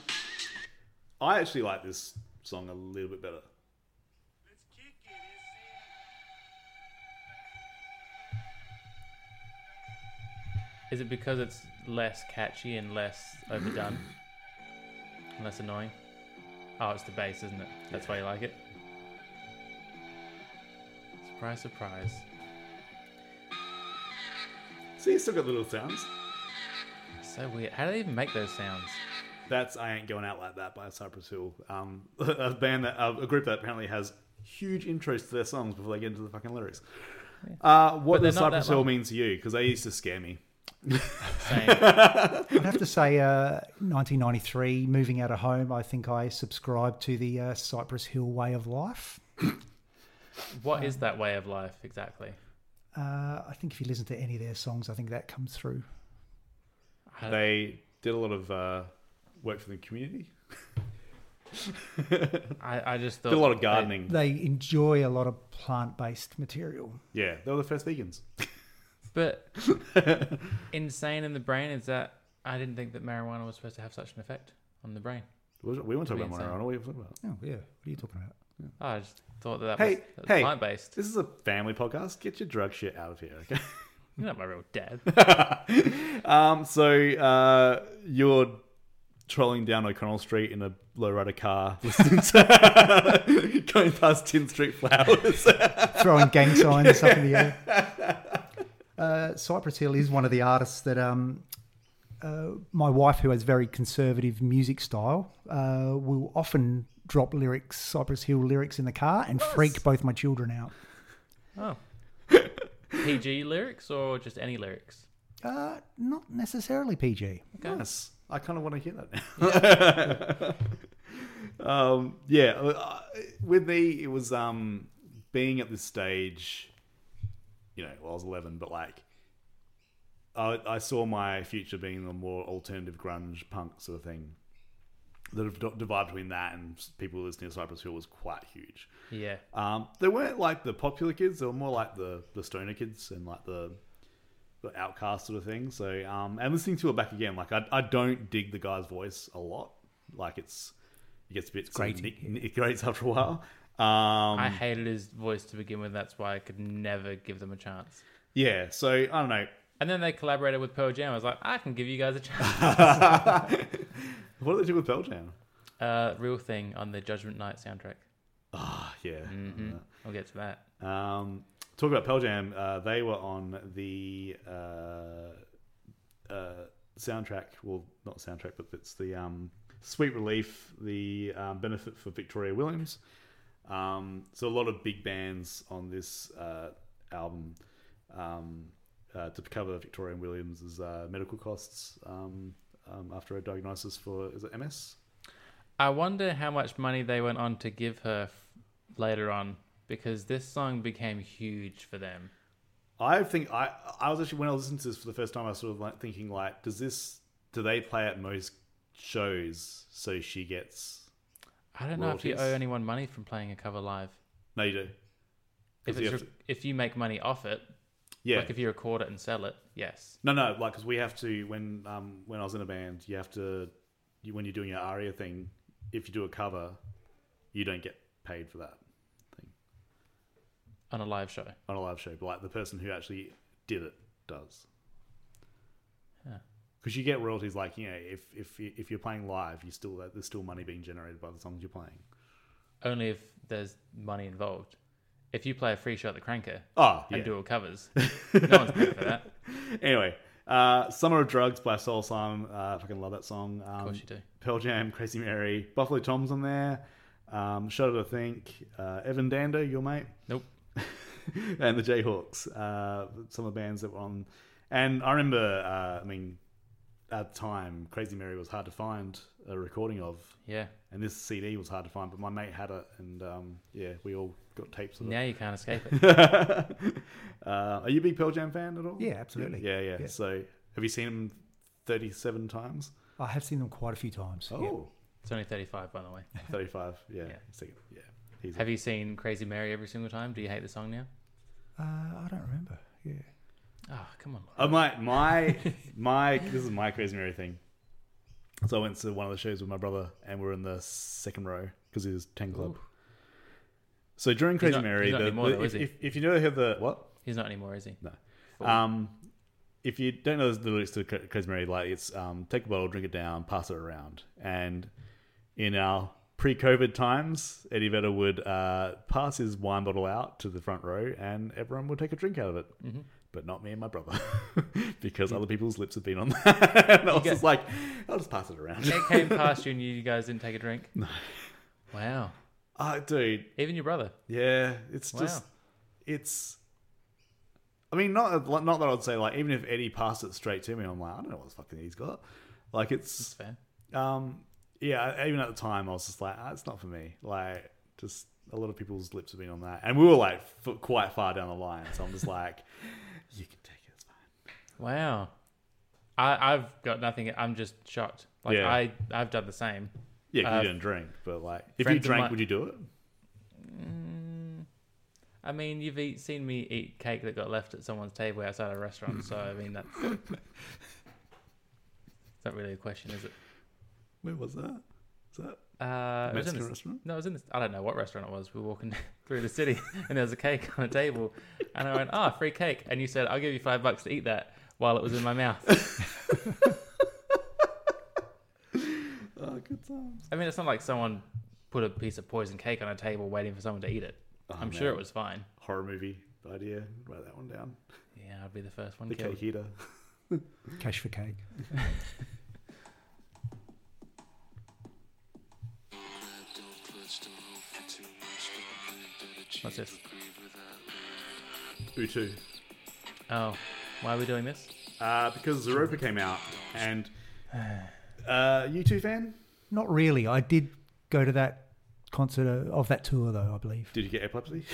[SPEAKER 1] I actually like this song a little bit better.
[SPEAKER 2] Is it because it's less catchy and less overdone? And less annoying? Oh, it's the bass, isn't it? That's why you like it. Surprise, surprise.
[SPEAKER 1] See, it's still got little sounds.
[SPEAKER 2] So weird. How do they even make those sounds?
[SPEAKER 1] That's "I Ain't Going Out Like That" by Cypress Hill, um, a band that uh, a group that apparently has huge intros to their songs before they get into the fucking lyrics. Uh, what
[SPEAKER 2] But they're
[SPEAKER 1] does
[SPEAKER 2] not that
[SPEAKER 1] Cypress Hill
[SPEAKER 2] long.
[SPEAKER 1] mean to you? Because they used to scare me.
[SPEAKER 3] I'd have to say, uh, 1993, moving out of home, I think I subscribed to the uh, Cypress Hill way of life.
[SPEAKER 2] What is that way of life exactly?
[SPEAKER 3] Uh, I think if you listen to any of their songs, I think that comes through.
[SPEAKER 1] They did a lot of uh, work for the community.
[SPEAKER 2] I, I just thought
[SPEAKER 1] Did a lot of
[SPEAKER 2] they-
[SPEAKER 1] gardening.
[SPEAKER 3] They enjoy a lot of plant based material.
[SPEAKER 1] yeah, they were the first vegans.
[SPEAKER 2] But insane in the brain is that I didn't think that marijuana was supposed to have such an effect on the brain.
[SPEAKER 1] We weren't talking about
[SPEAKER 2] Insane.
[SPEAKER 1] marijuana. What are we talking about?
[SPEAKER 3] Oh, yeah. What are you talking about?
[SPEAKER 2] I just thought that that
[SPEAKER 1] Hey,
[SPEAKER 2] was, that
[SPEAKER 1] hey,
[SPEAKER 2] plant based.
[SPEAKER 1] this is a family podcast. Get your drug shit out of here, okay?
[SPEAKER 2] You're not my real dad.
[SPEAKER 1] um, so uh, you're trolling down O'Connell Street in a lowrider car, listening to going past 10th Street Flowers.
[SPEAKER 3] throwing gang signs up in the air. Uh, Cypress Hill is one of the artists that um, uh, my wife, who has very conservative music style, uh, will often drop lyrics, Cypress Hill lyrics, in the car and freak both my children out.
[SPEAKER 2] Oh. PG lyrics or just any lyrics?
[SPEAKER 3] Uh, not necessarily PG.
[SPEAKER 1] Yes, I kind of want to hear that now. um, yeah, uh, with me, it was um, being at this stage. You know, well, I was eleven, but like, I, I saw my future being the more alternative grunge punk sort of thing. The div- divide between that and people listening to Cypress Hill was quite huge.
[SPEAKER 2] Yeah.
[SPEAKER 1] Um, they weren't like the popular kids; they were more like the the stoner kids and like the the outcast sort of thing. So, um, and listening to it back again, like I, I don't dig the guy's voice a lot. Like it's it gets a bit great. It grates after a while. Um,
[SPEAKER 2] I hated his voice to begin with. That's why I could never give them a chance.
[SPEAKER 1] yeah. So I don't know.
[SPEAKER 2] And then they collaborated with Pearl Jam. I was like, I can give you guys a chance.
[SPEAKER 1] What do they do with Pearl Jam?
[SPEAKER 2] uh, real thing on the Judgment Night soundtrack.
[SPEAKER 1] Ah, yeah.
[SPEAKER 2] We'll get to that.
[SPEAKER 1] Um, talk about Pearl Jam. Uh, they were on the uh, uh, soundtrack. Well, not soundtrack, but it's the um, Sweet Relief, the um, benefit for Victoria Williams. Um, so a lot of big bands on this uh, album um, uh, to cover Victoria Williams' uh, medical costs um, um, after a diagnosis for is it MS?
[SPEAKER 2] I wonder how much money they went on to give her f- later on because this song became huge for them.
[SPEAKER 1] I think I I was actually when I listened to this for the first time, I was sort of like thinking like, does this do they play at most shows so she gets
[SPEAKER 2] I don't know if you
[SPEAKER 1] Royalties.
[SPEAKER 2] owe anyone money from playing a cover live.
[SPEAKER 1] no you do
[SPEAKER 2] If,
[SPEAKER 1] 'Cause you
[SPEAKER 2] it's
[SPEAKER 1] have
[SPEAKER 2] re- if you make money off it,
[SPEAKER 1] yeah
[SPEAKER 2] like if you record it and sell it, yes.
[SPEAKER 1] no no like because we have to when um when I was in a band you have to you, when you're doing your aria thing if you do a cover you don't get paid for that thing
[SPEAKER 2] On a live show.
[SPEAKER 1] on a live show but like the person who actually did it does
[SPEAKER 2] Yeah.
[SPEAKER 1] because you get royalties like you know if if if you're playing live you still there's still money being generated by the songs you're playing
[SPEAKER 2] only if there's money involved. If you play a free shot at the cranker
[SPEAKER 1] Oh, yeah.
[SPEAKER 2] and do all covers, no one's paying for that.
[SPEAKER 1] anyway, uh, Summer of Drugs by Soul Simon. Uh, I fucking love that song. Um, of
[SPEAKER 2] course you do.
[SPEAKER 1] Pearl Jam, Crazy Mary, Buffalo Tom's on there. Um, Shudder to Think, uh, Evan Dando, your mate,
[SPEAKER 2] Nope.
[SPEAKER 1] and the Jayhawks. Uh, some of the bands that were on. And I remember, uh, I mean, at the time, Crazy Mary was hard to find a recording of.
[SPEAKER 2] Yeah.
[SPEAKER 1] And this CD was hard to find, but my mate had it, and um, yeah, we all got tapes of it.
[SPEAKER 2] Now you can't escape it.
[SPEAKER 1] uh, are you a big Pearl Jam fan at all?
[SPEAKER 3] Yeah, absolutely.
[SPEAKER 1] Yeah, yeah.
[SPEAKER 3] Yeah.
[SPEAKER 1] So, have you seen them 37 times?
[SPEAKER 3] I have seen them quite a few times. yeah.
[SPEAKER 1] Oh,
[SPEAKER 2] It's only 35, by the way.
[SPEAKER 1] 35. Yeah.
[SPEAKER 2] Yeah.
[SPEAKER 1] See, yeah. He's
[SPEAKER 2] Have you seen Crazy Mary every single time? Do you hate the song now?
[SPEAKER 3] Uh, I don't remember. Yeah.
[SPEAKER 2] Oh, come on. Laura.
[SPEAKER 1] Uh, my my my this is my crazy Mary thing. So I went to one of the shows with my brother, and we're in the second row because he was ten club. So during Crazy
[SPEAKER 2] not-
[SPEAKER 1] Mary,
[SPEAKER 2] he's not
[SPEAKER 1] the,
[SPEAKER 2] anymore
[SPEAKER 1] the-
[SPEAKER 2] though,
[SPEAKER 1] if,
[SPEAKER 2] is he?
[SPEAKER 1] if, if you don't have the what
[SPEAKER 2] He's not anymore, is he?
[SPEAKER 1] No. Um, if you don't know the lyrics to Cra- Crazy Mary, like it's um, take a bottle, drink it down, pass it around. And in our pre-COVID times, Eddie Vedder would uh, pass his wine bottle out to the front row, and everyone would take a drink out of it. But not me and my brother, because other people's lips had been on that. and I was just like, I'll just pass it around.
[SPEAKER 2] It came past you and you guys didn't take a drink? No. Wow.
[SPEAKER 1] Ah, dude,
[SPEAKER 2] Even your brother.
[SPEAKER 1] Yeah, it's
[SPEAKER 2] Wow.
[SPEAKER 1] just it's. I mean, not not that I'd say like even if Eddie passed it straight to me, I'm like I don't know what the fucking he's got. Like it's,
[SPEAKER 2] Fair.
[SPEAKER 1] um, yeah. Even at the time, I was just like, ah, it's not for me. Like just a lot of people's lips have been on that, and we were like f- quite far down the line. So I'm just like, you can take it. It's fine.
[SPEAKER 2] Wow. I, I've got nothing. I'm just shocked. Like,
[SPEAKER 1] Yeah.
[SPEAKER 2] I, I've done the same.
[SPEAKER 1] Yeah, 'cause
[SPEAKER 2] Uh,
[SPEAKER 1] you didn't drink, but like if you
[SPEAKER 2] friends of
[SPEAKER 1] drank,
[SPEAKER 2] mine-
[SPEAKER 1] would you do it?
[SPEAKER 2] I mean, you've eat, seen me eat cake that got left at someone's table outside a restaurant, so I mean that's it's not really a question, is it?
[SPEAKER 1] Where was that? Is that
[SPEAKER 2] Uh, it was in
[SPEAKER 1] Mexican
[SPEAKER 2] this-
[SPEAKER 1] restaurant?
[SPEAKER 2] No, it was in this. I don't know what restaurant it was. We were walking through the city, and there was a cake on a table, and I went, "Ah, free cake!" And you said, "I'll give you five bucks to eat that." While it was in my mouth.
[SPEAKER 1] oh, good times.
[SPEAKER 2] I mean, it's not like someone put a piece of poison cake on a table waiting for someone to eat it. I'm sure
[SPEAKER 1] man.
[SPEAKER 2] it was fine.
[SPEAKER 1] Horror movie idea. Write that one down.
[SPEAKER 2] Yeah, I'd be the first one
[SPEAKER 1] The
[SPEAKER 2] killed.
[SPEAKER 1] cake eater.
[SPEAKER 3] Cash for cake.
[SPEAKER 2] What's this?
[SPEAKER 1] Utu.
[SPEAKER 2] Oh, why are we doing this?
[SPEAKER 1] Uh, because Zeropa came out, and uh, you two fan?
[SPEAKER 3] Not really. I did go to that concert uh, of that tour though. I believe.
[SPEAKER 1] Did you get epilepsy?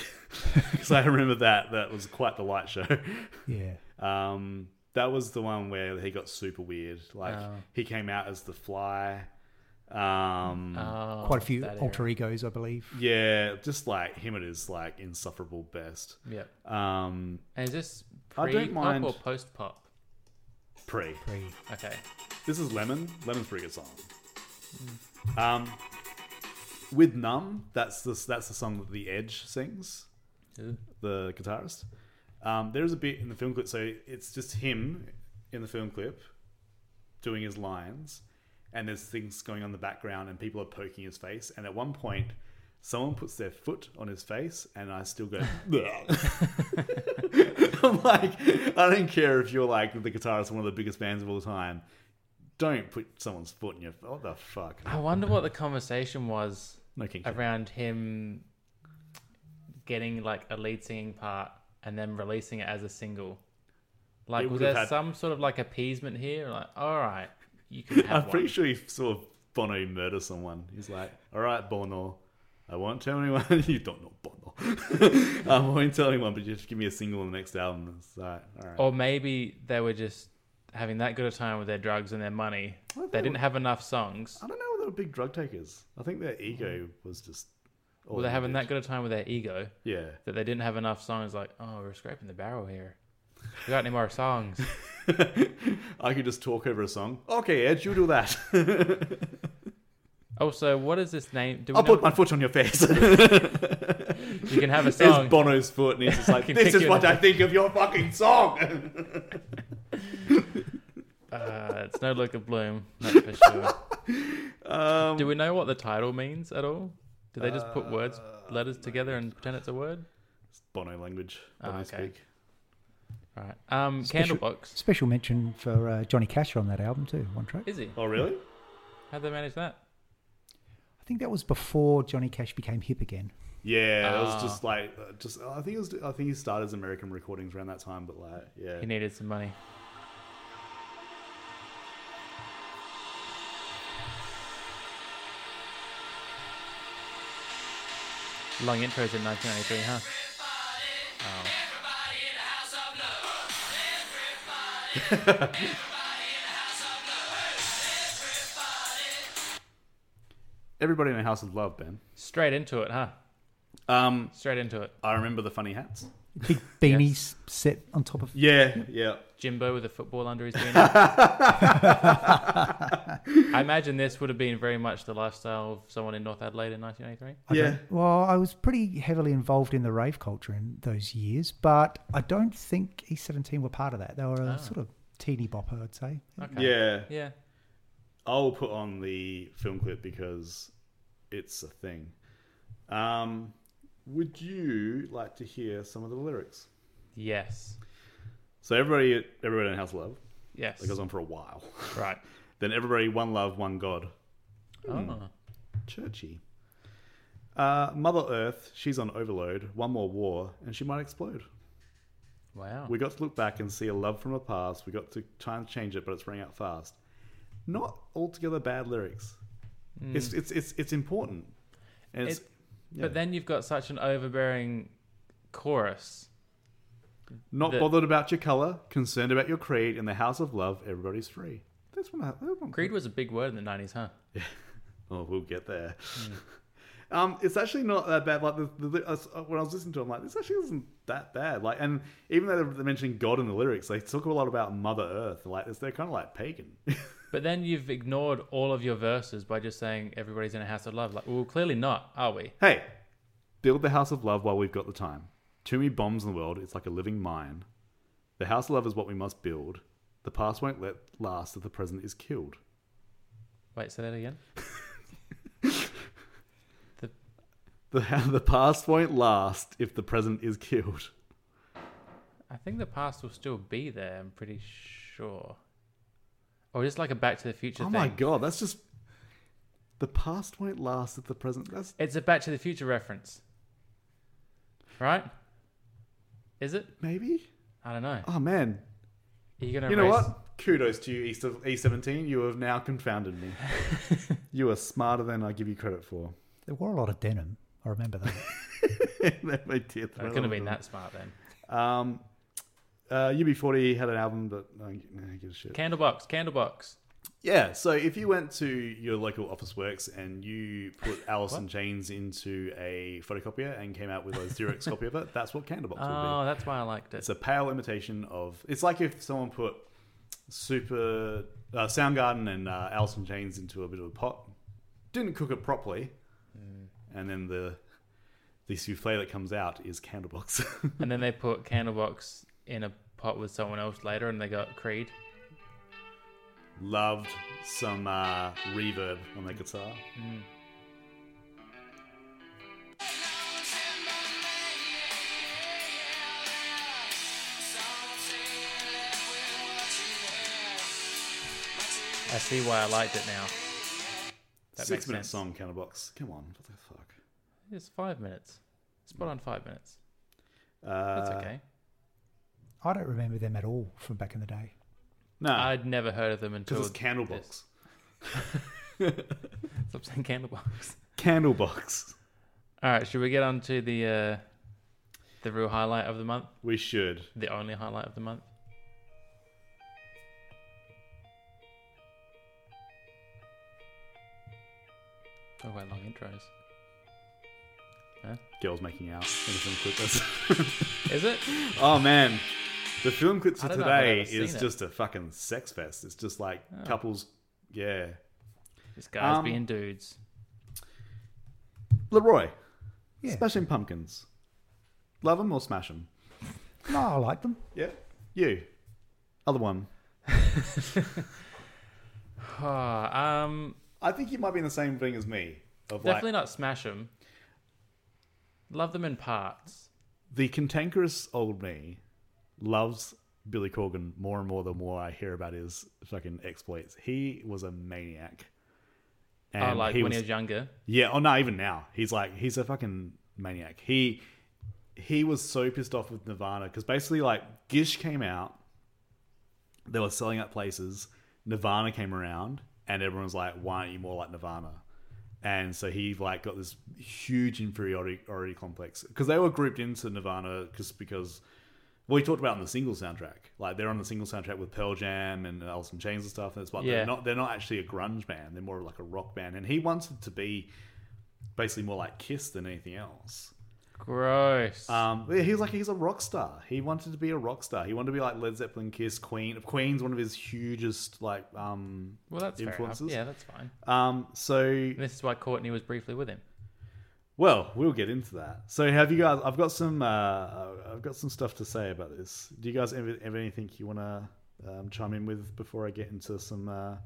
[SPEAKER 1] Because I remember that that was quite the light show.
[SPEAKER 3] Yeah.
[SPEAKER 1] Um, that was the one where he got super weird. Like
[SPEAKER 2] Oh.
[SPEAKER 1] he came out as the fly. Um,
[SPEAKER 2] Oh,
[SPEAKER 3] Hmm. Quite a few
[SPEAKER 2] that era.
[SPEAKER 3] alter egos, I believe.
[SPEAKER 1] yeah, just like him at his like insufferable best.
[SPEAKER 2] Yep.
[SPEAKER 1] Um,
[SPEAKER 2] And is this
[SPEAKER 1] I
[SPEAKER 2] pre
[SPEAKER 1] don't
[SPEAKER 2] pop
[SPEAKER 1] mind-
[SPEAKER 2] or post pop?
[SPEAKER 1] pre.
[SPEAKER 3] Pre-
[SPEAKER 2] Okay.
[SPEAKER 1] This is Lemon. Lemon's a pretty good song. Um, with Numb, that's the that's the song that The Edge sings. the guitarist. Um, there is a bit in the film clip, so it's just him in the film clip doing his lines, and there's things going on in the background, and people are poking his face. And at one point, someone puts their foot on his face, and I still go, "Bleh." I'm like, I don't care if you're like the guitarist of one of the biggest bands of all time. Don't put someone's foot in your. What the fuck?
[SPEAKER 2] I wonder what the conversation was
[SPEAKER 1] No kink. shame.
[SPEAKER 2] around him getting like a lead singing part and then releasing it as a single. Like,
[SPEAKER 1] It
[SPEAKER 2] was
[SPEAKER 1] would have
[SPEAKER 2] there
[SPEAKER 1] had-
[SPEAKER 2] some sort of like appeasement here? Like, all right, you can have
[SPEAKER 1] I'm
[SPEAKER 2] one.
[SPEAKER 1] pretty sure he saw Bono murder someone. He's like, "All right, Bono, I won't tell anyone. you don't know Bono. I won't tell anyone, but just give me a single on the next album." It's like, all right.
[SPEAKER 2] Or maybe they were just having that good a time with their drugs and their money.
[SPEAKER 1] Well,
[SPEAKER 2] They
[SPEAKER 1] they
[SPEAKER 2] didn't
[SPEAKER 1] were-
[SPEAKER 2] have enough songs.
[SPEAKER 1] I don't know. They were big drug takers. I think their ego was just. all
[SPEAKER 2] Mm. Were they
[SPEAKER 1] they
[SPEAKER 2] having
[SPEAKER 1] did.
[SPEAKER 2] that good a time with their ego?
[SPEAKER 1] Yeah.
[SPEAKER 2] that they didn't have enough songs. Like, oh, we're scraping the barrel here. We got any more songs?
[SPEAKER 1] I could just talk over a song. Okay, Ed, you do that.
[SPEAKER 2] Also, what is this name? Do we
[SPEAKER 1] I'll
[SPEAKER 2] know?
[SPEAKER 1] put my foot on your face.
[SPEAKER 2] you can have a
[SPEAKER 1] There's
[SPEAKER 2] song.
[SPEAKER 1] Bono's foot, and he's just like,
[SPEAKER 2] can
[SPEAKER 1] "This
[SPEAKER 2] kick
[SPEAKER 1] is
[SPEAKER 2] you in
[SPEAKER 1] what
[SPEAKER 2] the
[SPEAKER 1] I think of your fucking song."
[SPEAKER 2] uh, it's
[SPEAKER 1] Um,
[SPEAKER 2] no look of bloom. That's for sure. Do we know what the title means at all? Did they just put words,
[SPEAKER 1] Uh,
[SPEAKER 2] letters together and pretend it's a word?
[SPEAKER 1] It's Bono language.
[SPEAKER 2] Oh,
[SPEAKER 1] Bono
[SPEAKER 2] okay.
[SPEAKER 1] speak.
[SPEAKER 2] Right. Um,
[SPEAKER 3] Special-
[SPEAKER 2] Candlebox.
[SPEAKER 3] Special mention for uh, Johnny Cash on that album too. One track.
[SPEAKER 2] Is he?
[SPEAKER 1] Oh, really?
[SPEAKER 2] How'd they manage that?
[SPEAKER 3] I think that was before Johnny Cash became hip again.
[SPEAKER 1] Yeah, it was
[SPEAKER 2] Ah.
[SPEAKER 1] just like uh, just. I think it was. I think he started his American recordings around that time, but like, yeah,
[SPEAKER 2] He needed some money. Long intros in 1993, huh?
[SPEAKER 1] everybody in the house of love, Ben.
[SPEAKER 2] Straight into it, huh?
[SPEAKER 1] Um,
[SPEAKER 2] Straight into it.
[SPEAKER 1] I remember the funny hats.
[SPEAKER 3] Big beanies set on top of.
[SPEAKER 1] Yeah, yeah.
[SPEAKER 2] Jimbo with a football under his beanie. I imagine this would have been very much the lifestyle of someone in North Adelaide in 1983.
[SPEAKER 3] I
[SPEAKER 1] Yeah.
[SPEAKER 3] don't- Well, I was pretty heavily involved in the rave culture in those years, but I don't think East Seventeen were part of that. They were
[SPEAKER 1] Ah.
[SPEAKER 3] a sort of teeny bopper, I'd say.
[SPEAKER 2] Okay.
[SPEAKER 1] Yeah,
[SPEAKER 2] Yeah.
[SPEAKER 1] I'll put on the film clip because it's a thing. Um, would you like to hear some of the lyrics?
[SPEAKER 2] Yes.
[SPEAKER 1] So everybody, everybody in the house of love.
[SPEAKER 2] Yes.
[SPEAKER 1] That goes on for a while.
[SPEAKER 2] Right.
[SPEAKER 1] then everybody, one love, one God. Hmm.
[SPEAKER 2] Oh.
[SPEAKER 1] Churchy. Uh, Mother Earth, she's on overload. One more war, and she might explode.
[SPEAKER 2] Wow.
[SPEAKER 1] We got to look back and see a love from the past. We got to try and change it, but it's running out fast. Not altogether bad lyrics. It's, it's it's it's important, and it's
[SPEAKER 2] Hmm. It-
[SPEAKER 1] yeah.
[SPEAKER 2] But then you've got such an overbearing chorus.
[SPEAKER 1] not
[SPEAKER 2] the-
[SPEAKER 1] bothered about your color, concerned about your creed. In the house of love, everybody's free. That's one. I- That one
[SPEAKER 2] Creed was a big word in the 90s, huh?
[SPEAKER 1] Oh, we'll get there.
[SPEAKER 2] Hmm.
[SPEAKER 1] Um, it's actually not that bad. Like the, the, the- uh, when I was listening to, it, I'm like, this actually isn't that bad. Like, and even though they're mentioning God in the lyrics, they talk a lot about Mother Earth. Like, it's, they're kind of like pagan.
[SPEAKER 2] But then you've ignored all of your verses by just saying everybody's in a house of love. Like, well, clearly not, are we?
[SPEAKER 1] hey, build the house of love while we've got the time. Too many bombs in the world. It's like a living mine. The house of love is what we must build. The past won't let last if the present is killed.
[SPEAKER 2] Wait, say that again. the,
[SPEAKER 1] The the past won't last if the present is killed.
[SPEAKER 2] I think the past will still be there, I'm pretty sure. Or just like a Back to the Future
[SPEAKER 1] Oh
[SPEAKER 2] thing.
[SPEAKER 1] my god, that's just the past won't last if the present. That's
[SPEAKER 2] It's a Back to the Future reference. Right? Is it?
[SPEAKER 1] Maybe.
[SPEAKER 2] I don't know.
[SPEAKER 1] Oh man.
[SPEAKER 2] Are you going to
[SPEAKER 1] You know what? Kudos to you, East of E seventeen. You have now confounded me. you are smarter than I give you credit for.
[SPEAKER 3] They wore a lot of denim. I remember that.
[SPEAKER 1] they did.
[SPEAKER 2] It couldn't have been that smart then.
[SPEAKER 1] Um, uh, UB40 had an album that I don't I don't give a shit.
[SPEAKER 2] Candlebox, Candlebox.
[SPEAKER 1] Yeah, so if you went to your local Office Works and you put Alice in Chains into a photocopier and came out with a Xerox copy of it, that's what Candlebox would be.
[SPEAKER 2] Oh, that's why I liked it.
[SPEAKER 1] It's a pale imitation of. It's like if someone put Super uh, Soundgarden and uh, Alice in Chains into a bit of a pot, didn't cook it properly, and then the the souffle that comes out is Candlebox.
[SPEAKER 2] And then they put Candlebox in a pot with someone else later and they got Creed.
[SPEAKER 1] Loved some uh, reverb on that guitar.
[SPEAKER 2] I see why I liked it now. That
[SPEAKER 1] Six
[SPEAKER 2] makes
[SPEAKER 1] minute
[SPEAKER 2] sense.
[SPEAKER 1] song, Candlebox. Come on, what the fuck?
[SPEAKER 2] It's five minutes. Spot on five minutes.
[SPEAKER 1] Uh,
[SPEAKER 2] That's okay.
[SPEAKER 3] I don't remember them at all from back in the day.
[SPEAKER 1] No,
[SPEAKER 2] I'd never heard of them until
[SPEAKER 1] ah. because it's
[SPEAKER 2] this.
[SPEAKER 1] Candlebox.
[SPEAKER 2] Stop saying Candlebox.
[SPEAKER 1] Candlebox.
[SPEAKER 2] All right, should we get on to the uh, the real highlight of the month?
[SPEAKER 1] We should.
[SPEAKER 2] The only highlight of the month? Talk about Oh, long intros. Huh?
[SPEAKER 1] Girls making out. in the film clip. That's-
[SPEAKER 2] Is it?
[SPEAKER 1] Oh man, the film clips
[SPEAKER 2] I
[SPEAKER 1] of
[SPEAKER 2] don't know if I've
[SPEAKER 1] today
[SPEAKER 2] ever seen
[SPEAKER 1] is
[SPEAKER 2] it. Oh.
[SPEAKER 1] just a fucking sex fest. It's just like couples, yeah.
[SPEAKER 2] It's guys
[SPEAKER 1] Um,
[SPEAKER 2] being dudes.
[SPEAKER 1] Leroy,
[SPEAKER 3] Yeah.
[SPEAKER 1] Smashing Pumpkins, love him or smash him.
[SPEAKER 3] No, I like them.
[SPEAKER 1] Yeah, you, other one.
[SPEAKER 2] Ah, um,
[SPEAKER 1] I think you might be in the same thing as me. Of
[SPEAKER 2] Ah, um, definitely
[SPEAKER 1] like,
[SPEAKER 2] not smash them. Love them in parts.
[SPEAKER 1] The cantankerous old me loves Billy Corgan more and more the more I hear about his fucking exploits. He was a maniac.
[SPEAKER 2] oh, like when he was younger.
[SPEAKER 1] Yeah, oh no, even now. He's like he's a fucking maniac. He he was so pissed off with Nirvana because basically like Gish came out, they were selling out places, Nirvana came around, and everyone was like, Why aren't you more like Nirvana? And so he like got this huge inferiority already complex because they were grouped into Nirvana just because well, we talked about it on the single soundtrack. Like they're on the single soundtrack with Pearl Jam and Alice in Chains and stuff. And it's like
[SPEAKER 2] Yeah.
[SPEAKER 1] they're not they're not actually a grunge band. They're more like a rock band. And he wanted to be basically more like Kiss than anything else.
[SPEAKER 2] Gross.
[SPEAKER 1] Um, yeah, he was like he's a rock star. He wanted to be a rock star. He wanted to be like Led Zeppelin, Kiss, Queen. Queen's one of his hugest like um
[SPEAKER 2] well, that's fair enough.
[SPEAKER 1] influences.
[SPEAKER 2] Yeah, that's fine.
[SPEAKER 1] Um, so
[SPEAKER 2] And this is why Courtney was briefly with him.
[SPEAKER 1] well, we'll get into that. So have you guys? I've got some uh, I've got some stuff to say about this. Do you guys ever have anything you want to um, chime in with before I get into some uh,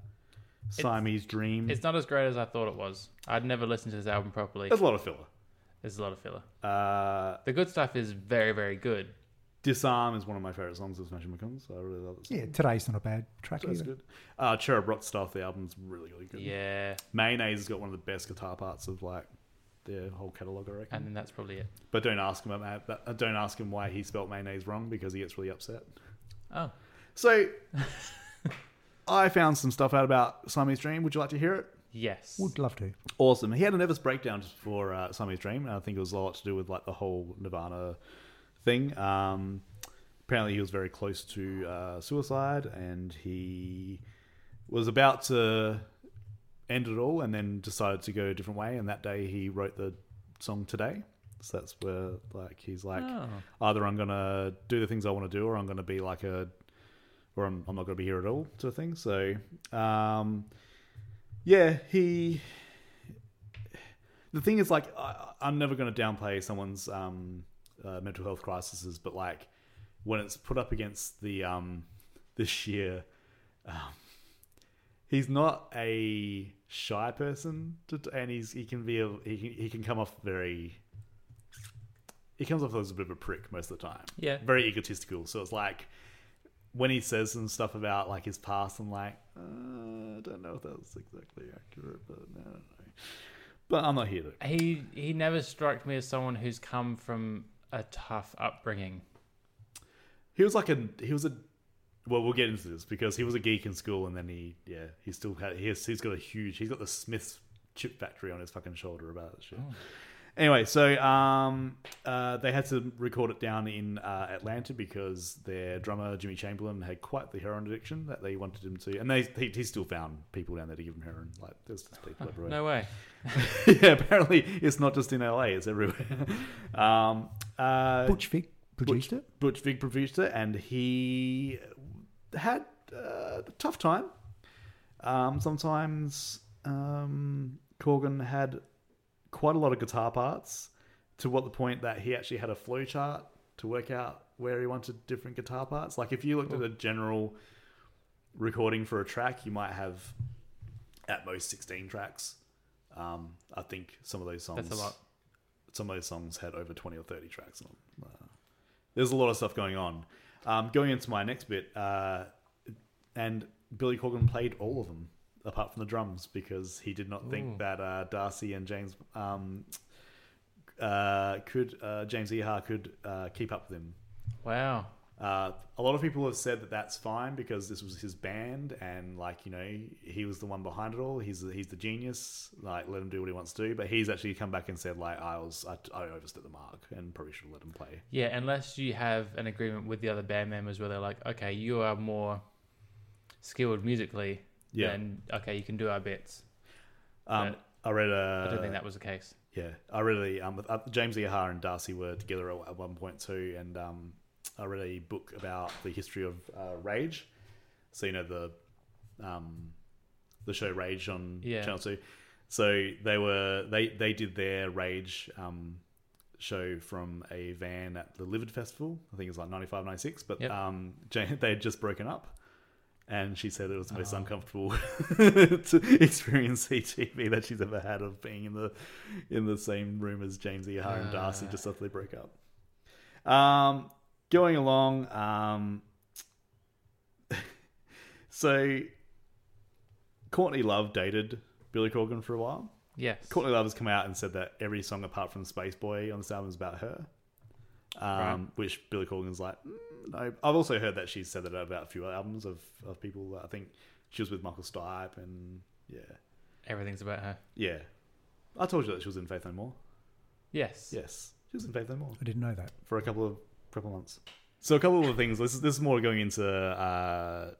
[SPEAKER 1] Siamese Dream?
[SPEAKER 2] It's not as great as I thought it was. I'd never listened to this album properly.
[SPEAKER 1] There's a lot of filler.
[SPEAKER 2] There's a lot of filler.
[SPEAKER 1] Uh,
[SPEAKER 2] The good stuff is very, very good.
[SPEAKER 1] Disarm is one of my favorite songs of Smashing Pumpkins. I really love it.
[SPEAKER 3] Yeah, today's not a bad track
[SPEAKER 1] That's
[SPEAKER 3] either.
[SPEAKER 1] good. Uh, Cherub Rock stuff. The album's really, really good.
[SPEAKER 2] Yeah.
[SPEAKER 1] Mayonnaise has got one of the best guitar parts of like their whole catalog, I reckon.
[SPEAKER 2] And then that's probably it.
[SPEAKER 1] But don't ask him about that. uh, Don't ask him why he spelt mayonnaise wrong because he gets really upset.
[SPEAKER 2] Oh.
[SPEAKER 1] So I found some stuff out about Siamese Dream. Would you like to hear it?
[SPEAKER 2] Yes.
[SPEAKER 3] Would love to.
[SPEAKER 1] Awesome. He had a nervous breakdown just before uh, Siamese Dream, and I think it was a lot to do with like the whole Nirvana thing. Um, apparently, he was very close to uh, suicide, and he was about to end it all, and then decided to go a different way. And that day, he wrote the song today. So that's where like he's like,
[SPEAKER 2] Oh.
[SPEAKER 1] either I'm gonna do the things I want to do, or I'm gonna be like a, or I'm, I'm not gonna be here at all, sort of thing. So, um, yeah, he the thing is like I, i'm never going to downplay someone's um, uh, mental health crises but like when it's put up against the um, the sheer um, he's not a shy person to, and he's he can be a, he, can, he can come off very he comes off as a bit of a prick most of the time
[SPEAKER 2] Yeah.
[SPEAKER 1] very egotistical so it's like when he says some stuff about like his past i'm like uh, i don't know if that was exactly accurate but i don't know but i'm not here to
[SPEAKER 2] He he never struck me as someone who's come from a tough upbringing.
[SPEAKER 1] He was like a he was a well, we'll get into this because he was a geek in school, and then he yeah he still had he's he's got a huge he's got the Smiths chip factory on his fucking shoulder about that shit. Anyway, so um uh they had to record it down in uh, Atlanta because their drummer Jimmy Chamberlain had quite the heroin addiction that they wanted him to, and they he, he still found people down there to give him heroin. Like there's just people everywhere
[SPEAKER 2] No way.
[SPEAKER 1] yeah, apparently it's not just in LA; it's everywhere. um, uh,
[SPEAKER 3] Butch Vig produced
[SPEAKER 1] Butch,
[SPEAKER 3] it.
[SPEAKER 1] Butch Vig produced it, and he had uh, a tough time. Um, sometimes um, Corgan had quite a lot of guitar parts, to what the point that he actually had a flow chart to work out where he wanted different guitar parts. Like if you looked at a general recording for a track, you might have at most sixteen tracks. Um, I think some of those songs
[SPEAKER 2] That's a lot.
[SPEAKER 1] some of those songs had over 20 or 30 tracks on them. Uh, there's a lot of stuff going on. Um, going into my next bit, uh, and Billy Corgan played all of them apart from the drums because he did not think that uh, Darcy and James um, uh, could uh, James Ehar could uh, keep up with him.
[SPEAKER 2] Wow.
[SPEAKER 1] Uh, a lot of people have said that that's fine because this was his band and like you know he was the one behind it all. He's the, he's the genius. Like let him do what he wants to do. But he's actually come back and said like I was I, I overstepped the mark and probably should have let him play.
[SPEAKER 2] Yeah, unless you have an agreement with the other band members where they're like, okay, you are more skilled musically,
[SPEAKER 1] Yeah.
[SPEAKER 2] then okay, you can do our bits.
[SPEAKER 1] Um, I read a
[SPEAKER 2] I don't think that was the case.
[SPEAKER 1] Yeah, I really um with- uh, James Ehar and Darcy were together at at one point too, and um I read a book about the history of uh, Rage. So you know the um the show Rage on
[SPEAKER 2] Yeah.
[SPEAKER 1] Channel Two. So they were they they did their Rage um show from a van at the Livid Festival. I think it was like 95, 96, but
[SPEAKER 2] Yep.
[SPEAKER 1] um Ja- they had just broken up. and she said it was the most uncomfortable to experience CTV that she's ever had of being in the in the same room as James E. and Darcy just after they broke up. Um, going along, um, so Courtney Love dated Billy Corgan for a while.
[SPEAKER 2] Yes.
[SPEAKER 1] Courtney Love has come out and said that every song apart from Space Boy on this album is about her. Um, Which Billy Corgan's like, mm, no. I've also heard that she's said that about a few albums of, of people. I think she was with Michael Stipe and yeah.
[SPEAKER 2] Everything's about her.
[SPEAKER 1] Yeah. I told you that she was in Faith No More.
[SPEAKER 2] Yes.
[SPEAKER 1] Yes. She was in Faith No More
[SPEAKER 3] I didn't know that.
[SPEAKER 1] for a couple of couple months. So a couple of things. This is, this is more going into uh,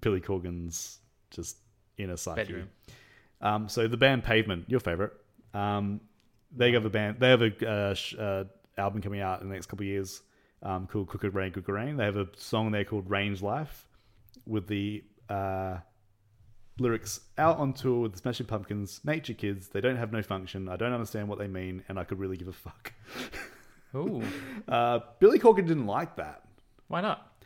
[SPEAKER 1] Billy Corgan's just inner psyche.
[SPEAKER 2] Bedroom.
[SPEAKER 1] Um, so the band Pavement, your favorite. Um, they have a band. They have a uh, sh- uh, album coming out in the next couple of years um, called "Crooked Rain, Crooked Rain." They have a song there called "Range Life" with the uh, lyrics out on tour with the Smashing Pumpkins, Nature Kids. They don't have no function. I don't understand what they mean, and I could really give a fuck.
[SPEAKER 2] Ooh.
[SPEAKER 1] Uh, Billy Corgan didn't like that.
[SPEAKER 2] Why not?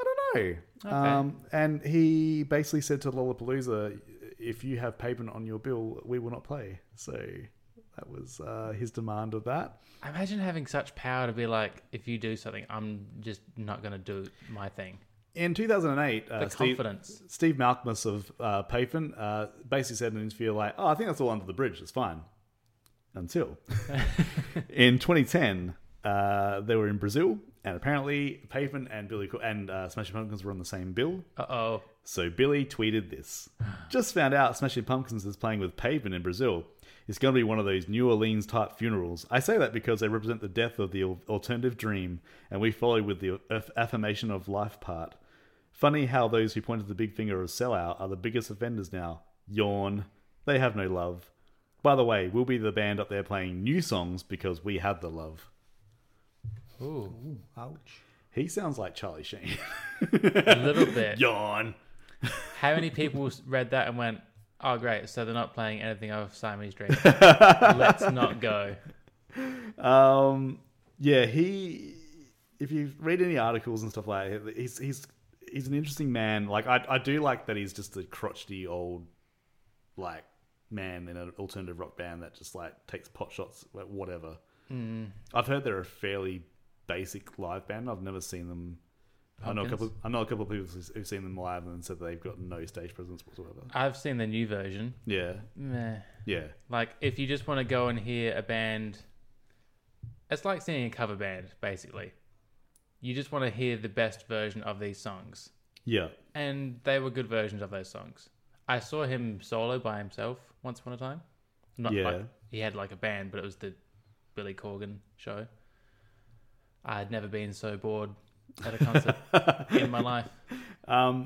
[SPEAKER 1] I don't know. Um, and he basically said to Lollapalooza, if you have payment on your bill, we will not play. So that was uh, his demand of that.
[SPEAKER 2] Imagine having such power to be like, if you do something, I'm just not going to do my thing.
[SPEAKER 1] In 2008, uh,
[SPEAKER 2] The
[SPEAKER 1] Steve,
[SPEAKER 2] confidence.
[SPEAKER 1] Steve Malcolmus of uh, Pavement uh, basically said in an interview, like, oh, I think that's all under the bridge. It's fine. Until in 2010, uh, they were in Brazil, and apparently Pavement and Billy Co- and uh, Smashing Pumpkins were on the same bill.
[SPEAKER 2] Uh oh.
[SPEAKER 1] So Billy tweeted this. Just found out Smashing Pumpkins is playing with Pavement in Brazil. It's going to be one of those New Orleans type funerals. I say that because they represent the death of the al- alternative dream, and we follow with the aff- affirmation of life part. Funny how those who pointed the big finger of sellout are the biggest offenders now. Yawn. They have no love. By the way, we'll be the band up there playing new songs because we have the love.
[SPEAKER 2] Ooh.
[SPEAKER 3] Ouch.
[SPEAKER 1] He sounds like Charlie Sheen.
[SPEAKER 2] A little bit.
[SPEAKER 1] Yawn.
[SPEAKER 2] How many people read that and went, oh, great, so they're not playing anything of Siamese Dream? Let's not go.
[SPEAKER 1] Um, yeah, he. If you read any articles and stuff like that, he's he's he's an interesting man. Like I I do like that he's just a crotchety old like man in an alternative rock band that just like takes pot shots at whatever. I've heard they're a fairly basic live band. I've never seen them. I know a couple. I know a couple of people who's- who've seen them live and said they've got no stage presence whatsoever.
[SPEAKER 2] I've seen the new version.
[SPEAKER 1] Yeah,
[SPEAKER 2] Meh.
[SPEAKER 1] yeah,
[SPEAKER 2] Like, if you just want to go and hear a band, it's like seeing a cover band, basically. You just want to hear the best version of these songs.
[SPEAKER 1] yeah.
[SPEAKER 2] And they were good versions of those songs. I saw him solo by himself once upon a time. Not like
[SPEAKER 1] Yeah.
[SPEAKER 2] he had like a band, but it was the Billy Corgan show. I had never been so bored at a concert in my life.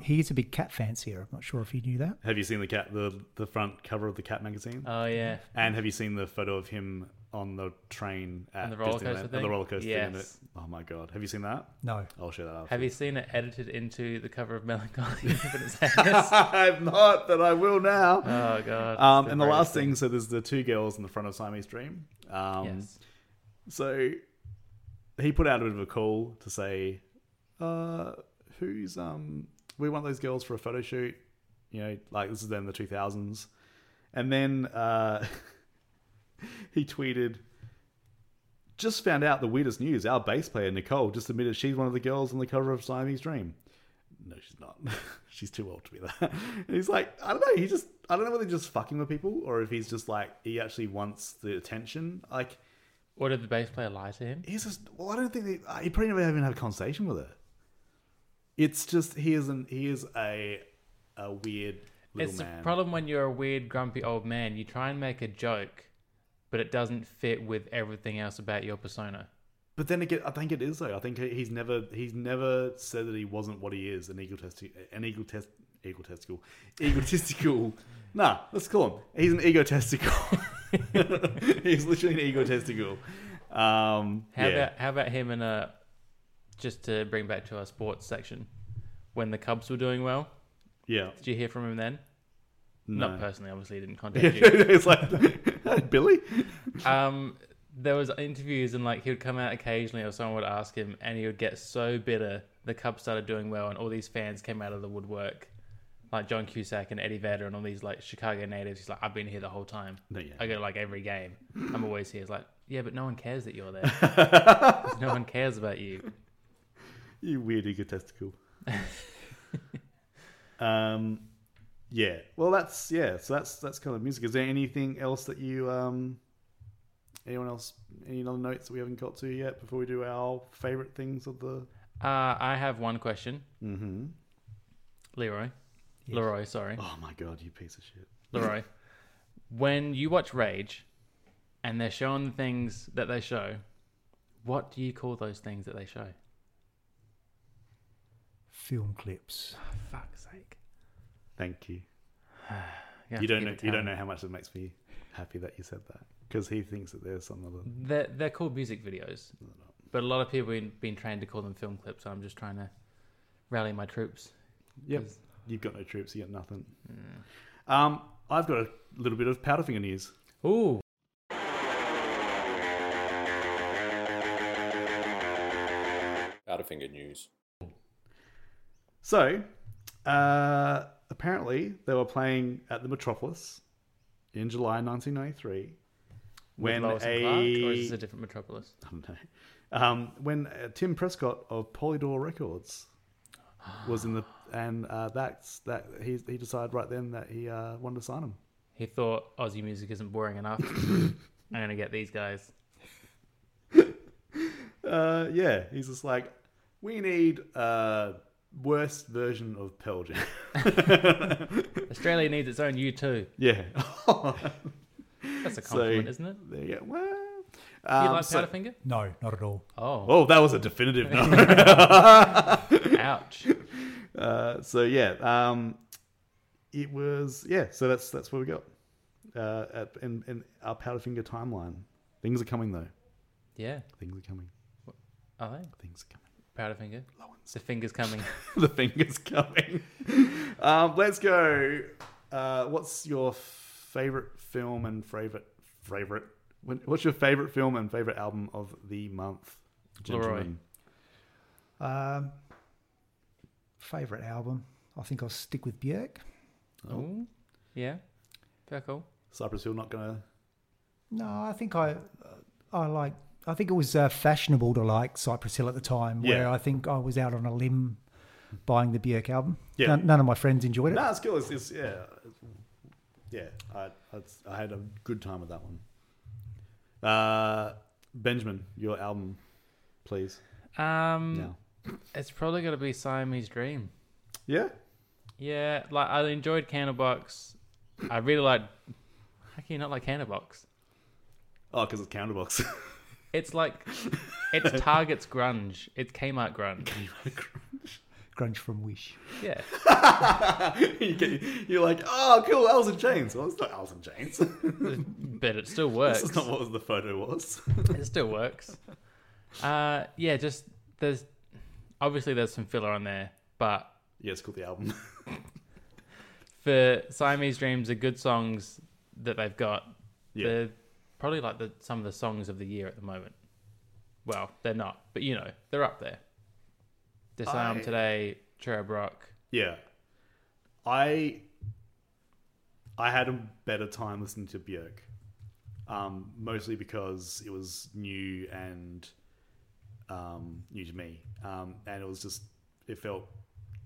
[SPEAKER 3] He is a big cat fancier. I'm not sure if you knew that.
[SPEAKER 1] Have you seen the cat the the front cover of the Cat magazine?
[SPEAKER 2] Oh yeah.
[SPEAKER 1] And have you seen the photo of him on the train at
[SPEAKER 2] On the roller
[SPEAKER 1] Disneyland-
[SPEAKER 2] coaster
[SPEAKER 1] On the
[SPEAKER 2] thing?
[SPEAKER 1] roller coaster thing.
[SPEAKER 2] Yes.
[SPEAKER 1] Oh my god! Have you seen that?
[SPEAKER 3] No.
[SPEAKER 1] I'll show that after.
[SPEAKER 2] Have you seen it edited into the cover of Melancholy Infinite Sadness?
[SPEAKER 1] I've not, but I will now.
[SPEAKER 2] Oh god.
[SPEAKER 1] um,
[SPEAKER 2] It's
[SPEAKER 1] and the last
[SPEAKER 2] greatest
[SPEAKER 1] thing, so there's the two girls in the front of Siamese Dream. Um,
[SPEAKER 2] Yes.
[SPEAKER 1] So he put out a bit of a call to say, uh, "Who's um, we want those girls for a photo shoot? You know, like this is them in the 2000s." And then uh, he tweeted, "Just found out the weirdest news. Our bass player Nicole just admitted she's one of the girls on the cover of Siamese Dream." No, she's not. she's too old to be that. And he's like, I don't know. He just, I don't know whether he's just fucking with people or if he's just like he actually wants the attention. Like,
[SPEAKER 2] Or did the bass player lie to him?
[SPEAKER 1] he's just well i don't think that he probably never even had a conversation with her it's just he is an he is a a weird little
[SPEAKER 2] It's
[SPEAKER 1] man
[SPEAKER 2] the problem when you're a weird, grumpy old man. You try and make a joke, but it doesn't fit with everything else about your persona.
[SPEAKER 1] but then again i think it is though i think he's never he's never said that he wasn't what he is an egotistical an egotest egotistical egotistical nah let's call him he's an egotistical he's literally an egotistical um yeah.
[SPEAKER 2] How about how about him in a just to bring back to our sports section when the Cubs were doing well?
[SPEAKER 1] yeah
[SPEAKER 2] Did you hear from him then? Not personally, obviously, he didn't contact you.
[SPEAKER 1] it's like billy
[SPEAKER 2] um, there was interviews and like he would come out occasionally, or someone would ask him, and he would get so bitter. The Cubs started doing well, and all these fans came out of the woodwork like John Cusack and Eddie Vedder and all these like Chicago natives. He's like, I've been here the whole time.
[SPEAKER 1] No, yeah.
[SPEAKER 2] I go to like every game. I'm always here. It's like, yeah, but no one cares that you're there. no one cares about you.
[SPEAKER 1] You weird egotistical. um, yeah. Well, that's yeah. So that's that's kind of music. Is there anything else that you um, anyone else, any other notes that we haven't got to yet before we do our favorite things of the?
[SPEAKER 2] Uh, I have one question,
[SPEAKER 1] Mm-hmm.
[SPEAKER 2] Leroy. Leroy, sorry,
[SPEAKER 1] Oh my god, you piece of shit.
[SPEAKER 2] Leroy. When you watch Rage, and they're showing the things that they show, what do you call those things that they show?
[SPEAKER 3] Film clips.
[SPEAKER 2] Fuck's sake!
[SPEAKER 1] Thank you.
[SPEAKER 2] You're gonna
[SPEAKER 1] You
[SPEAKER 2] have to
[SPEAKER 1] don't
[SPEAKER 2] keep
[SPEAKER 1] know.
[SPEAKER 2] it
[SPEAKER 1] You
[SPEAKER 2] telling
[SPEAKER 1] don't
[SPEAKER 2] me.
[SPEAKER 1] know how much it makes me happy that you said that because he thinks that there's some other.
[SPEAKER 2] They're, they're called music videos, but a lot of people have been trained to call them film clips. So I'm just trying to rally my troops.
[SPEAKER 1] Yep. You've got no troops. You got nothing.
[SPEAKER 2] Mm.
[SPEAKER 1] Um, I've got a little bit of Powderfinger news.
[SPEAKER 2] Ooh,
[SPEAKER 12] Powderfinger news.
[SPEAKER 1] So, uh, apparently, they were playing at the Metropolis in July 1993 when
[SPEAKER 2] Lois and
[SPEAKER 1] a,
[SPEAKER 2] Clark, or is this a different Metropolis?
[SPEAKER 1] I don't know. Um, when uh, Tim Prescott of Polydor Records was in the and uh, that's that he he decided right then that he uh, wanted to sign him.
[SPEAKER 2] He thought Aussie music isn't boring enough. I'm gonna get these guys.
[SPEAKER 1] Uh, yeah, he's just like, we need a worst version of Pearl Jam.
[SPEAKER 2] Australia needs its own U2.
[SPEAKER 1] yeah,
[SPEAKER 2] That's
[SPEAKER 1] So,
[SPEAKER 2] a compliment, isn't it?
[SPEAKER 1] There you go. Well,
[SPEAKER 2] Do you
[SPEAKER 1] um,
[SPEAKER 2] like
[SPEAKER 1] so-
[SPEAKER 2] Powderfinger?
[SPEAKER 3] No, not at all.
[SPEAKER 2] Oh,
[SPEAKER 1] Oh, that was a definitive no.
[SPEAKER 2] ouch!
[SPEAKER 1] Uh, so yeah, um, it was yeah. So that's that's where we got uh, at, in, in our Powderfinger timeline. Things are coming though.
[SPEAKER 2] Yeah,
[SPEAKER 1] Things are coming.
[SPEAKER 2] are they?
[SPEAKER 1] Things are coming.
[SPEAKER 2] Powderfinger. The finger's coming.
[SPEAKER 1] the fingers coming. um, let's go. Uh, what's your favorite film and favorite favorite? When, what's your favorite film and favorite album of the month?
[SPEAKER 2] Leroy.
[SPEAKER 1] gentlemen?
[SPEAKER 3] Um, favorite album? I think I'll stick with Björk.
[SPEAKER 2] Ooh, yeah, very cool.
[SPEAKER 1] Cypress Hill not gonna.
[SPEAKER 3] No, I think I, uh, I like. I think it was uh, fashionable to like Cypress Hill at the time. Where
[SPEAKER 1] Yeah.
[SPEAKER 3] I think I was out on a limb buying the Björk album.
[SPEAKER 1] Yeah.
[SPEAKER 3] None, none of my friends enjoyed it.
[SPEAKER 1] No, it's cool. It's, it's yeah, yeah. I, I I had a good time with that one. Uh, Benjamin, your album, please.
[SPEAKER 2] Um,
[SPEAKER 1] now.
[SPEAKER 2] it's probably gonna be Siamese Dream.
[SPEAKER 1] Yeah,
[SPEAKER 2] Yeah, like I enjoyed Candlebox. I really liked. How can you not like Candlebox?
[SPEAKER 1] oh, because it's Counterbox.
[SPEAKER 2] It's like it's Target's grunge. It's Kmart grunge.
[SPEAKER 3] Grunge from Wish.
[SPEAKER 2] Yeah,
[SPEAKER 1] you get, you're like, oh, cool, Alice in Chains. Well, it's not Alice in Chains.
[SPEAKER 2] but it still works.
[SPEAKER 1] this is not what the photo was.
[SPEAKER 2] it still works. Uh, yeah, just there's obviously there's some filler on there, but
[SPEAKER 1] yeah, it's called the album.
[SPEAKER 2] for Siamese Dreams, the good songs that they've got,
[SPEAKER 1] Yeah.
[SPEAKER 2] they're probably like the, some of the songs of the year at the moment. Well, they're not, but you know, they're up there. Disarm
[SPEAKER 1] I-
[SPEAKER 2] today, Cherub Rock.
[SPEAKER 1] Yeah, I I had a better time listening to Björk, um, mostly because it was new and um, new to me, um, and it was just it felt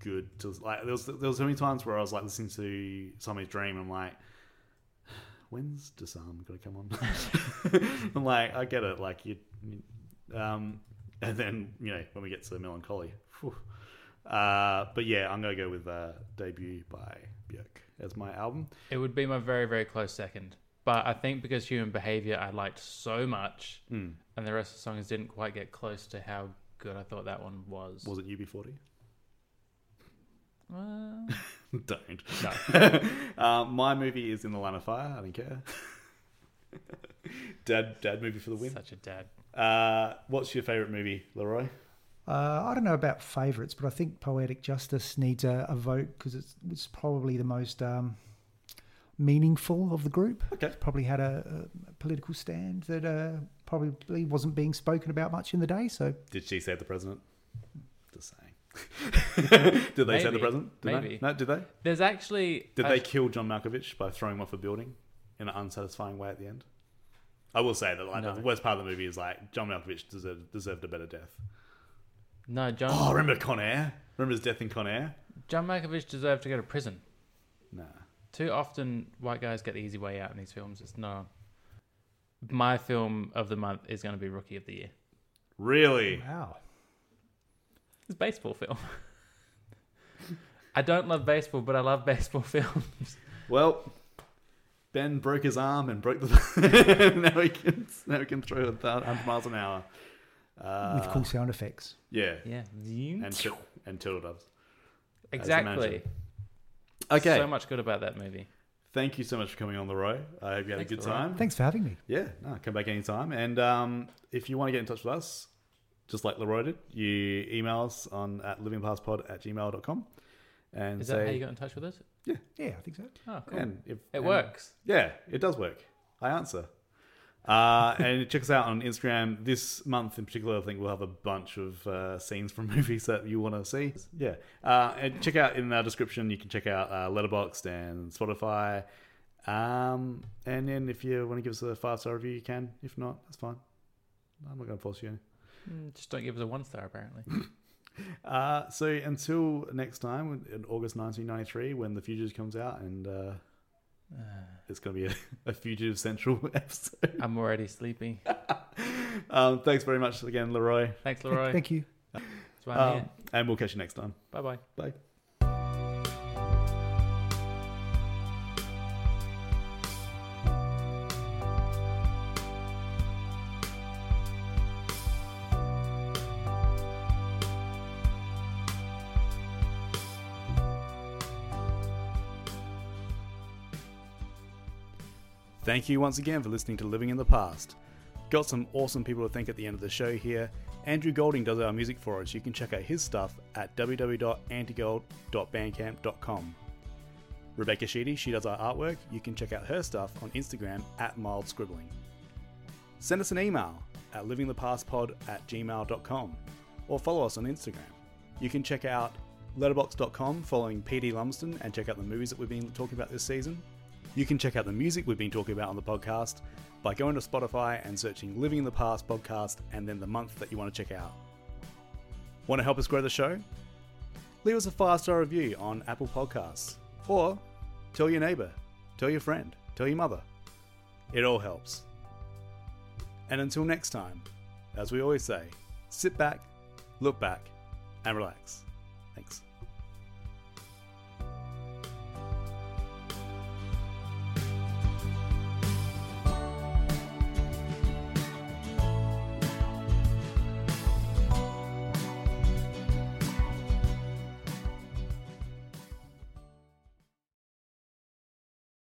[SPEAKER 1] good to like there was there was so many times where I was like listening to Somebody's Dream and I'm like. When's Disarm gonna come on? I'm like, I get it. Like you, you- um, and then you know when we get to melancholy, phew, uh, but yeah, I'm gonna go with uh, debut by Björk as my album.
[SPEAKER 2] It would be my very, very close second. But I think because Human Behavior I liked so much,
[SPEAKER 1] Hmm.
[SPEAKER 2] and the rest of the songs didn't quite get close to how good I thought that one was.
[SPEAKER 1] Was it UB40?
[SPEAKER 2] Uh,
[SPEAKER 1] don't.
[SPEAKER 2] No.
[SPEAKER 1] uh, my movie is in the line of fire. I don't care. dad, dad movie for the win.
[SPEAKER 2] such a dad.
[SPEAKER 1] Uh, what's your favorite movie, Leroy?
[SPEAKER 3] Uh, I don't know about favourites, but I think Poetic Justice needs a, a vote because it's, it's probably the most um, meaningful of the group.
[SPEAKER 1] Okay.
[SPEAKER 3] It's probably had a, a political stand that uh, probably wasn't being spoken about much in the day. So
[SPEAKER 1] Did she save the president? Just saying. did they say the
[SPEAKER 2] Maybe.
[SPEAKER 1] president? Did
[SPEAKER 2] Maybe.
[SPEAKER 1] They? No, did they?
[SPEAKER 2] There's actually.
[SPEAKER 1] Did
[SPEAKER 2] I-
[SPEAKER 1] they kill John Malkovich by throwing him off a building in an unsatisfying way at the end? I will say that like the worst part of the movie is like John Malkovich deserved deserved a better death.
[SPEAKER 2] No, John.
[SPEAKER 1] Oh, remember Con Air? Remember his death in Con Air?
[SPEAKER 2] John Malkovich deserved to go to prison.
[SPEAKER 1] Nah.
[SPEAKER 2] Too often, white guys get the easy way out in these films. It's not. My film of the month is going to be Rookie of the Year.
[SPEAKER 1] Really?
[SPEAKER 3] Wow.
[SPEAKER 2] It's a baseball film. I don't love baseball, but I love baseball films.
[SPEAKER 1] Well, Ben broke his arm and broke the. now he can now he can throw a hundred miles an hour. Uh,
[SPEAKER 3] with cool sound effects.
[SPEAKER 1] Yeah.
[SPEAKER 2] Yeah.
[SPEAKER 1] And tu- and turtle doves. As
[SPEAKER 2] Exactly.
[SPEAKER 1] imagined. Okay.
[SPEAKER 2] So much good about that movie.
[SPEAKER 1] Thank you so much for coming on the row. I hope you had
[SPEAKER 2] Thanks,
[SPEAKER 1] a good
[SPEAKER 2] Leroy.
[SPEAKER 1] time.
[SPEAKER 3] Thanks for having me.
[SPEAKER 1] Yeah, no, come back anytime. And um, if you want to get in touch with us, just like Leroy did, you email us on at livingpastpod at gmail.com. And
[SPEAKER 2] Is
[SPEAKER 1] say,
[SPEAKER 2] that how you got in touch with us?
[SPEAKER 3] Yeah, I think so.
[SPEAKER 2] Oh, cool.
[SPEAKER 1] And if,
[SPEAKER 2] it
[SPEAKER 1] and-
[SPEAKER 2] works.
[SPEAKER 1] Yeah, it does work. I answer. Uh, and check us out on Instagram. This month in particular, I think we'll have a bunch of uh, scenes from movies that you want to see. Yeah. Uh, and check out in our description, you can check out uh, Letterboxd and Spotify. Um, and then if you want to give us a five star review, you can. If not, that's fine. I'm not going to force you.
[SPEAKER 2] Mm, Just don't give us a one star, apparently.
[SPEAKER 1] Uh, so until next time, in August 1993, when The Fugitive comes out, and uh, it's going to be a, a Fugitive Central episode.
[SPEAKER 2] I'm already sleepy.
[SPEAKER 1] Um, thanks very much again, Leroy.
[SPEAKER 2] Thanks, Leroy.
[SPEAKER 3] Thank you.
[SPEAKER 2] That's why I'm
[SPEAKER 1] Um,
[SPEAKER 2] here.
[SPEAKER 1] and we'll catch you next time.
[SPEAKER 2] Bye bye.
[SPEAKER 1] Bye. Thank you once again for listening to Living in the Past. Got some awesome people to thank at the end of the show here. Andrew Golding does our music for us. You can check out his stuff at www.antigold.bandcamp.com. Rebecca Sheedy, she does our artwork. You can check out her stuff on Instagram at mild scribbling. Send us an email at livingthepastpod at gmail.com or follow us on Instagram. You can check out letterbox.com following PD Lumsden and check out the movies that we've been talking about this season. You can check out the music we've been talking about on the podcast by going to Spotify and searching Living in the Past podcast and then the month that you want to check out. Want to help us grow the show? Leave us a five star review on Apple Podcasts or tell your neighbor, tell your friend, tell your mother. It all helps. And until next time, as we always say, sit back, look back, and relax. Thanks.